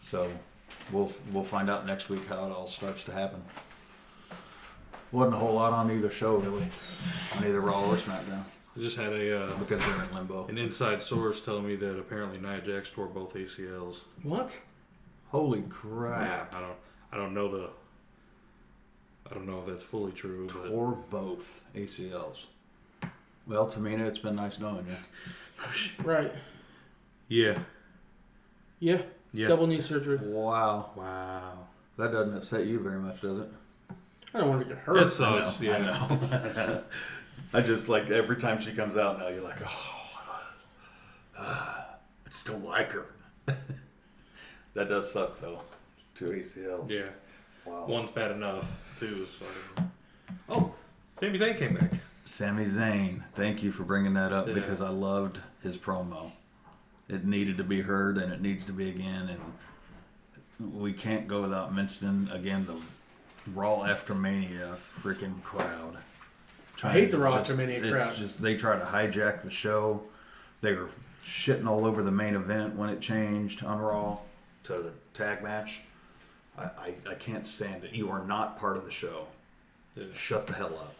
B: So we'll we'll find out next week how it all starts to happen. Wasn't a whole lot on either show really, on either Raw or SmackDown
C: I just had a uh,
B: because they're in limbo.
C: an inside source telling me that apparently Nia Jax tore both ACLs.
A: What?
B: Holy crap.
C: I don't I don't know the I don't know if that's fully true, but
B: Or both ACLs. Well, Tamina, it's been nice knowing you.
A: Right.
C: yeah.
A: Yeah.
C: Yeah.
A: Double knee surgery.
B: Wow.
C: Wow.
B: That doesn't upset you very much, does it?
A: I don't want to get hurt.
C: It sucks. yeah.
B: I know. I just like every time she comes out now, you're like, oh, ah, I just don't like her. that does suck though. Two ACLs.
C: Yeah. one's bad enough. Two is fucking.
A: Oh,
C: Sami Zayn came back.
B: Sami Zayn, thank you for bringing that up
C: Yeah.
B: because I loved his promo. It needed to be heard and it needs to be again. And we can't go without mentioning again the Raw After Mania freaking crowd.
A: I hate the Raw
B: Just-
A: After Mania
B: it's
A: crowd.
B: just they try to hijack the show. They were shitting all over the main event when it changed on Raw to the tag match. I, I, I can't stand it. You are not part of the show.
C: Yeah.
B: Shut the hell up.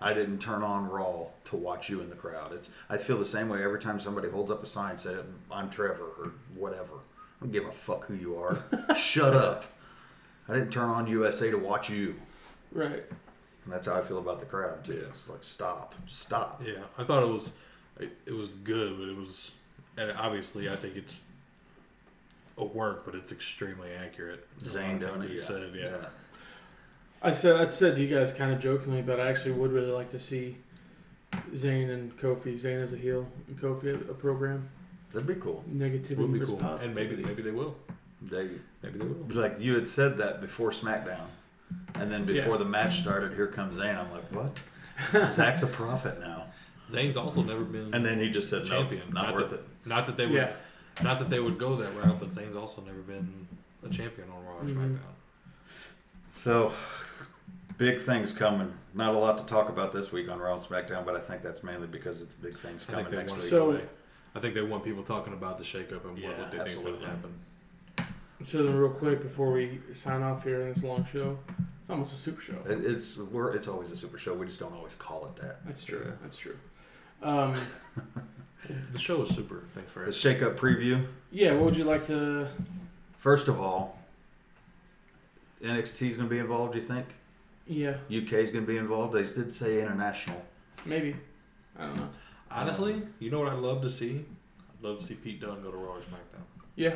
B: I didn't turn on Raw to watch you in the crowd. It's, I feel the same way every time somebody holds up a sign saying, I'm Trevor or whatever. I don't give a fuck who you are. Shut up. I didn't turn on USA to watch you.
A: right.
B: And that's how I feel about the crowd, too. It's like, stop. Stop.
C: Yeah, I thought it was, it, it was good, but it was, and obviously I think it's a work, but it's extremely accurate. There's a lot
B: Zane
C: of things
B: doing
C: that
B: it.
C: he
B: Yeah.
C: said, yeah.
B: Yeah.
A: I said I said to you guys kind of jokingly, but I actually would really like to see Zayn and Kofi. Zayn as a heel, and Kofi a a program.
B: That'd be cool.
A: Negativity
C: Would be
A: versus
C: cool, and maybe
A: positivity.
C: maybe they will.
B: They,
C: Maybe they will.
B: like, you had said that before SmackDown. And then before
A: Yeah.
B: the match started, here comes Zayn. I'm like, what? Zach's a prophet now.
C: Zane's also never been
B: And then he just said, no,
C: champion.
B: not worth
C: that,
B: it.
C: Not that they would,
A: Yeah.
C: not that they would go that route, but Zane's also never been a champion on Raw or
A: Mm-hmm.
C: SmackDown.
B: So, big things coming. Not a lot to talk about this week on Raw and SmackDown, but I think that's mainly because it's big things
C: I think
B: coming
C: they
B: next
C: want
B: week.
C: to
A: So-
C: so, I think they want people talking about the shakeup and
B: Yeah,
C: what, what they think would
B: absolutely.
C: happen.
A: So then, real quick before we sign off here in this long show, it's almost a super show.
B: It- it's we're, it's always a super show. We just don't always call it that.
A: That's true. That's true. Um,
C: The show is super. Thanks for
B: The
C: asking.
B: shake-up preview.
A: yeah, what would you like to?
B: First of all, NXT is going to be involved. Do you think
A: Yeah,
B: UK is going to be involved? They did say international.
A: maybe. I don't know.
C: Honestly, you know what I'd love to see? I'd love to see Pete Dunne go to Raw or SmackDown.
A: Yeah,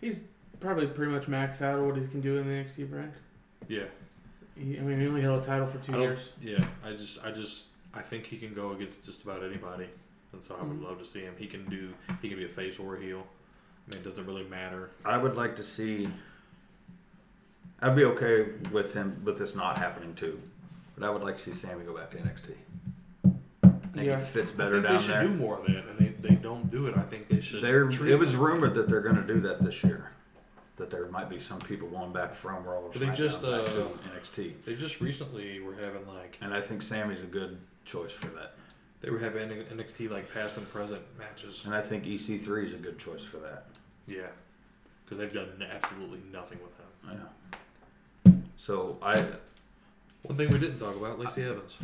A: he's probably pretty much maxed out of what he can do in the NXT brand.
C: Yeah,
A: He, I mean, he only held a title for two
C: I don't.
A: years.
C: Yeah, I just, I just, I think he can go against just about anybody, and so I
B: Hmm.
C: would love to see him. He can do. He can be a face or a heel. I mean, it doesn't really matter.
B: I would like to see. I'd be okay with him with this not happening too, but I would like to see Sammy go back to NXT. I think
A: Yeah.
B: it fits
C: I
B: better
C: think they
B: down
C: should
B: there.
C: do more of that, and they, they don't do it. I think they should.
B: There,
C: treat-
B: it was rumored that they're going to do that this year. That there might be some people going back from Raw or
C: But they
B: SmackDown
C: just,
B: back to
C: uh,
B: NXT,
C: They just recently were having like
B: and I think Sammy's a good choice for that.
C: they were having NXT like past and present matches.
B: And I think EC3 is a good choice for that.
C: Yeah, because they've done absolutely nothing with him.
B: Yeah. So I,
C: One thing we didn't talk about: Lacey Evans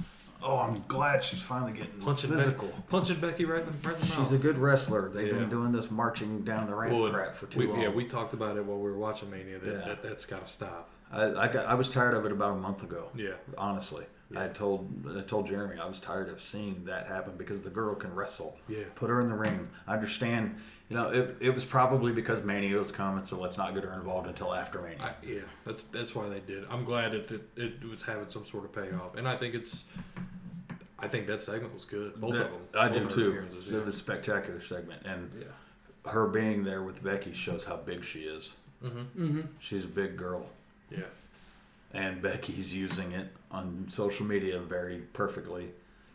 B: oh, I'm glad she's finally getting
C: punching
B: physical.
C: Becky, punching Becky right in, right in the mouth.
B: She's a good wrestler. They've
C: Yeah.
B: been doing this marching down the ramp
C: Well,
B: crap for too
C: we,
B: long.
C: Yeah, we talked about it while we were watching Mania. That,
B: Yeah.
C: that that's got to stop.
B: I, I, got, I was tired of it about a month ago.
C: Yeah.
B: Honestly, I told I told Jeremy I was tired of seeing that happen because the girl can wrestle.
C: Yeah.
B: Put her in the ring. I understand. You know, it, it was probably because Mania was coming, so let's not get her involved until after Mania.
C: I, yeah, that's that's why they did. I'm glad that it, it was having some sort of payoff, and I think it's. I think that segment was good. Both of them.
B: I
C: Both
B: do
C: of her
B: too.
C: appearances,
B: It was a spectacular segment, and
C: Yeah.
B: her being there with Becky shows how big she is. Mm-hmm. She's a big girl.
C: Yeah. yeah.
B: and Becky's using it on social media very perfectly,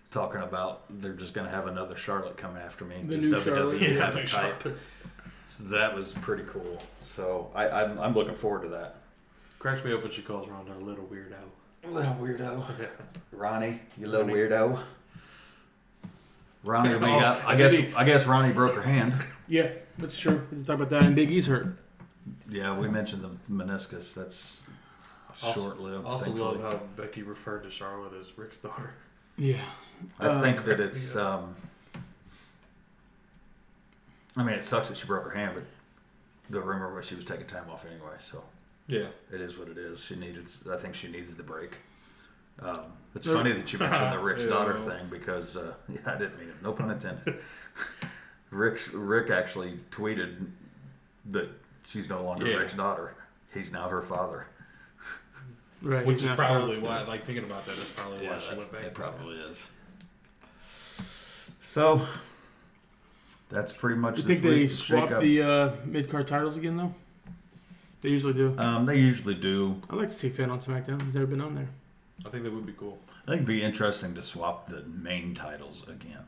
B: talking about they're just going to have another Charlotte coming after me.
A: The
B: just
A: new
B: WWE
A: Charlotte.
B: have
C: Yeah,
B: a
C: new
B: type.
C: Charlotte.
B: So that was pretty cool. So I, I'm, I'm looking forward to that.
C: Cracks me up when she calls Ronda a little weirdo.
B: Little weirdo, Ronnie, you little weirdo. Ronnie, will be
C: Oh,
B: out. I
C: did
B: guess
C: he-
B: I guess Ronnie broke her hand.
A: Yeah, that's true. We can talk about that. And Big E's hurt.
B: Yeah, we mentioned the meniscus. That's
C: Also-
B: short-lived.
C: Also
B: thankfully.
C: love how Becky referred to Charlotte as Rick's daughter.
A: Yeah.
B: I think that it's. Um, I mean, it sucks that she broke her hand, but the rumor was she was taking time off anyway, so
C: Yeah.
B: it is what it is. She needed. I think she needs the break. Um, it's funny that you mentioned the Rick's daughter thing because uh, yeah, I didn't mean it. No pun intended. Rick's Rick actually tweeted that she's no longer
C: Yeah.
B: Rick's daughter. He's now her father.
A: Right.
C: Which
A: he's
C: is
A: not
C: probably
A: Charlotte's
C: why,
A: dad.
C: like thinking about that, that's probably why she
B: that-
C: went back.
B: It probably is. So that's pretty much.
A: You
B: this
A: think they
B: week's
A: swapped uh,
B: shakeup.
A: the uh, mid card titles again though? They usually do.
B: Um, they usually do.
A: I'd like to see Finn on SmackDown. He's never been on there.
C: I think that would be cool.
B: I think it'd be interesting to swap the main titles again.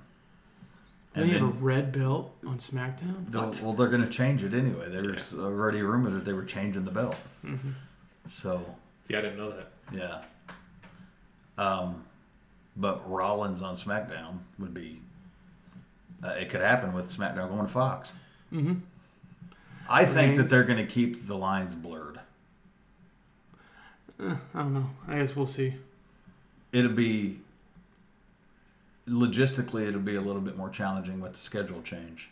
A: They
B: And
A: have a
B: then,
A: red belt on SmackDown.
B: they'll- well, they're going to change it anyway. There was already rumored that they were changing the belt.
A: Mm-hmm.
B: So,
C: See, I didn't know that.
B: yeah. Um, but Rollins on SmackDown would be. Uh, it could happen with SmackDown going to Fox. Mm-hmm. I think that
A: Reigns.
B: they're going to keep the lines blurred.
A: I don't know. I guess we'll see.
B: it'll be logistically it'll be a little bit more challenging with the schedule change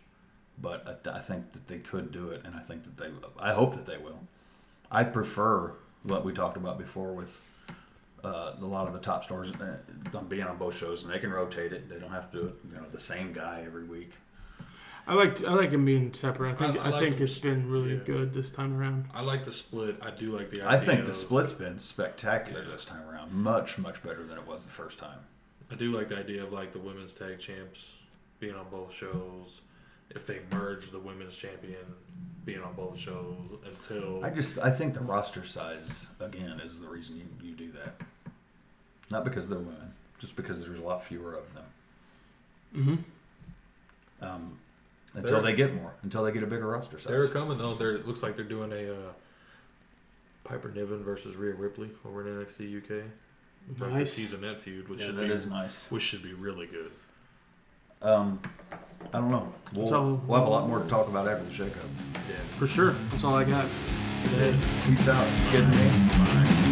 B: but I, th- I think that they could do it and i think that they i hope that they will i prefer what we talked about before with uh, a lot of the top stars uh, being on both shows and they can rotate it they don't have to do it you know the same guy every week
A: I like I like him being separate. I think
C: I
A: I,
C: like
A: think
C: him.
A: it's been really
C: Yeah.
A: good this time around.
C: I like the split. I do like the idea.
B: i think the
C: of-
B: split's been spectacular this time around much much better than it was the first time
C: I do like the idea of like the women's tag champs being on both shows. If they merge the women's champion being on both shows until
B: I just I think the roster size again is the reason you, you do that. Not because they're women, just because there's a lot fewer of them. Mm-hmm. Um, until
C: They're-
B: they get more, until they get a bigger roster size.
C: they're coming though. They're, it looks like they're doing a uh, Piper Niven versus Rhea Ripley over in NXT UK. Like
A: Nice.
C: the seasonette feud, which
B: yeah,
C: should
B: that
C: be
B: is nice.
C: which should be really good.
B: I don't know. We'll,
A: So-
B: we'll have a lot more to talk about after the shakeup.
A: For sure. That's all I got.
B: Peace out, kidding me?
C: Bye.